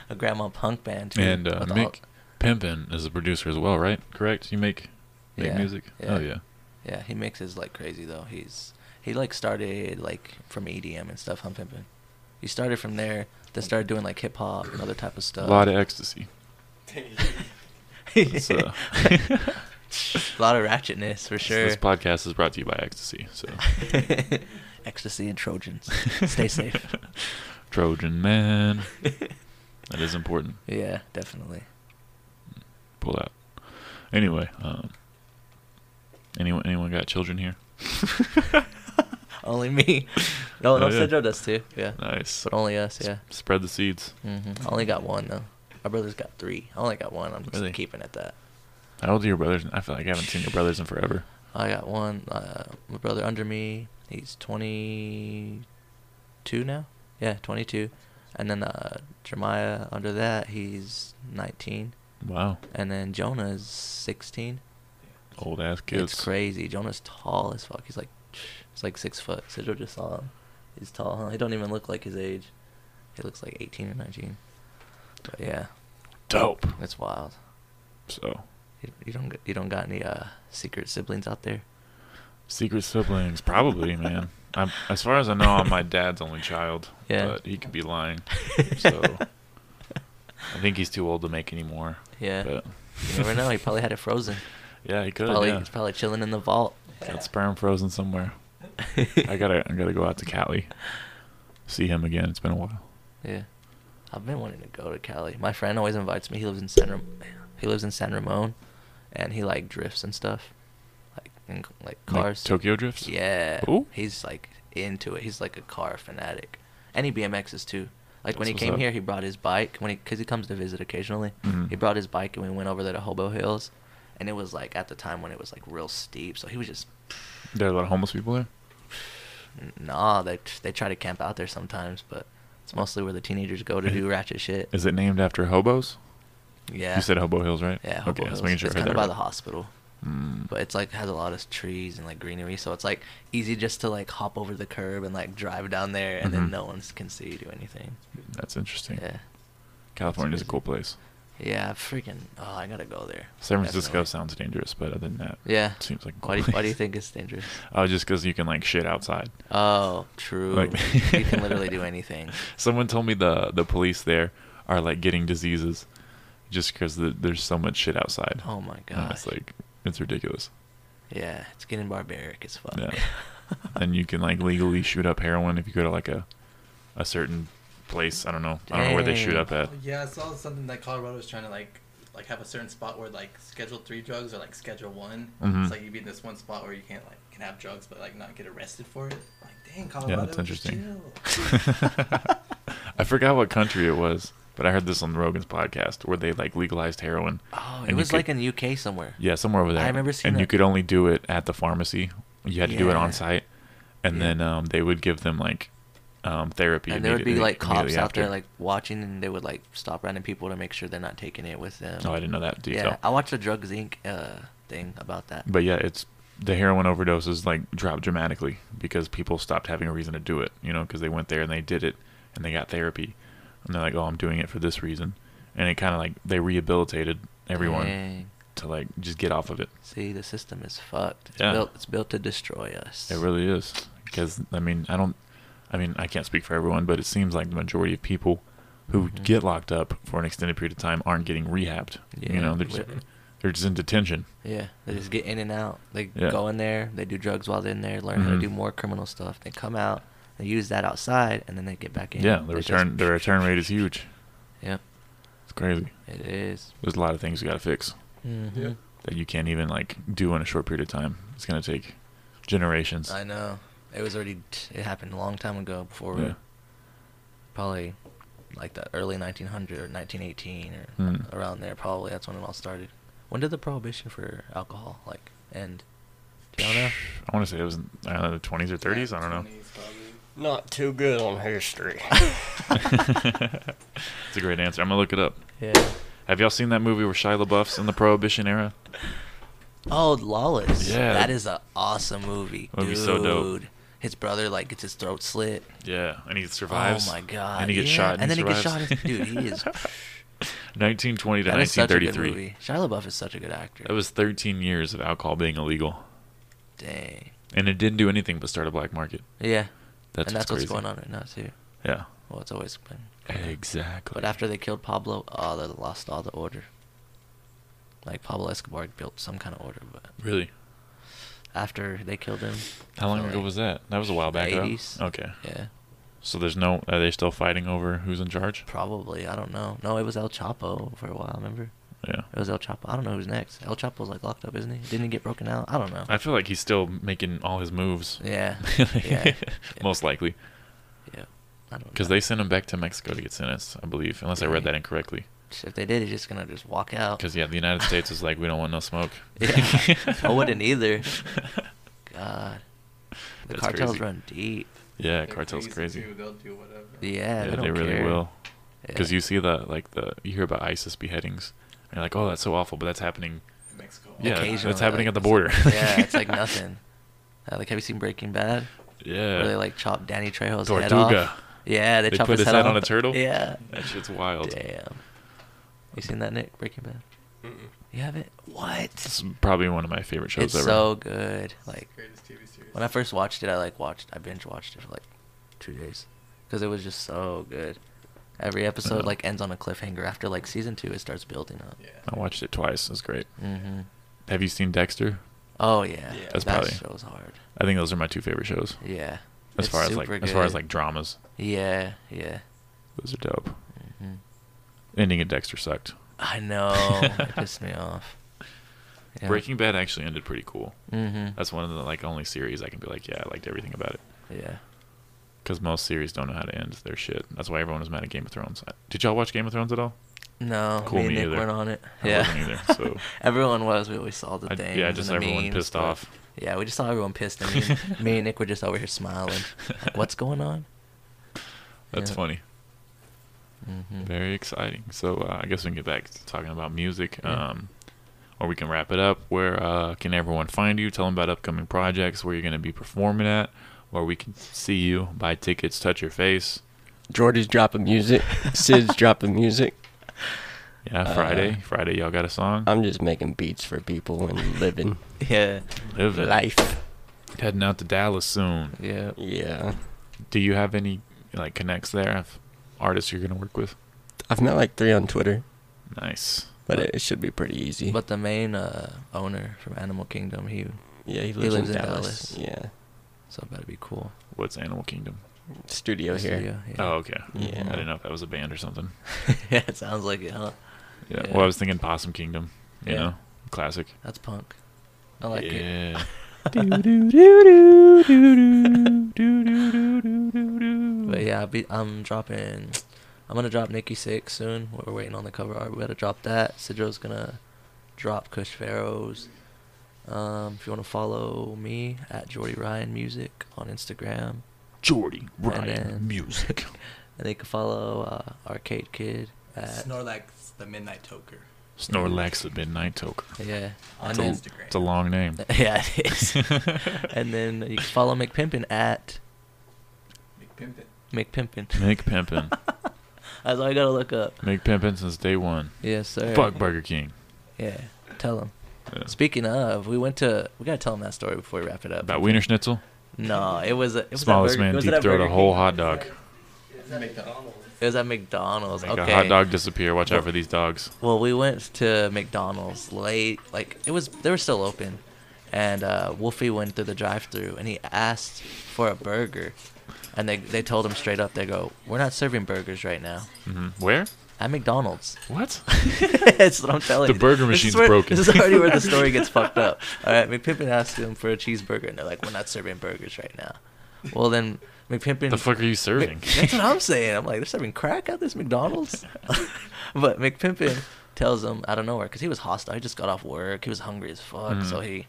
S6: A grandma punk band too.
S1: And uh,
S6: with all-
S1: Mick Pimpin is a producer as well, right? Correct. You make make
S6: Yeah,
S1: music.
S6: yeah.
S1: Oh yeah.
S6: yeah, he mixes like crazy though. He's he like started like from EDM and stuff. Hum Pimpin. He started from there. Then started doing like hip hop and other type of
S1: A
S6: stuff.
S1: lot
S6: *laughs*
S1: of ecstasy. *laughs* It's, uh,
S6: a *laughs* lot of ratchetness for sure.
S1: This podcast is brought to you by ecstasy. So
S6: *laughs* Ecstasy and Trojans. Stay safe.
S1: Trojan
S6: *laughs*
S1: man. that is important.
S6: Yeah, definitely.
S1: Pull out. Anyway, um, anyone anyone got children here?
S6: Only me. No, no,
S1: Oh, yeah.
S6: Cedro does too. Yeah,
S1: Nice.
S6: but only us. Yeah.
S1: Spread the seeds.
S6: hmm I only got one though. My brother's got three. I only got one. I'm just
S1: Really?
S6: keeping at that.
S1: How old are your brothers? I feel like I haven't seen your brothers in forever.
S6: I got one. Uh, my brother under me. He's 22 now. Yeah, 22. And then uh, Jeremiah under that. He's 19.
S1: Wow,
S6: And then Jonah is 16.
S1: old ass
S6: It's,
S1: kids.
S6: crazy. Jonah's tall as fuck. He's like, he's like six foot. Sidro just saw him. He's tall. Huh? He don't even look like his age. He looks like 18 or 19. But yeah,
S1: dope.
S6: That's wild.
S1: So,
S6: You, you don't you don't got any uh secret siblings
S1: *laughs*
S6: out there?
S1: secret siblings, probably, man. I'm, as far as I know, I'm my dad's only child.
S6: Yeah.
S1: But he could be
S6: *laughs*
S1: lying. So, I think he's too old to make any more.
S6: Yeah.
S1: But,
S6: You never know. He probably had it frozen.
S1: *laughs* yeah, he could.
S6: Probably
S1: yeah.
S6: it's probably chilling in the vault.
S1: Got
S6: *laughs*
S1: sperm frozen somewhere. I *laughs* gotta, I gotta go out to Cali, see him again. It's been a while.
S6: Yeah. I've been wanting to go to Cali. My friend always invites me. He lives in San Ram- he lives in San Ramon, and he like drifts and stuff, like in, like
S1: Like
S6: cars.
S1: Tokyo drifts.
S6: Yeah.
S1: Ooh.
S6: He's like into it. He's like a car fanatic, and he BMXs too. Like when
S1: That's
S6: he
S1: what's
S6: came
S1: up.
S6: here, he brought his bike when he because he comes to visit occasionally.
S1: Mhm.
S6: He brought his bike and we went over there to Hobo Hills, and it was like at the time when it was like real steep, so he was just
S1: There are a lot of homeless people there.
S6: nah. They they try to camp out there sometimes, but it's mostly where the teenagers go to do ratchet shit.
S1: Is it named after hobos?
S6: Yeah.
S1: You said Hobo Hills, right?
S6: Yeah,
S1: okay,
S6: Hobo
S1: I was
S6: Hills.
S1: making sure
S6: it's
S1: I
S6: kind
S1: heard
S6: of
S1: that
S6: by the
S1: right.
S6: hospital,
S1: Mm.
S6: but it's like has a lot of trees and like greenery, so it's like easy just to like hop over the curb and like drive down there, and
S1: Mhm.
S6: then no one can see you do anything.
S1: That's interesting.
S6: Yeah,
S1: California's a
S6: crazy.
S1: cool place.
S6: yeah, freaking. Oh, I gotta go there.
S1: San Francisco
S6: Definitely.
S1: sounds dangerous, but other than that,
S6: Yeah.
S1: it seems like. a
S6: Why do,
S1: cool
S6: you, why do you
S1: place.
S6: think it's dangerous?
S1: *laughs* Oh, just because you can like shit outside.
S6: Oh, true.
S1: Like-
S6: you
S1: *laughs*
S6: can literally do anything.
S1: Someone told me the the police there are like getting diseases, just because the, there's so much shit outside.
S6: Oh my
S1: And It's
S6: gosh.
S1: like it's ridiculous.
S6: Yeah, it's getting barbaric as fuck. *laughs*
S1: Yeah. and you can like legally shoot up heroin if you go to like a a certain place. I don't know. I don't know where they shoot
S6: Dang.
S1: up at. *laughs*
S9: Yeah, I saw something that Colorado was trying to like like have a certain spot where like Schedule Three drugs are like Schedule One.
S1: Mhm.
S9: It's like you be in this one spot where you can't like can have drugs but like not get arrested for it. Like dang, Colorado. just
S1: interesting.
S9: chill.
S1: *laughs* I forgot what country it was, but I heard this on the Rogan's podcast where they like legalized heroin.
S6: Oh,
S1: And
S6: it
S1: you
S6: was
S1: could-
S6: like in UK somewhere.
S1: Yeah, somewhere over there.
S6: I remember seeing
S1: And you
S6: that.
S1: could only do it at the pharmacy. You had to do it
S6: Yeah.
S1: on site, and
S6: Yeah.
S1: then um, they would give them like um, therapy.
S6: and there would be
S1: immediately-
S6: like cops
S1: immediately
S6: out
S1: after.
S6: there like watching, and they would like stop random people to make sure they're not taking it with them.
S1: Oh, I didn't know that
S6: yeah,
S1: detail.
S6: I watched a Drugs Inc. Uh, thing about that.
S1: But yeah, it's the heroin overdoses like dropped dramatically because people stopped having a reason to do it, you know, because they went there and they did it and they got therapy and they're like, oh, I'm doing it for this reason, and it kind of like they rehabilitated everyone
S6: Dang.
S1: to like just get off of it.
S6: See, the system is fucked. It's
S1: Yeah.
S6: built. It's built to destroy us.
S1: It really is because I mean I don't, I mean I can't speak for everyone, but it seems like the majority of people who
S6: Mm-hmm.
S1: get locked up for an extended period of time aren't getting rehabbed.
S6: Yeah.
S1: You know, they're just,
S6: Wh-
S1: they're just in detention.
S6: Yeah, they just get in and out. They
S1: Yeah.
S6: go in there, they do drugs while they're in there, learn how to
S1: Mhm.
S6: do more criminal stuff. They come out, they use that outside, and then they get back in.
S1: Yeah, the
S6: It's just-
S1: return the return rate is huge.
S6: Yep,
S1: It's crazy.
S6: it is.
S1: There's a lot of things we got to fix.
S6: Mhm.
S1: that you can't even like do in a short period of time. It's gonna take generations.
S6: I know. It was already. t- It happened a long time ago before.
S1: Yeah.
S6: Probably like the early 1900 or 1918 or
S1: Hmm.
S6: around there. Probably that's when it all started. When did the prohibition for alcohol like end? Do y'all know?
S1: I want to say it was in, I don't know, the 20s or 30s. I don't
S6: *laughs*
S1: know.
S9: 20s probably.
S5: Not too good on history.
S1: *laughs* It's a great answer. I'm gonna look it up.
S6: Yeah.
S1: Have y'all seen that movie where Shia LaBeouff's in the Prohibition era?
S6: Oh, Lawless.
S1: Yeah.
S6: That is an awesome movie.
S1: That would
S6: dude.
S1: be so dope.
S6: His brother like gets his throat slit.
S1: Yeah, and he survives.
S6: Oh my god.
S1: And he gets
S6: yeah.
S1: shot. And,
S6: then he gets shot.
S1: survives.
S6: and-
S1: *laughs*
S6: Dude, he is.
S1: 1920 to
S6: that is such a good
S1: 1933.
S6: movie. Shia LaBeouf is such a good actor.
S1: That was 13 years of alcohol being illegal,
S6: Dang.
S1: and it didn't do anything but start a black market.
S6: Yeah.
S1: That's
S6: and that's
S1: what's,
S6: what's
S1: crazy.
S6: going on right now too.
S1: Yeah,
S6: Well, it's always been.
S1: exactly.
S6: But after they killed Pablo, oh, they lost all the order. Like Pablo Escobar built some kind of order, but
S1: really,
S6: after they killed him,
S1: how long
S6: like
S1: ago was that? That was a while back. though.
S6: 80s.
S1: Okay.
S6: yeah,
S1: So there's no. Are they still fighting over who's in charge?
S6: probably I don't know. No, it was El Chapo for a while. Remember,
S1: Yeah.
S6: it was El Chapo. I don't know who's next. El Chapo's like locked up, isn't he? Didn't he get broken out? I don't know.
S1: I feel like he's still making all his moves.
S6: Yeah, yeah,
S1: *laughs* Most likely.
S6: yeah. I don't
S1: Because
S6: know.
S1: they sent him back to Mexico to get sentenced, I believe, unless I read that incorrectly.
S6: if they did, he's just gonna just walk out.
S1: Because, yeah, the United States is like, we don't want no smoke.
S6: Oh. *laughs* Yeah.
S1: *laughs*
S6: I wouldn't either. God, the
S1: That's
S6: cartels
S1: crazy.
S6: run deep.
S1: Yeah,
S9: They're
S1: cartel's crazy.
S9: crazy, too. They'll do whatever.
S6: Yeah,
S1: yeah,
S6: they,
S1: they,
S6: don't
S1: really
S6: care.
S1: will.
S6: Yeah.
S1: Because you see the, like, the, you hear about ISIS beheadings. And you're like, oh, that's so awful, but that's happening.
S9: In Mexico.
S1: Yeah,
S6: Occasionally,
S1: that's happening
S6: like,
S1: at the border.
S6: *laughs*
S1: *laughs*
S6: yeah, it's like nothing. Uh, like, have you seen Breaking Bad?
S1: yeah.
S6: Where they like chop Danny Trejo's head
S1: Uh, Tortuga.
S6: off. Yeah, they,
S1: They
S6: chop
S1: put
S6: his
S1: his
S6: head
S1: head on
S6: off.
S1: a turtle?
S6: Yeah.
S1: that shit's wild.
S6: Damn. You seen that, Nick? Breaking Bad. You haven't? What?
S1: It's probably one of my favorite shows
S6: It's
S1: ever.
S6: so good. Like
S9: Greatest TV series.
S6: when I first watched it, I like watched. I binge watched it for like two days because it was just so good. Every episode
S1: Yeah.
S6: like ends on a cliffhanger. After like season two, it starts building up.
S9: Yeah.
S1: I watched it twice. It's great.
S6: Mm-hmm.
S1: Have you seen Dexter?
S6: Oh yeah,
S9: Yeah.
S1: That's
S6: that
S1: probably-
S6: show's hard.
S1: I think those are my two favorite shows.
S6: Yeah.
S1: As
S6: It's
S1: far as like
S6: super
S1: as far as
S6: good.
S1: like dramas,
S6: Yeah, yeah.
S1: those are dope.
S6: hmm
S1: Ending of Dexter sucked. *laughs*
S6: I know. it pissed me off.
S1: Breaking Bad actually ended pretty cool.
S6: Mm-hmm.
S1: That's one of the like only series I can be like, yeah, I liked everything about it.
S6: yeah.
S1: Because most series don't know how to end their shit. That's why everyone was mad at Game of Thrones. Did y'all watch Game of Thrones at all?
S6: No,
S1: Cool,
S6: me and
S1: me
S6: Nick
S1: either.
S6: weren't on it.
S1: I
S6: yeah,
S1: wasn't either, so-
S6: *laughs* everyone was. We always saw the
S1: I-
S6: things.
S1: yeah, just
S6: and the
S1: everyone
S6: memes,
S1: pissed
S6: but-
S1: off.
S6: Yeah, we just saw everyone pissed, and me and, *laughs* me and Nick were just over here smiling. Like, *laughs* What's going on?
S1: *laughs* That's
S6: Yeah.
S1: funny.
S6: Mm-hmm.
S1: Very exciting. So uh, I guess we can get back to talking about music,
S6: Yeah.
S1: um, or we can wrap it up. Where uh, can everyone find you? Tell them about upcoming projects, where you're going to be performing at, where we can see you, buy tickets, touch your face.
S5: *laughs* Jordy's dropping music. Sid's dropping music.
S6: Uh,
S1: Yeah, Friday, Friday, y'all got a song.
S5: I'm just making beats for people and living
S6: Yeah,
S1: Live it.
S5: life.
S1: Heading out to Dallas soon.
S6: yeah.
S5: Yeah.
S1: Do you have any like connects there of artists you're going to work with?
S5: I've met like three on Twitter,
S1: Nice.
S5: but it, it should be pretty easy.
S6: But the main uh, owner from Animal Kingdom, he
S5: yeah, he lives,
S6: lives in
S5: in, Dallas.
S6: Dallas.
S5: Yeah.
S6: so that'd be cool.
S1: What's Animal Kingdom?
S5: Studio
S6: The
S5: here.
S6: studio, yeah.
S1: Oh, okay.
S5: Yeah.
S1: I didn't know if that was a band or something.
S6: yeah, *laughs* it sounds like it, huh?
S1: Yeah.
S6: Yeah.
S1: Well, I was thinking Possum Kingdom. You
S6: Yeah.
S1: know, classic.
S6: That's punk. I like it. *laughs*
S1: yeah. Mm.
S6: But yeah, I'll be, I'm dropping. I'm gonna drop Nikki Six soon. We're waiting on the cover art. We gotta drop that. Sidro's gonna drop Kush Pharaohs. Um, if you wanna follow me at Jordy Ryan Music on Instagram,
S1: Jordy
S6: then-
S1: Ryan music.
S6: and they can follow uh, Arcade Kid at
S9: Snorlax, the Midnight Toker.
S1: *laughs* Snorlax the Midnight Toker.
S6: yeah, *laughs*
S9: On
S6: and
S1: a-
S6: then,
S9: Instagram.
S1: It's a long
S6: *laughs*
S1: name. *laughs*
S6: yeah, it is. and then you can follow McPimpin at
S9: McPimpin.
S6: McPimpin. *laughs*
S1: Make Pimpin.
S6: That's all I gotta look up.
S1: Make Pimpin since day one.
S6: Yes, sir.
S1: Fuck Burger King.
S6: Yeah, tell them.
S1: Yeah.
S6: Speaking of, we went to. We gotta tell them that story before we wrap it up.
S1: About Wiener Schnitzel.
S6: No, it was. A, it was at
S1: Smallest
S6: Burger- it
S1: man
S6: was
S1: deep
S6: at
S1: throat a
S6: Burger
S1: whole
S6: King.
S1: hot dog.
S6: It was at McDonald's.
S1: Make
S6: okay.
S1: a hot dog disappear. Watch out for these dogs.
S6: Well, we went to McDonald's late. Like it was, they were still open, and uh, Wolfie went through the drive-through and he asked for a burger, and they they told him straight up, they go, "We're not serving burgers right now
S1: hmm Where?
S6: at McDonald's." *laughs*
S1: What?
S6: That's what I'm telling
S1: The
S6: you.
S1: burger
S6: This is
S1: machine's
S6: where-
S1: broken.
S6: This is already where the
S1: *laughs*
S6: story gets fucked up. All right, McPimpin asked him for a cheeseburger, and they're like, "We're not serving burgers right now." Well, then McPimpin.
S1: the fuck are you serving?
S6: That's what I'm saying. I'm like, they're serving crack at this McDonald's. *laughs* but McPimpin tells him out of nowhere because he was hostile. He just got off work. He was hungry as fuck.
S1: Mhm.
S6: So he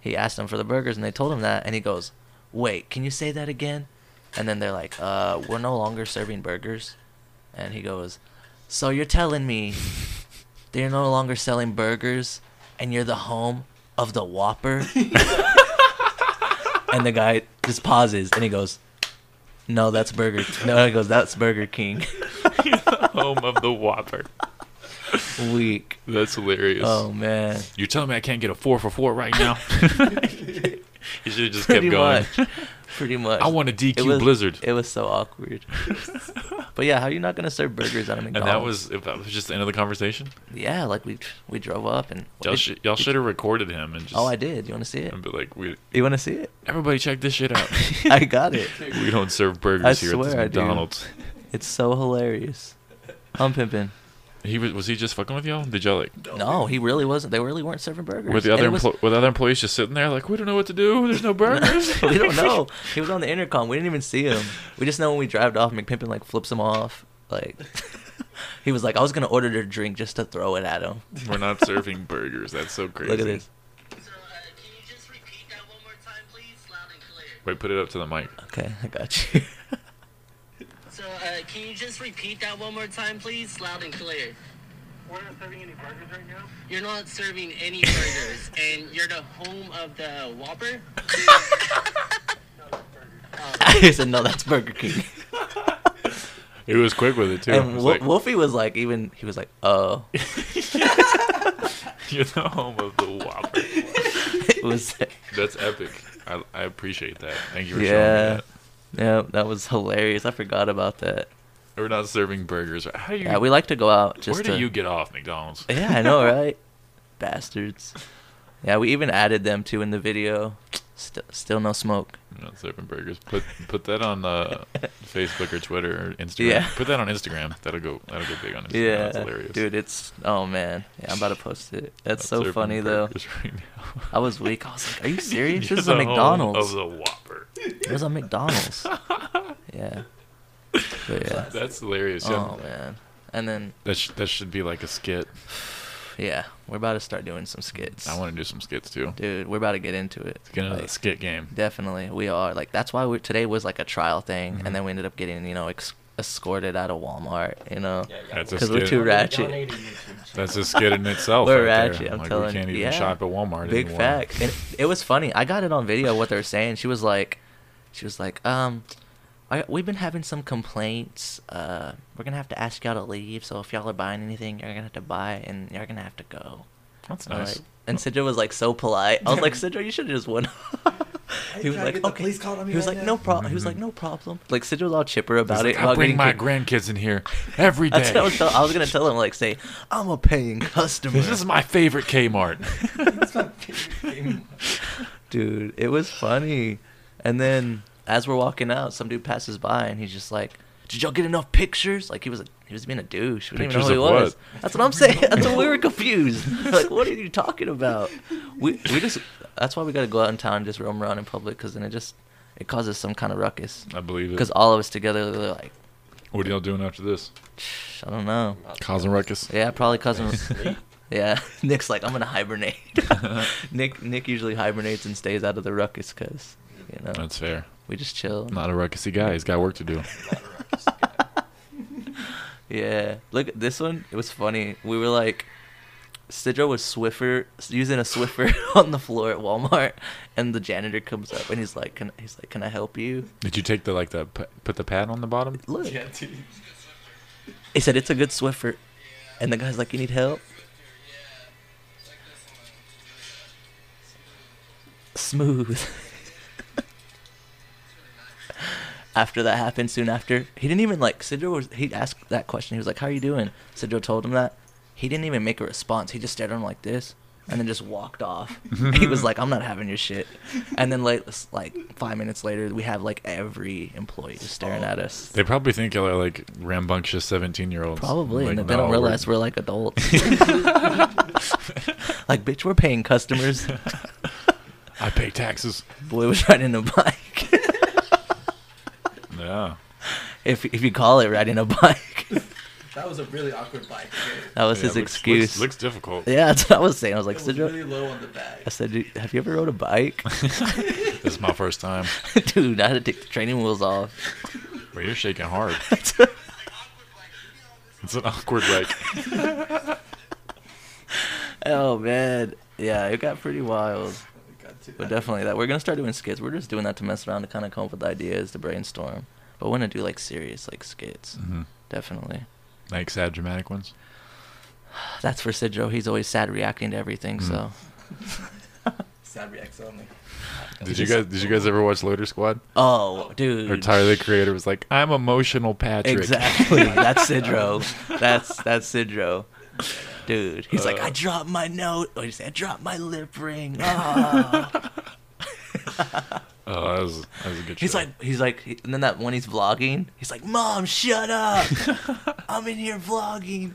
S6: he asked them for the burgers, and they told him that. And he goes, "Wait, can you say that again?" And then they're like, "Uh, we're no longer serving burgers." And he goes, "So you're telling me they're no longer selling burgers, and you're the home of the Whopper?" and the guy just pauses, and he goes. No, that's Burger. No, he goes. That's Burger
S1: *laughs*
S6: King. *laughs*
S1: Home of the Whopper.
S6: Weak.
S1: That's hilarious.
S6: Oh man.
S1: You're telling Um, me I can't get a four for four right now? *laughs* you should have just
S6: Pretty
S1: kept going.
S6: much. *laughs* Pretty
S1: *laughs*
S6: much.
S1: I want a DQ
S6: It was-
S1: Blizzard.
S6: It was so awkward. but yeah, how you not gonna serve burgers
S1: *laughs*
S6: at a
S1: and that
S6: McDonald's?
S1: was if that was just the end of the conversation.
S6: yeah. Like we we drove up and
S1: Y'all, sh- y'all should have recorded him and just
S6: Oh, I did. You want to see it?
S1: and be like, we
S6: You want to see
S1: *laughs*
S6: it?
S1: everybody check this shit
S6: *laughs*
S1: out.
S6: I got it.
S1: we don't serve burgers
S6: I
S1: here at this
S6: swear I do.
S1: McDonald's.
S6: It's so hilarious. I'm pimping.
S1: He was was he just fucking with y'all? Did y'all like
S6: No, he really wasn't. They really weren't serving burgers.
S1: were the
S6: And
S1: other
S6: it was-
S1: emplo- *laughs* were the other employees just sitting there like we don't know what to do? There's no burgers.
S6: *laughs* *laughs* we don't know. He was on the intercom. We didn't even see him. We just know when we drove off, McPimpin like flips him off. Like *laughs* he was like, I was gonna order their drink just to throw it at him.
S1: *laughs* We're not serving burgers. That's so crazy.
S6: Look at this.
S1: Wait, put it up to the mic.
S6: Okay, I got you. *laughs*
S8: So, uh, can you just repeat that one more time, please? Loud and clear.
S3: We're not serving any burgers right now.
S8: You're not serving any
S3: *laughs*
S8: burgers, and you're the home of the Whopper?
S6: *laughs*
S1: *laughs*
S6: I said, no, that's Burger King.
S1: He was quick with it too.
S6: And
S1: It's
S6: Wo-
S1: like,
S6: Wolfie was like, even he was like, oh,
S1: *laughs* You're the home of the Whopper.
S6: it was,
S1: That's epic. I, I appreciate that. Thank you for showing
S6: yeah,
S1: me that.
S6: yeah, that was hilarious. I forgot about that.
S1: We're not serving burgers. How do you?
S6: Yeah, we like to go out just
S1: where
S6: to.
S1: do you get off McDonald's?
S6: *laughs* Yeah, I know, right? Bastards. Yeah, we even added them too in the video. Still, still no smoke.
S1: *laughs* We're not serving burgers. Put put that on
S6: *laughs*
S1: uh, Facebook or Twitter or Instagram.
S6: Yeah.
S1: Put that on Instagram. That'll go. That'll go big on Instagram.
S6: Yeah,
S1: That's hilarious.
S6: dude, it's oh man, yeah, I'm about to post it.
S1: Not
S6: That's so
S1: serving
S6: funny though.
S1: burgers *laughs* Right now.
S6: I was weak. I was like, "Are
S1: *laughs*
S6: you serious?
S1: You're
S6: This is a
S1: the home
S6: McDonald's.
S1: of the Whopper.
S6: It was
S1: *laughs*
S6: a McDonald's." yeah, but yeah.
S1: That's hilarious. Yeah.
S6: Oh man, and then
S1: That sh- that should be like a skit.
S6: yeah, we're about to start doing some skits.
S1: I want to do some skits too.
S6: dude, we're about to get into it.
S1: Get into
S6: Like,
S1: the skit game.
S6: Definitely, we are. Like that's why we today was like a trial thing,
S1: Mm-hmm.
S6: and then we ended up getting you know ex- escorted out of Walmart. You know,
S1: That's a
S6: because we're
S1: skit.
S6: too ratchet.
S5: Donated
S1: That's a skit in itself.
S6: *laughs* We're
S1: right
S6: ratchet,
S1: There.
S6: I'm
S1: like we
S6: telling
S1: can't
S6: you.
S1: even
S6: Yeah.
S1: shop at Walmart
S6: Big
S1: anymore.
S6: fact. And it was funny. I got it on video what they're saying. She was like, she was like, um, I, we've been having some complaints. Uh, we're gonna have to ask y'all to leave. So if y'all are buying anything, you're gonna have to buy, and you're gonna have to go.
S1: That's
S6: I'm
S1: nice.
S6: like- and Sidra was like so polite. I was like, Sidra, you should have just *laughs* went. he was like,
S9: trying to get the
S6: okay.
S9: police called on me
S6: he was
S9: right
S6: like,
S9: now.
S6: no problem. He was like, no problem. Like Sidra was all chipper
S1: Mm-hmm. He's like,
S6: about it.
S1: I
S6: about
S1: bring
S6: getting
S1: my
S6: con-
S1: grandkids in here *laughs* every
S6: That's
S1: day.
S6: what I was, tell- I was gonna tell him like, say, I'm a paying customer.
S1: this is my favorite Kmart.
S6: dude it was funny and then as we're walking out some dude passes by and he's just like did y'all get enough pictures like he was a, he was being a douche we didn't even know
S1: Pictures
S6: who he
S1: of what?
S6: was that's what i'm saying *laughs* that's what we were confused *laughs* like what are you talking about we we just that's why we gotta go out in town and just roam around in public because then it just it causes some kind of ruckus
S1: I believe it.
S6: because all of us together we're like
S1: What are y'all doing after this?
S6: i don't know
S1: Causing ruckus.
S6: yeah probably cousin
S1: *laughs*
S6: yeah *laughs* nick's like i'm gonna hibernate *laughs* nick nick usually hibernates and stays out of the ruckus because you know
S1: That's fair.
S6: we just chill.
S1: Not a ruckusy guy. He's got work to do.
S6: Yeah. Look, this one, it was funny. We were like, Sidra was Swiffer, using a Swiffer *laughs* on the floor at Walmart, and the janitor comes up and he's like, "Can he's like, can I help you?"
S1: Did you take the like the p- put the pad on the bottom?
S6: Look,
S7: Yeah, dude.
S6: he said it's a good Swiffer, and the guy's like, "You need help?" Smooth. *laughs* after that happened, soon after, he didn't even like Sidro was. He asked that question. He was like, "How are you doing?" Sidro told him that. He didn't even make a response. He just stared at him like this, and then just walked off. he was like, "I'm not having your shit." And then like s- like five minutes later, we have like every employee just staring at us.
S1: They probably think y'all are like rambunctious seventeen-year-olds.
S6: Probably,
S1: Like,
S6: and they
S1: no,
S6: don't realize we're
S1: *laughs*
S6: like adults. like, bitch, we're
S1: *laughs*
S6: paying customers.
S1: I pay taxes.
S6: Boy was riding a bike.
S1: Yeah.
S6: if if you call it riding a bike,
S9: That was a really awkward bike.
S6: that was
S1: Yeah,
S6: his
S1: looks-
S6: excuse.
S1: Looks, looks difficult.
S6: yeah, *laughs* that's what I was saying. I was like, Sidra,
S9: low on the back.
S6: I said, "Dude, have you ever rode
S1: *laughs*
S6: a bike,
S1: This is my first time.
S6: *laughs* dude? I had to take the training wheels off.
S1: *laughs* Well, you're shaking hard. It's an awkward like.
S6: oh man, yeah, it got pretty wild. But definitely that we're gonna start doing skits. We're just doing that to mess around to kind of come up with ideas to brainstorm. But we're gonna do like serious like skits,
S1: Mhm.
S6: definitely.
S1: Like sad dramatic ones.
S6: That's for Sidro. He's always sad reacting to everything. So
S9: Sad reacts only.
S1: Did you guys did you guys ever watch Loader Squad?
S6: oh, dude.
S1: Or Tyler the Creator was like, I'm emotional Patrick.
S6: Exactly. That's Sidro. That's that's Sidro. Dude, he's like, I dropped my note. Or he said, I dropped my lip ring. Ah.
S1: Oh, that was that was a good
S6: he's
S1: show.
S6: like, he's like, and then that when he's vlogging, he's like, Mom, shut up. I'm in here vlogging.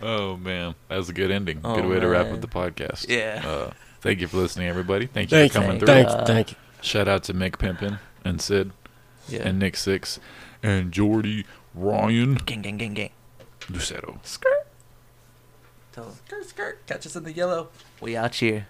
S1: Oh man. That was a good ending.
S6: Oh,
S1: good way to wrap up
S6: man.
S1: the podcast.
S6: Yeah.
S1: Uh, thank you for listening everybody. Thank you
S5: Thank
S1: for coming
S5: you.
S1: through.
S5: Thank you. Thank you.
S1: Shout out to Mick Pimpin and Sid
S6: Yeah.
S1: and Nick Six and Jordy Ryan
S6: gang, gang, gang, gang.
S1: Lucero.
S6: Skirt. Tell him,
S9: Skirt, skirt. Catch us in the yellow.
S6: We out here.